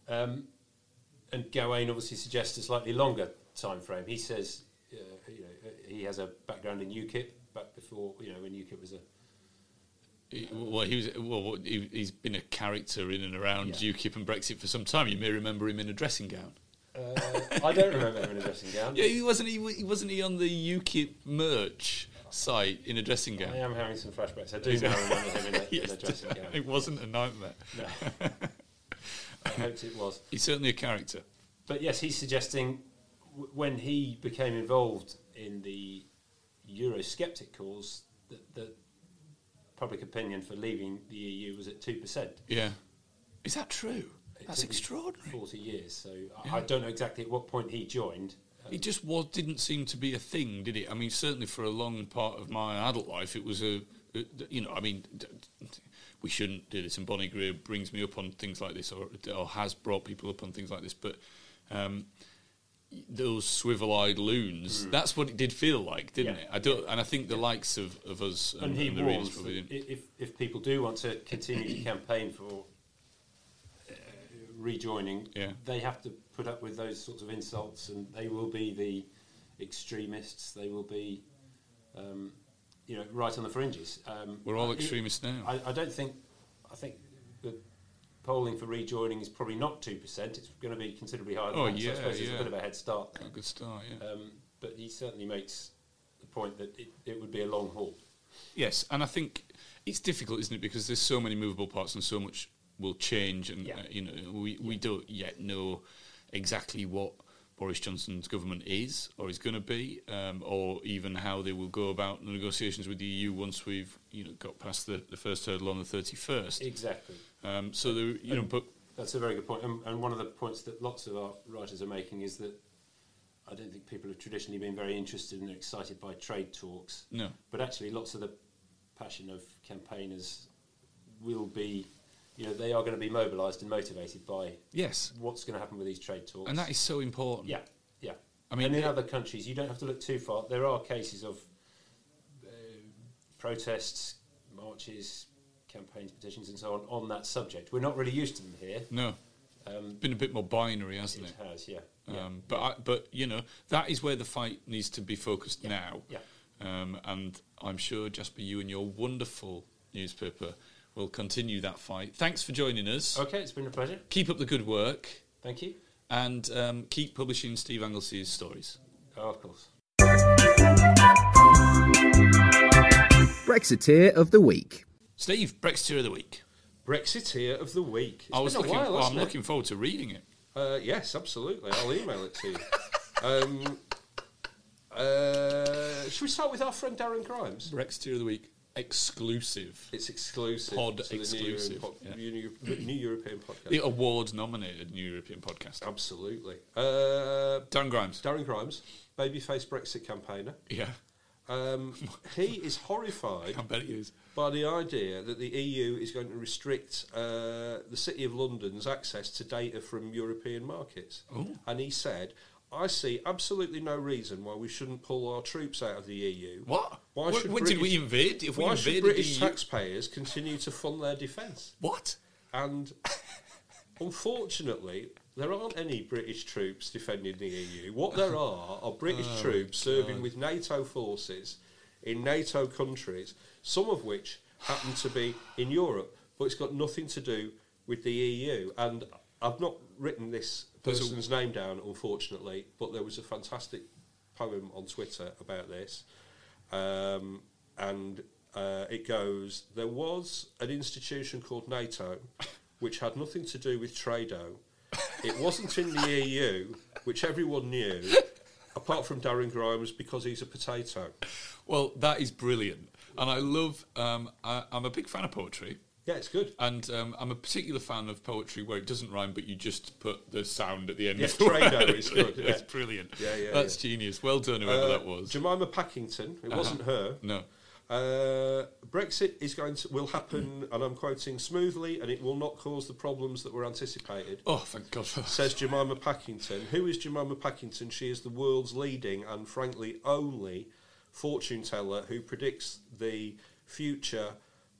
Speaker 4: Um, and Gawain obviously suggests a slightly longer time frame. He says, uh, you know, uh, he has a background in UKIP back before, you know, when UKIP was a
Speaker 1: He- Well, he was. Well, what- he, he's been a character in and around UKIP and Brexit for some time. You may remember him in a dressing gown.
Speaker 4: I don't remember him in a dressing gown.
Speaker 1: Yeah, he wasn't. He wa- he wasn't he on the UKIP merch site in a dressing gown.
Speaker 4: I am having some flashbacks. I do now remember him in a, in a dressing gown.
Speaker 1: it wasn't a nightmare.
Speaker 4: I hoped it was.
Speaker 1: He's certainly a character.
Speaker 4: But yes, he's suggesting w- when he became involved in the Eurosceptic cause that, that public opinion for leaving the EU was at 2%.
Speaker 1: Yeah. Is that true?
Speaker 4: It
Speaker 1: That's
Speaker 4: took him
Speaker 1: extraordinary.
Speaker 4: 40 years. So I I don't know exactly at what point he joined.
Speaker 1: It just was didn't seem to be a thing, did it? I mean, certainly for a long part of my adult life, it was a, a- you know, I mean, d- d- we shouldn't do this, and Bonnie Greer brings me up on things like this, or, or has brought people up on things like this, but um, those swivel-eyed loons, that's what it did feel like, didn't
Speaker 4: Yeah.
Speaker 1: it? I don't, and I think the likes of, of us and,
Speaker 4: And he
Speaker 1: and the readers
Speaker 4: warns
Speaker 1: probably
Speaker 4: that
Speaker 1: didn't.
Speaker 4: i- if, if people do want to continue to campaign for uh, rejoining,
Speaker 1: Yeah.
Speaker 4: they have to put up with those sorts of insults, and they will be the extremists. They will be, um, you know, right on the fringes. Um,
Speaker 1: We're all
Speaker 4: I-
Speaker 1: extremists now.
Speaker 4: I, I don't think. I think the polling for rejoining is probably not two percent. It's going to be considerably higher. Than
Speaker 1: Oh,
Speaker 4: that, so
Speaker 1: yeah,
Speaker 4: I suppose there's
Speaker 1: yeah.
Speaker 4: a bit of a head start. There.
Speaker 1: Got a good start, yeah.
Speaker 4: Um, but he certainly makes the point that it, it would be a long haul.
Speaker 1: Yes, and I think it's difficult, isn't it? Because there's so many movable parts and so much will change, and
Speaker 4: Yeah.
Speaker 1: uh, you know we we don't yet know exactly what Boris Johnson's government is or is going to be, um, or even how they will go about the negotiations with the EU once we've you know got past the, the first hurdle on the 31st.
Speaker 4: Exactly.
Speaker 1: Um, so there, you know, but
Speaker 4: That's a very good point. And, and one of the points that lots of our writers are making is that I don't think people have traditionally been very interested and excited by trade talks.
Speaker 1: No.
Speaker 4: But actually, lots of the passion of campaigners will be, you know, they are going to be mobilised and motivated by
Speaker 1: yes,
Speaker 4: what's going to happen with these trade talks.
Speaker 1: and that is so important.
Speaker 4: Yeah, yeah.
Speaker 1: I mean,
Speaker 4: and in
Speaker 1: it-
Speaker 4: other countries, you don't have to look too far. There are cases of uh, protests, marches, campaigns, petitions, and so on on that subject. We're not really used to them here.
Speaker 1: No,
Speaker 4: um
Speaker 1: it's been a bit more binary, hasn't
Speaker 4: It
Speaker 1: it?
Speaker 4: has, yeah.
Speaker 2: Uh,
Speaker 4: yeah.
Speaker 1: Um, but I, but you know that is where the fight needs to be focused now.
Speaker 4: yeah.
Speaker 1: Um, and I'm sure Jasper, you and your wonderful newspaper will continue that fight. Thanks for joining us.
Speaker 4: Okay, it's been a pleasure.
Speaker 1: Keep up the good work
Speaker 4: Thank you.
Speaker 1: and um, keep publishing Steve Anglesey's stories.
Speaker 4: Oh, of course.
Speaker 5: Brexiteer of the Week.
Speaker 1: Steve, Brexiteer of the week.
Speaker 2: Brexiteer of the week. It's
Speaker 1: I was
Speaker 2: been a
Speaker 1: looking.
Speaker 2: while,
Speaker 1: well, I'm
Speaker 2: hasn't it?
Speaker 1: looking forward to reading it.
Speaker 2: Uh, yes, absolutely. I'll email it to you. um, uh, should we start with our friend Darren Grimes?
Speaker 1: Brexiteer of the week, exclusive.
Speaker 2: It's exclusive.
Speaker 1: Pod
Speaker 2: to the
Speaker 1: exclusive,
Speaker 2: New,
Speaker 1: yeah.
Speaker 2: European pod- New, New European podcast.
Speaker 1: The awards nominated New European Podcast.
Speaker 2: Oh. Absolutely. Uh,
Speaker 1: Dan Grimes.
Speaker 2: Darren Grimes, babyface Brexit campaigner.
Speaker 1: Yeah,
Speaker 2: Um, he is horrified
Speaker 1: I bet he is.
Speaker 2: by the idea that the EU is going to restrict uh, the City of London's access to data from European markets. And he said, I see absolutely no reason why we shouldn't pull our troops out of the EU.
Speaker 1: What?
Speaker 2: Why
Speaker 1: What-
Speaker 2: should
Speaker 1: what
Speaker 2: British,
Speaker 1: did we invade? If we
Speaker 2: why should
Speaker 1: invaded the E
Speaker 2: British
Speaker 1: EU?
Speaker 2: taxpayers continue to fund their defence?
Speaker 1: What?
Speaker 2: And unfortunately, there aren't any British troops defending the EU. What there are are British
Speaker 1: Oh,
Speaker 2: troops serving with NATO forces in NATO countries, some of which happen to be in Europe, but it's got nothing to do with the EU. And I've not written this
Speaker 1: There's a-
Speaker 2: person's name down, unfortunately, but there was a fantastic poem on Twitter about this. Um, and uh, it goes There was an institution called NATO, which had nothing to do with Trado. It wasn't in the EU, which E everyone knew, apart from Darren Grimes because he's a potato.
Speaker 1: Well, that is brilliant, and I love. Um, I, I'm a big fan of poetry.
Speaker 2: Yeah, it's good.
Speaker 1: And um, I'm a particular fan of poetry where it doesn't rhyme, but you just put the sound at the end.
Speaker 2: Yeah,
Speaker 1: of the
Speaker 2: Trado
Speaker 1: word.
Speaker 2: is good, yeah.
Speaker 1: It's brilliant.
Speaker 2: Yeah, yeah,
Speaker 1: That's
Speaker 2: yeah.
Speaker 1: genius. Well done, whoever
Speaker 2: Uh,
Speaker 1: that was. Uh-huh.
Speaker 2: Jemima Packington. It wasn't her.
Speaker 1: No.
Speaker 2: Uh, Brexit is going to will happen, and I'm quoting smoothly, and it will not cause the problems that were anticipated.
Speaker 1: Oh, thank God for that.
Speaker 2: Says Jemima Packington. Who is Jemima Packington? She is the world's leading and frankly only fortune teller who predicts the future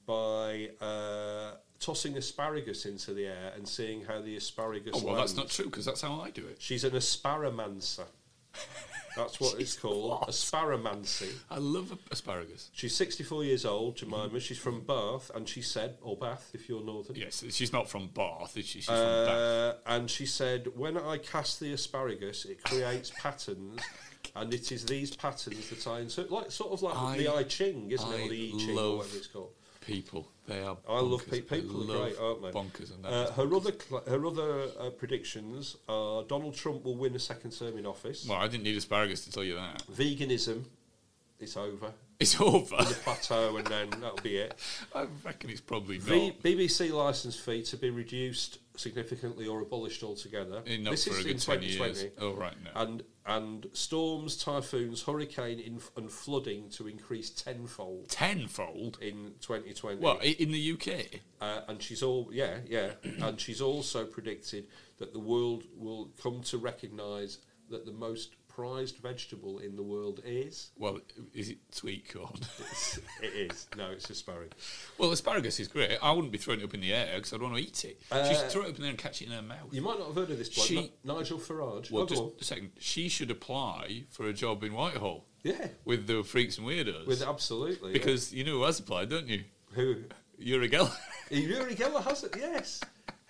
Speaker 2: by uh, tossing asparagus into the air and seeing how the asparagus.
Speaker 1: oh, well, that's
Speaker 2: lands.
Speaker 1: not true because that's how I do it.
Speaker 2: She's an asparamancer. That's what it's called. Asparamancy.
Speaker 1: I love a- asparagus.
Speaker 2: She's 64 years old, Jemima. She's from Bath, and she said, or Bath if you're northern.
Speaker 1: Yes, she's not from Bath, is she? She's from Bath.
Speaker 2: Uh, and she said, when I cast the asparagus, it creates patterns, and it is these patterns that I insert. Like, sort of like
Speaker 1: I-
Speaker 2: the I Ching, isn't it?
Speaker 1: I
Speaker 2: Or the I Ching, or
Speaker 1: love
Speaker 2: whatever it's called.
Speaker 1: People, they are.
Speaker 2: I love
Speaker 1: bonkers.
Speaker 2: pe- people.
Speaker 1: I
Speaker 2: are
Speaker 1: love
Speaker 2: great, aren't they?
Speaker 1: Bonkers and that.
Speaker 2: Uh,
Speaker 1: is-
Speaker 2: her other, cl- her other uh, predictions are Donald Trump will win a second term in office.
Speaker 1: well, I didn't need asparagus to tell you that.
Speaker 2: Veganism, it's over.
Speaker 1: It's over.
Speaker 2: The plateau, and then that'll be it.
Speaker 1: I reckon it's probably not.
Speaker 2: V- BBC licence fee to be reduced significantly or abolished altogether.
Speaker 1: Eh, not
Speaker 2: this
Speaker 1: for
Speaker 2: is
Speaker 1: a good
Speaker 2: in
Speaker 1: 10 years.
Speaker 2: 2020.
Speaker 1: Oh, right, no.
Speaker 2: And and storms, typhoons, hurricane, inf- and flooding to increase tenfold
Speaker 1: Tenfold.
Speaker 2: in 2020.
Speaker 1: Well, i- in the UK.
Speaker 2: Uh, and she's all yeah yeah, and she's also predicted that the world will come to recognise that the most prized vegetable in the world is
Speaker 1: Well, is it sweet corn?
Speaker 2: it is no it's asparagus.
Speaker 1: well, asparagus is great. I wouldn't be throwing it up in the air because I'd want to eat it. she should throw it up in there and catch it in her mouth.
Speaker 2: Uh, You might not have heard of this bloke,
Speaker 1: She-
Speaker 2: Ni- Nigel Farage.
Speaker 1: well,
Speaker 2: Oh, go
Speaker 1: just
Speaker 2: on.
Speaker 1: a second. She should apply for a job in Whitehall.
Speaker 2: Yeah.
Speaker 1: With the freaks and weirdos.
Speaker 2: with absolutely yeah.
Speaker 1: because you know who has applied, don't you?
Speaker 2: who
Speaker 1: Yuri Geller.
Speaker 2: Yuri Geller has it, yes.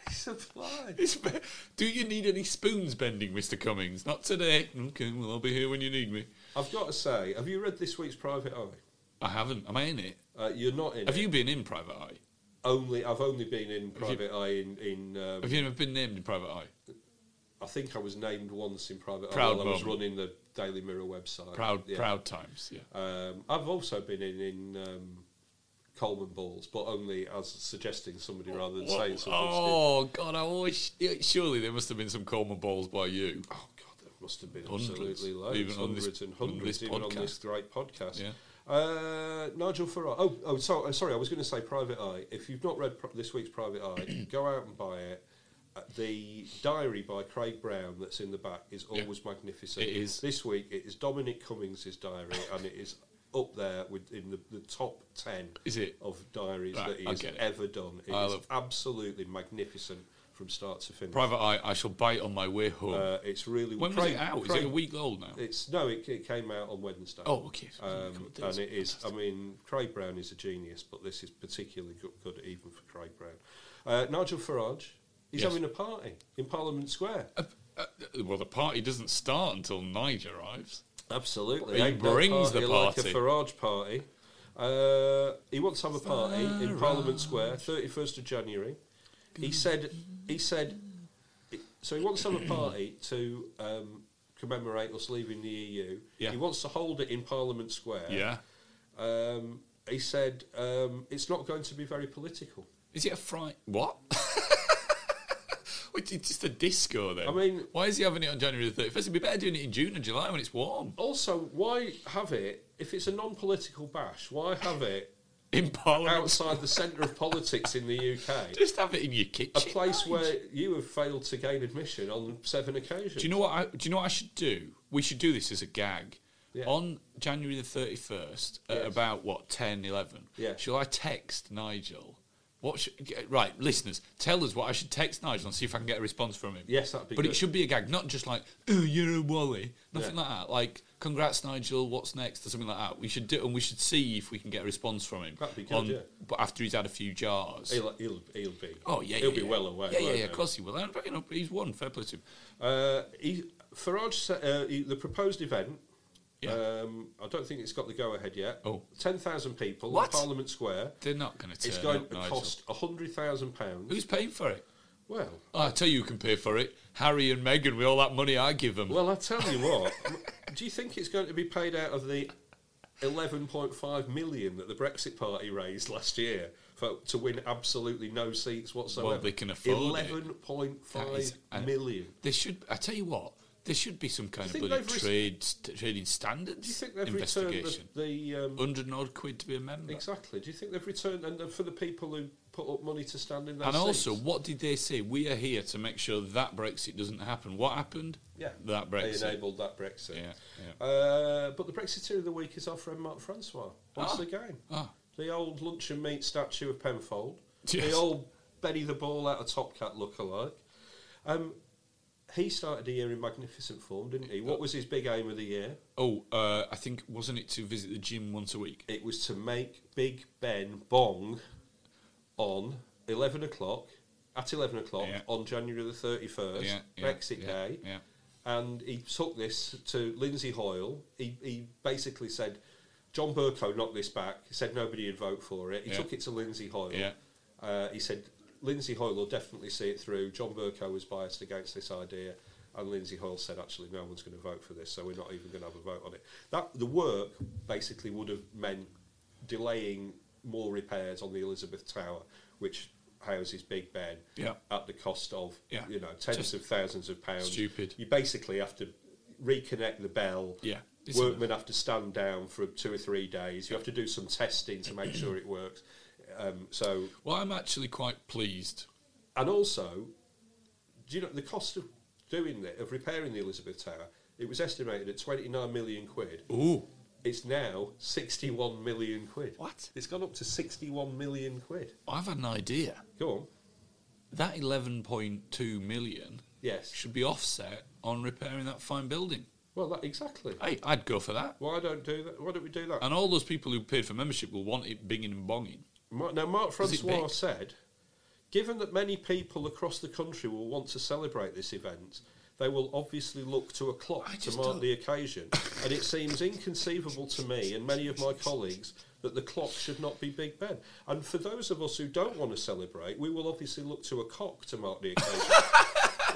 Speaker 2: He's applied.
Speaker 1: It's be- Do you need any spoons bending, Mr. Cummings? Not today. Okay, well, I'll be here when you need me.
Speaker 2: I've got to say, have you read this week's Private Eye?
Speaker 1: I haven't. Am I in it?
Speaker 2: Uh, you're not in
Speaker 1: Have
Speaker 2: it.
Speaker 1: you been in Private Eye?
Speaker 2: Only, I've only been in Private Eye in, in um,
Speaker 1: Have you ever been named in Private Eye?
Speaker 2: I think I was named once in Private Eye
Speaker 1: Proud
Speaker 2: while I was
Speaker 1: moment.
Speaker 2: running the Daily Mirror website.
Speaker 1: Proud,
Speaker 2: Uh, Yeah.
Speaker 1: proud times. Yeah.
Speaker 2: Um, I've also been in, in um, Coleman Balls, but only as suggesting somebody rather than
Speaker 1: What-
Speaker 2: saying something. stupid.
Speaker 1: oh God! I always yeah, surely there must have been some Coleman balls by you.
Speaker 2: Oh God, there must have been
Speaker 1: Hundreds,
Speaker 2: absolutely loads,
Speaker 1: even on this-
Speaker 2: hundreds and
Speaker 1: on
Speaker 2: hundreds,
Speaker 1: this
Speaker 2: even on this
Speaker 1: podcast.
Speaker 2: great podcast.
Speaker 1: Yeah.
Speaker 2: Uh, Nigel Farage. Oh, oh, so, uh, sorry, I was going to say Private Eye. If you've not read pr- this week's Private Eye, go out and buy it. Uh, the diary by Craig Brown that's in the back is
Speaker 1: Yeah.
Speaker 2: always magnificent.
Speaker 1: It is.
Speaker 2: This week it is Dominic Cummings' diary, and it is up there with in the, the top ten.
Speaker 1: Is it?
Speaker 2: of diaries
Speaker 1: Right,
Speaker 2: that he
Speaker 1: I
Speaker 2: has
Speaker 1: get it.
Speaker 2: ever done? It is
Speaker 1: I love-
Speaker 2: absolutely magnificent from start to finish.
Speaker 1: Private Eye, I shall buy it on my way home.
Speaker 2: Uh, it's really
Speaker 1: when was
Speaker 2: Craig-
Speaker 1: it out?
Speaker 2: Craig-
Speaker 1: Is it a week old now?
Speaker 2: It's no, it, it came out on Wednesday.
Speaker 1: Oh, okay. So a couple
Speaker 2: Um,
Speaker 1: of days.
Speaker 2: and it is. I mean, Craig Brown is a genius, but this is particularly good, good even for Craig Brown. Uh, Nigel Farage, he's
Speaker 1: Yes.
Speaker 2: having a party in Parliament Square.
Speaker 1: Uh, uh, well, the party doesn't start until Nigel arrives.
Speaker 2: Absolutely,
Speaker 1: He
Speaker 2: Ain't no
Speaker 1: brings the
Speaker 2: like
Speaker 1: party.
Speaker 2: a Farage party. Uh, he wants to have a party in Parliament Square, thirty first of January. He said, he said, so he wants to have a party to um, commemorate us leaving the EU.
Speaker 1: Yeah.
Speaker 2: He wants to hold it in Parliament Square.
Speaker 1: Yeah.
Speaker 2: Um, he said um, it's not going to be very political.
Speaker 1: Is it a Friday? What? Which is just a disco then.
Speaker 2: I mean-
Speaker 1: why is he having it on January the thirty-first? It'd be better doing it in June and July when it's warm
Speaker 2: Also, why have it if it's a non-political bash? Why have it
Speaker 1: in Parliament.
Speaker 2: outside the centre of politics in the UK?
Speaker 1: Just have it in your
Speaker 2: a
Speaker 1: kitchen.
Speaker 2: place
Speaker 1: Nigel.
Speaker 2: where you have failed to gain admission on seven occasions.
Speaker 1: Do you know what? I, do you know what I should do? We should do this as a gag.
Speaker 2: Yeah.
Speaker 1: On January the thirty first, at
Speaker 2: Yes.
Speaker 1: about what 10, 11,
Speaker 2: Yeah.
Speaker 1: Shall I text Nigel? What should, g- right, listeners, tell us what I should text Nigel and see if I can get a response from him.
Speaker 2: Yes, that'd be
Speaker 1: But
Speaker 2: good.
Speaker 1: it should be a gag, not just like "Oh, you're a Wally," nothing
Speaker 2: Yeah.
Speaker 1: like that. Like "Congrats, Nigel. What's next?" or something like that. We should do, and we should see if we can get a response from him.
Speaker 2: That'd be good,
Speaker 1: on-
Speaker 2: yeah.
Speaker 1: But after he's had a few jars.
Speaker 2: He'll, he'll, he'll be.
Speaker 1: Oh yeah,
Speaker 2: he'll
Speaker 1: yeah,
Speaker 2: be
Speaker 1: yeah.
Speaker 2: well aware.
Speaker 1: Yeah, yeah,
Speaker 2: won't
Speaker 1: yeah.
Speaker 2: he?
Speaker 1: Of course he will. And you know, he's won. Fair play to him.
Speaker 2: Uh, he, Farage, sa- uh, he, the proposed event.
Speaker 1: Yeah.
Speaker 2: Um, I don't think it's got the go ahead yet.
Speaker 1: Oh.
Speaker 2: ten thousand people
Speaker 1: What?
Speaker 2: in Parliament Square.
Speaker 1: They're not going to turn
Speaker 2: It's going
Speaker 1: up,
Speaker 2: to
Speaker 1: Nigel.
Speaker 2: cost hundred thousand pounds.
Speaker 1: Who's paying for it? Oh,
Speaker 2: Well,
Speaker 1: I tell you, who can pay for it. Harry and Meghan with all that money I give them.
Speaker 2: well, I tell you what. m- do you think it's going to be paid out of the 11.5 million that the Brexit Party raised last year for, to win absolutely no seats whatsoever?
Speaker 1: Well, they can afford it.
Speaker 2: Eleven point
Speaker 1: That is-
Speaker 2: five
Speaker 1: and
Speaker 2: million.
Speaker 1: There should. I tell you what. There should be some kind
Speaker 2: Do
Speaker 1: of
Speaker 2: you think
Speaker 1: bloody
Speaker 2: they've res-
Speaker 1: trade st- trading
Speaker 2: Do you
Speaker 1: standards
Speaker 2: think they've returned the,
Speaker 1: investigation.
Speaker 2: the um,
Speaker 1: Hundred and odd quid to be a member.
Speaker 2: exactly? Do you think they've returned and uh, for the people who put up money to stand in those
Speaker 1: And
Speaker 2: seats?
Speaker 1: also, what did they say? We are here to make sure that Brexit doesn't happen. What happened?
Speaker 2: yeah,
Speaker 1: that
Speaker 2: they
Speaker 1: Brexit.
Speaker 2: enabled that Brexit.
Speaker 1: Yeah, yeah.
Speaker 2: Uh, but the Brexiteer of the week is our friend Mark Francois once
Speaker 1: Ah.
Speaker 2: again.
Speaker 1: Ah.
Speaker 2: The old lunch and meat statue of Penfold.
Speaker 1: Yes.
Speaker 2: The old Benny the Ball out of Top Cat lookalike. Um, he started the year in magnificent form, didn't he?
Speaker 1: Uh.
Speaker 2: What was his big aim of the year?
Speaker 1: Oh, uh, I think wasn't it to visit the gym once a week?
Speaker 2: It was to make Big Ben bong on 11 o'clock, at 11 o'clock
Speaker 1: Yeah.
Speaker 2: on January the 31st,
Speaker 1: Yeah, yeah,
Speaker 2: Brexit
Speaker 1: yeah,
Speaker 2: Day.
Speaker 1: yeah.
Speaker 2: And he took this to Lindsay Hoyle. He, he basically said, John Burko knocked this back. He said nobody would vote for it. He
Speaker 1: Yeah.
Speaker 2: took it to Lindsay Hoyle.
Speaker 1: Yeah.
Speaker 2: Uh, he said, Lindsay Hoyle will definitely see it through. John Burko was biased against this idea. And Lindsay Hoyle said, actually, no one's going to vote for this, so we're not even going to have a vote on it. That The work basically would have meant delaying more repairs on the Elizabeth Tower, which houses Big Ben,
Speaker 1: Yeah.
Speaker 2: at the cost of,
Speaker 1: Yeah.
Speaker 2: you know, tens
Speaker 1: Just
Speaker 2: of thousands of pounds.
Speaker 1: stupid.
Speaker 2: You basically have to reconnect the bell.
Speaker 1: Yeah, it's
Speaker 2: Workmen have to stand down for two or three days. You have to do some testing to make sure it works. Um, so
Speaker 1: Well, I'm actually quite pleased.
Speaker 2: and also, do you know the cost of doing that of repairing the Elizabeth Tower? It was estimated at twenty nine million quid.
Speaker 1: Ooh,
Speaker 2: It's now sixty one million quid.
Speaker 1: What?
Speaker 2: It's gone up to sixty one million quid.
Speaker 1: I've had an idea.
Speaker 2: Go on.
Speaker 1: That 11.2 million
Speaker 2: Yes.
Speaker 1: should be offset on repairing that fine building.
Speaker 2: Well, that exactly.
Speaker 1: Hey, I'd go for that.
Speaker 2: Why don't do that? Why don't we do that?
Speaker 1: And all those people who paid for membership will want it binging and bonging.
Speaker 2: Mar- Now, Mark
Speaker 1: Is it
Speaker 2: Francois
Speaker 1: big?
Speaker 2: said, given that many people across the country will want to celebrate this event, they will obviously look to a clock
Speaker 1: I
Speaker 2: to
Speaker 1: just
Speaker 2: mark
Speaker 1: don't-
Speaker 2: the occasion. and it seems inconceivable to me and many of my colleagues that the clock should not be Big Ben. And for those of us who don't want to celebrate, we will obviously look to a cock to mark the occasion.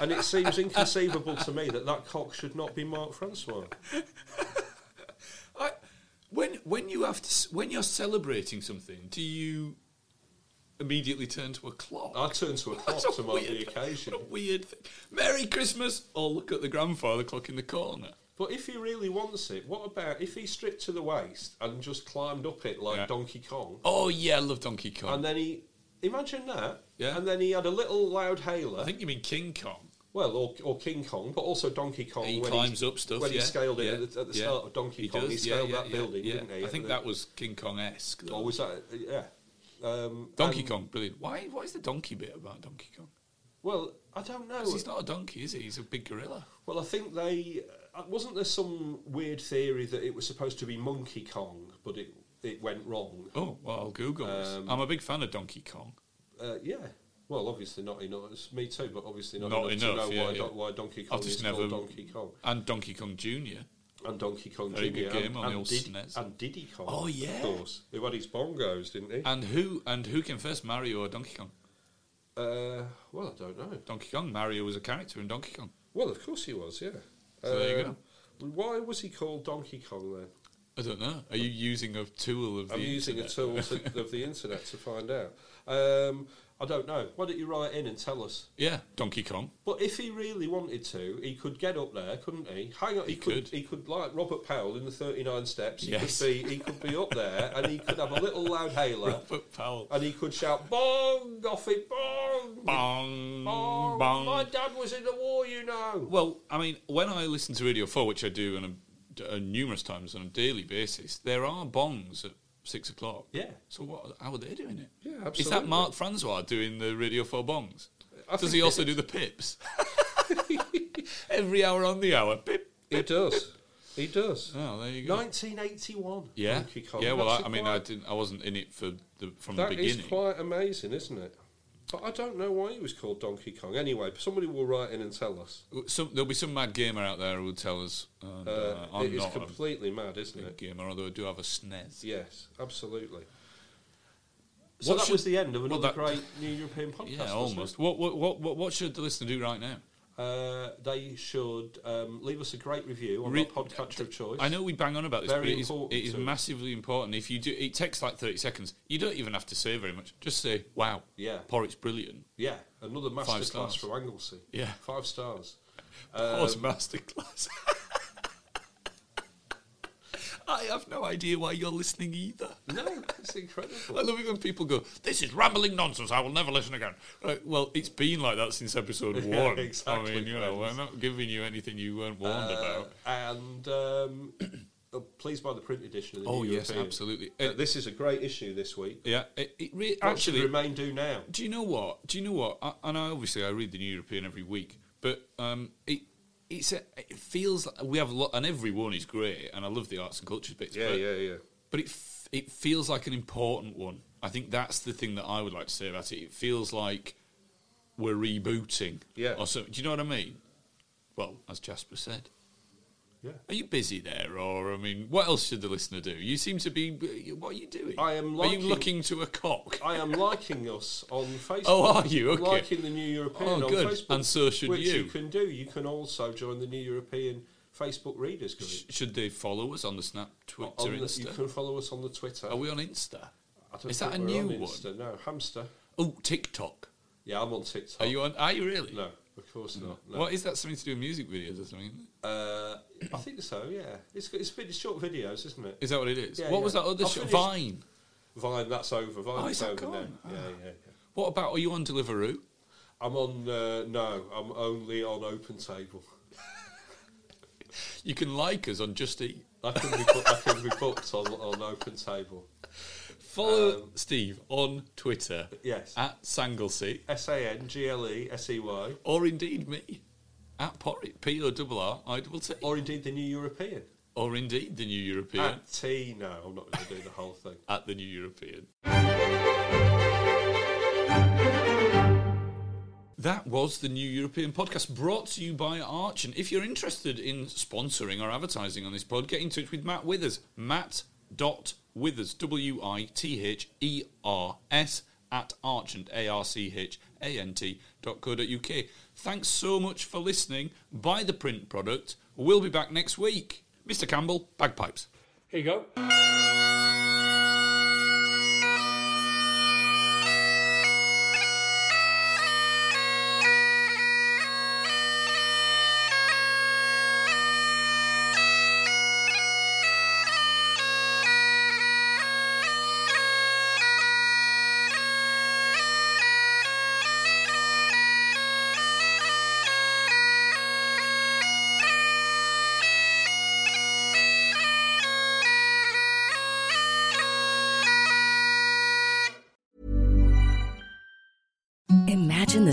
Speaker 2: and it seems inconceivable to me that that cock should not be Mark Francois.
Speaker 1: I, when when you have to s- when you're celebrating something, do you immediately turn to a clock?
Speaker 2: I turn to a
Speaker 1: That's
Speaker 2: clock
Speaker 1: a
Speaker 2: to mark the
Speaker 1: weird-
Speaker 2: occasion.
Speaker 1: What a weird thing. Merry Christmas! Or look at the grandfather clock in the corner.
Speaker 2: But if he really wants it, what about if he stripped to the waist and just climbed up it like
Speaker 1: Yeah.
Speaker 2: Donkey Kong?
Speaker 1: Oh yeah, I love Donkey Kong.
Speaker 2: And then he, imagine that.
Speaker 1: Yeah.
Speaker 2: And then he had a little loud hailer.
Speaker 1: I think you mean King Kong.
Speaker 2: well, or, or King Kong, but also Donkey Kong.
Speaker 1: He
Speaker 2: when
Speaker 1: climbs up stuff.
Speaker 2: When
Speaker 1: yeah,
Speaker 2: he scaled it
Speaker 1: yeah,
Speaker 2: at the, at the
Speaker 1: yeah.
Speaker 2: start of Donkey Kong, he
Speaker 1: does, yeah,
Speaker 2: scaled
Speaker 1: yeah,
Speaker 2: that
Speaker 1: yeah,
Speaker 2: building,
Speaker 1: yeah.
Speaker 2: didn't he?
Speaker 1: I
Speaker 2: at
Speaker 1: think
Speaker 2: the-
Speaker 1: that was King Kong esque.
Speaker 2: Or was that? Yeah. Um,
Speaker 1: Donkey
Speaker 2: and- Oh,
Speaker 1: Kong, brilliant. Why? What is the donkey bit about Donkey Kong?
Speaker 2: Well, I don't know.
Speaker 1: 'Cause he's not a donkey, is he? He's a big gorilla.
Speaker 2: Well, I think they uh, wasn't there some weird theory that it was supposed to be Monkey Kong, but it it went wrong.
Speaker 1: Oh, well, I'll Google this.
Speaker 2: Um,
Speaker 1: I'm a big fan of Donkey Kong.
Speaker 2: Uh, yeah. Well, obviously not enough. It's me too, but obviously not,
Speaker 1: Not
Speaker 2: enough,
Speaker 1: enough,
Speaker 2: to know
Speaker 1: yeah,
Speaker 2: why,
Speaker 1: yeah.
Speaker 2: Don- why Donkey
Speaker 1: I'll
Speaker 2: Kong
Speaker 1: just
Speaker 2: is
Speaker 1: never.
Speaker 2: called Donkey Kong
Speaker 1: And Donkey Kong Jr.
Speaker 2: and Donkey Kong
Speaker 1: Very
Speaker 2: Junior
Speaker 1: good game
Speaker 2: and,
Speaker 1: on the
Speaker 2: and
Speaker 1: old
Speaker 2: Diddy-
Speaker 1: SNES.
Speaker 2: and Diddy Kong.
Speaker 1: Oh, yeah. Uh,
Speaker 2: of course. Who had his bongos, didn't he?
Speaker 1: And who and who came first, Mario or Donkey Kong?
Speaker 2: uh, well, I don't know.
Speaker 1: Donkey Kong. Mario was a character in Donkey Kong.
Speaker 2: Well, of course he was. Yeah.
Speaker 1: So there you
Speaker 2: Um, Why was he called Donkey Kong then?
Speaker 1: I don't know. Are you using a tool of the
Speaker 2: I'm using a
Speaker 1: internet?
Speaker 2: tool to, of the internet to find out. Um, I don't know. Why don't you write in and tell us?
Speaker 1: Yeah, Donkey Kong.
Speaker 2: But if he really wanted to, he could get up there, couldn't he? Hang on, he,
Speaker 1: He
Speaker 2: could,
Speaker 1: could.
Speaker 2: He could like Robert Powell in the Thirty Nine Steps. He
Speaker 1: Yes.
Speaker 2: could be. He could be up there, and he could have a little loud hailer,
Speaker 1: Robert Powell.
Speaker 2: and he could shout "Bong off it, bong,
Speaker 1: Bong,
Speaker 2: bong."
Speaker 1: bong.
Speaker 2: My dad was in the war, you know.
Speaker 1: Well, I mean, when I listen to Radio 4, which I do on a, d- uh, numerous times on a daily basis, there are bongs at six o'clock.
Speaker 2: Yeah.
Speaker 1: So what? How are they doing it?
Speaker 2: Yeah,
Speaker 1: Is that
Speaker 2: absolutely.
Speaker 1: Mark Francois doing the Radio 4 bongs?
Speaker 2: I
Speaker 1: Does
Speaker 2: think
Speaker 1: he
Speaker 2: it-
Speaker 1: also do the pips? Every hour on the hour, pip.
Speaker 2: He does. He does.
Speaker 1: Oh, there you go.
Speaker 2: 1981.
Speaker 1: yeah.
Speaker 2: Donkey Kong.
Speaker 1: Yeah. Well, I,
Speaker 2: That's
Speaker 1: I
Speaker 2: a
Speaker 1: mean,
Speaker 2: quite-
Speaker 1: I didn't. I wasn't in it for the from
Speaker 2: That
Speaker 1: the
Speaker 2: is
Speaker 1: beginning.
Speaker 2: quite amazing, isn't it? But I don't know why he was called Donkey Kong. Anyway, somebody will write in and tell us.
Speaker 1: Some, there'll be some mad gamer out there who will tell us. And, uh,
Speaker 2: Uh,
Speaker 1: I'm
Speaker 2: it is
Speaker 1: not
Speaker 2: completely mad,
Speaker 1: a
Speaker 2: isn't
Speaker 1: big
Speaker 2: it?
Speaker 1: gamer, although I do have a SNES.
Speaker 2: Yes, absolutely. So
Speaker 1: What
Speaker 2: that
Speaker 1: should-
Speaker 2: was the end of
Speaker 1: well,
Speaker 2: another
Speaker 1: that-
Speaker 2: great New European podcast.
Speaker 1: Yeah,
Speaker 2: wasn't it?
Speaker 1: almost. What, what what what what should the listener do right now?
Speaker 2: Uh, they should um, leave us a great review on
Speaker 1: Re-
Speaker 2: our podcatcher of choice.
Speaker 1: I know we bang on about this,
Speaker 2: Very
Speaker 1: but it is,
Speaker 2: important
Speaker 1: it is
Speaker 2: to-
Speaker 1: massively important. If you do, it takes like thirty seconds. You don't even have to say very much. Just say, "Wow,
Speaker 2: Yeah.
Speaker 1: Porrick's brilliant."
Speaker 2: Yeah, another
Speaker 1: stars.
Speaker 2: masterclass from Anglesey.
Speaker 1: Yeah.
Speaker 2: five stars. Um,
Speaker 1: Porrick's masterclass. I have no idea why you're listening either.
Speaker 2: No, it's
Speaker 1: I
Speaker 2: incredible.
Speaker 1: love it when people go, "This is rambling nonsense. I will never listen again." Right, well, it's been like that since episode
Speaker 2: Yeah,
Speaker 1: one. I
Speaker 2: exactly,
Speaker 1: mean, you know, we're
Speaker 2: friends.
Speaker 1: not giving you anything you weren't warned
Speaker 2: Uh,
Speaker 1: about.
Speaker 2: and um, uh, please buy the print edition of the
Speaker 1: Oh
Speaker 2: New
Speaker 1: yes,
Speaker 2: European.
Speaker 1: absolutely.
Speaker 2: Uh,
Speaker 1: Uh,
Speaker 2: this is a great issue this week.
Speaker 1: yeah, it, it re-
Speaker 2: What should
Speaker 1: actually
Speaker 2: Remain do now.
Speaker 1: Do you know what? Do you know what? I, and I obviously I read the New European every week, but um, it it's a, it feels like we have a lot, and every one is great, and I love the arts and cultures bits. but,
Speaker 2: yeah.
Speaker 1: But it f- it feels like an important one. I think that's the thing that I would like to say about it. It feels like we're rebooting.
Speaker 2: Yeah.
Speaker 1: Or so, do you know what I mean? Well, as Jasper said.
Speaker 2: Yeah.
Speaker 1: Are you busy there, or I mean, what else should the listener do? You seem to be. What are you doing?
Speaker 2: I am
Speaker 1: Are you
Speaker 2: liking-
Speaker 1: looking to a cock?
Speaker 2: I am liking us on Facebook.
Speaker 1: Oh, are you? Okay.
Speaker 2: Liking the New European
Speaker 1: Oh,
Speaker 2: on
Speaker 1: good.
Speaker 2: Facebook.
Speaker 1: And so should
Speaker 2: which
Speaker 1: you.
Speaker 2: you can do. You can also join the New European Facebook readers group.
Speaker 1: Sh- Should they follow us on the Snap, Twitter,
Speaker 2: On the- you
Speaker 1: Insta?
Speaker 2: can follow us on the Twitter.
Speaker 1: Are we on Insta?
Speaker 2: I don't
Speaker 1: Is that a
Speaker 2: think we're
Speaker 1: new
Speaker 2: on
Speaker 1: one?
Speaker 2: Insta, No, hamster.
Speaker 1: Oh, TikTok.
Speaker 2: Yeah, I'm on TikTok.
Speaker 1: Are you on? Are you really?
Speaker 2: No, of course not. No.
Speaker 1: What is that something to do with music videos or something? isn't it?
Speaker 2: Uh, I think so. Yeah, it's got- it's bit short videos, isn't it?
Speaker 1: Is that what it is?
Speaker 2: Yeah,
Speaker 1: what
Speaker 2: yeah.
Speaker 1: was that other
Speaker 2: I
Speaker 1: show?
Speaker 2: finished-
Speaker 1: Vine.
Speaker 2: Vine, that's over. Vine,
Speaker 1: Oh, is
Speaker 2: it's
Speaker 1: that
Speaker 2: over now.
Speaker 1: gone?
Speaker 2: Yeah, yeah, yeah.
Speaker 1: What about? Are you on Deliveroo?
Speaker 2: I'm on. Uh, no, I'm only on Open Table.
Speaker 1: You can like us on Just Eat.
Speaker 2: I can be, bu- I can be booked on on Open Table.
Speaker 1: Follow Steve on Twitter.
Speaker 2: Um, Yes.
Speaker 1: At Sanglesey,
Speaker 2: S A N G L E S E Y,
Speaker 1: or indeed me, at Porritt. P O R R I double T. E.
Speaker 2: or indeed the New European.
Speaker 1: Or indeed the New European.
Speaker 2: At T. No, I'm not going to do the whole thing.
Speaker 1: at the New European. That was the New European podcast brought to you by Arch. And if you're interested in sponsoring or advertising on this pod, get in touch with Matt Withers. Matt.withers, W I T H E R S, at arch and A R C H A N T dot co dot UK. Thanks so much for listening. Buy the print product. We'll be back next week. Mr. Campbell, bagpipes.
Speaker 6: Here you go.
Speaker 7: Imagine the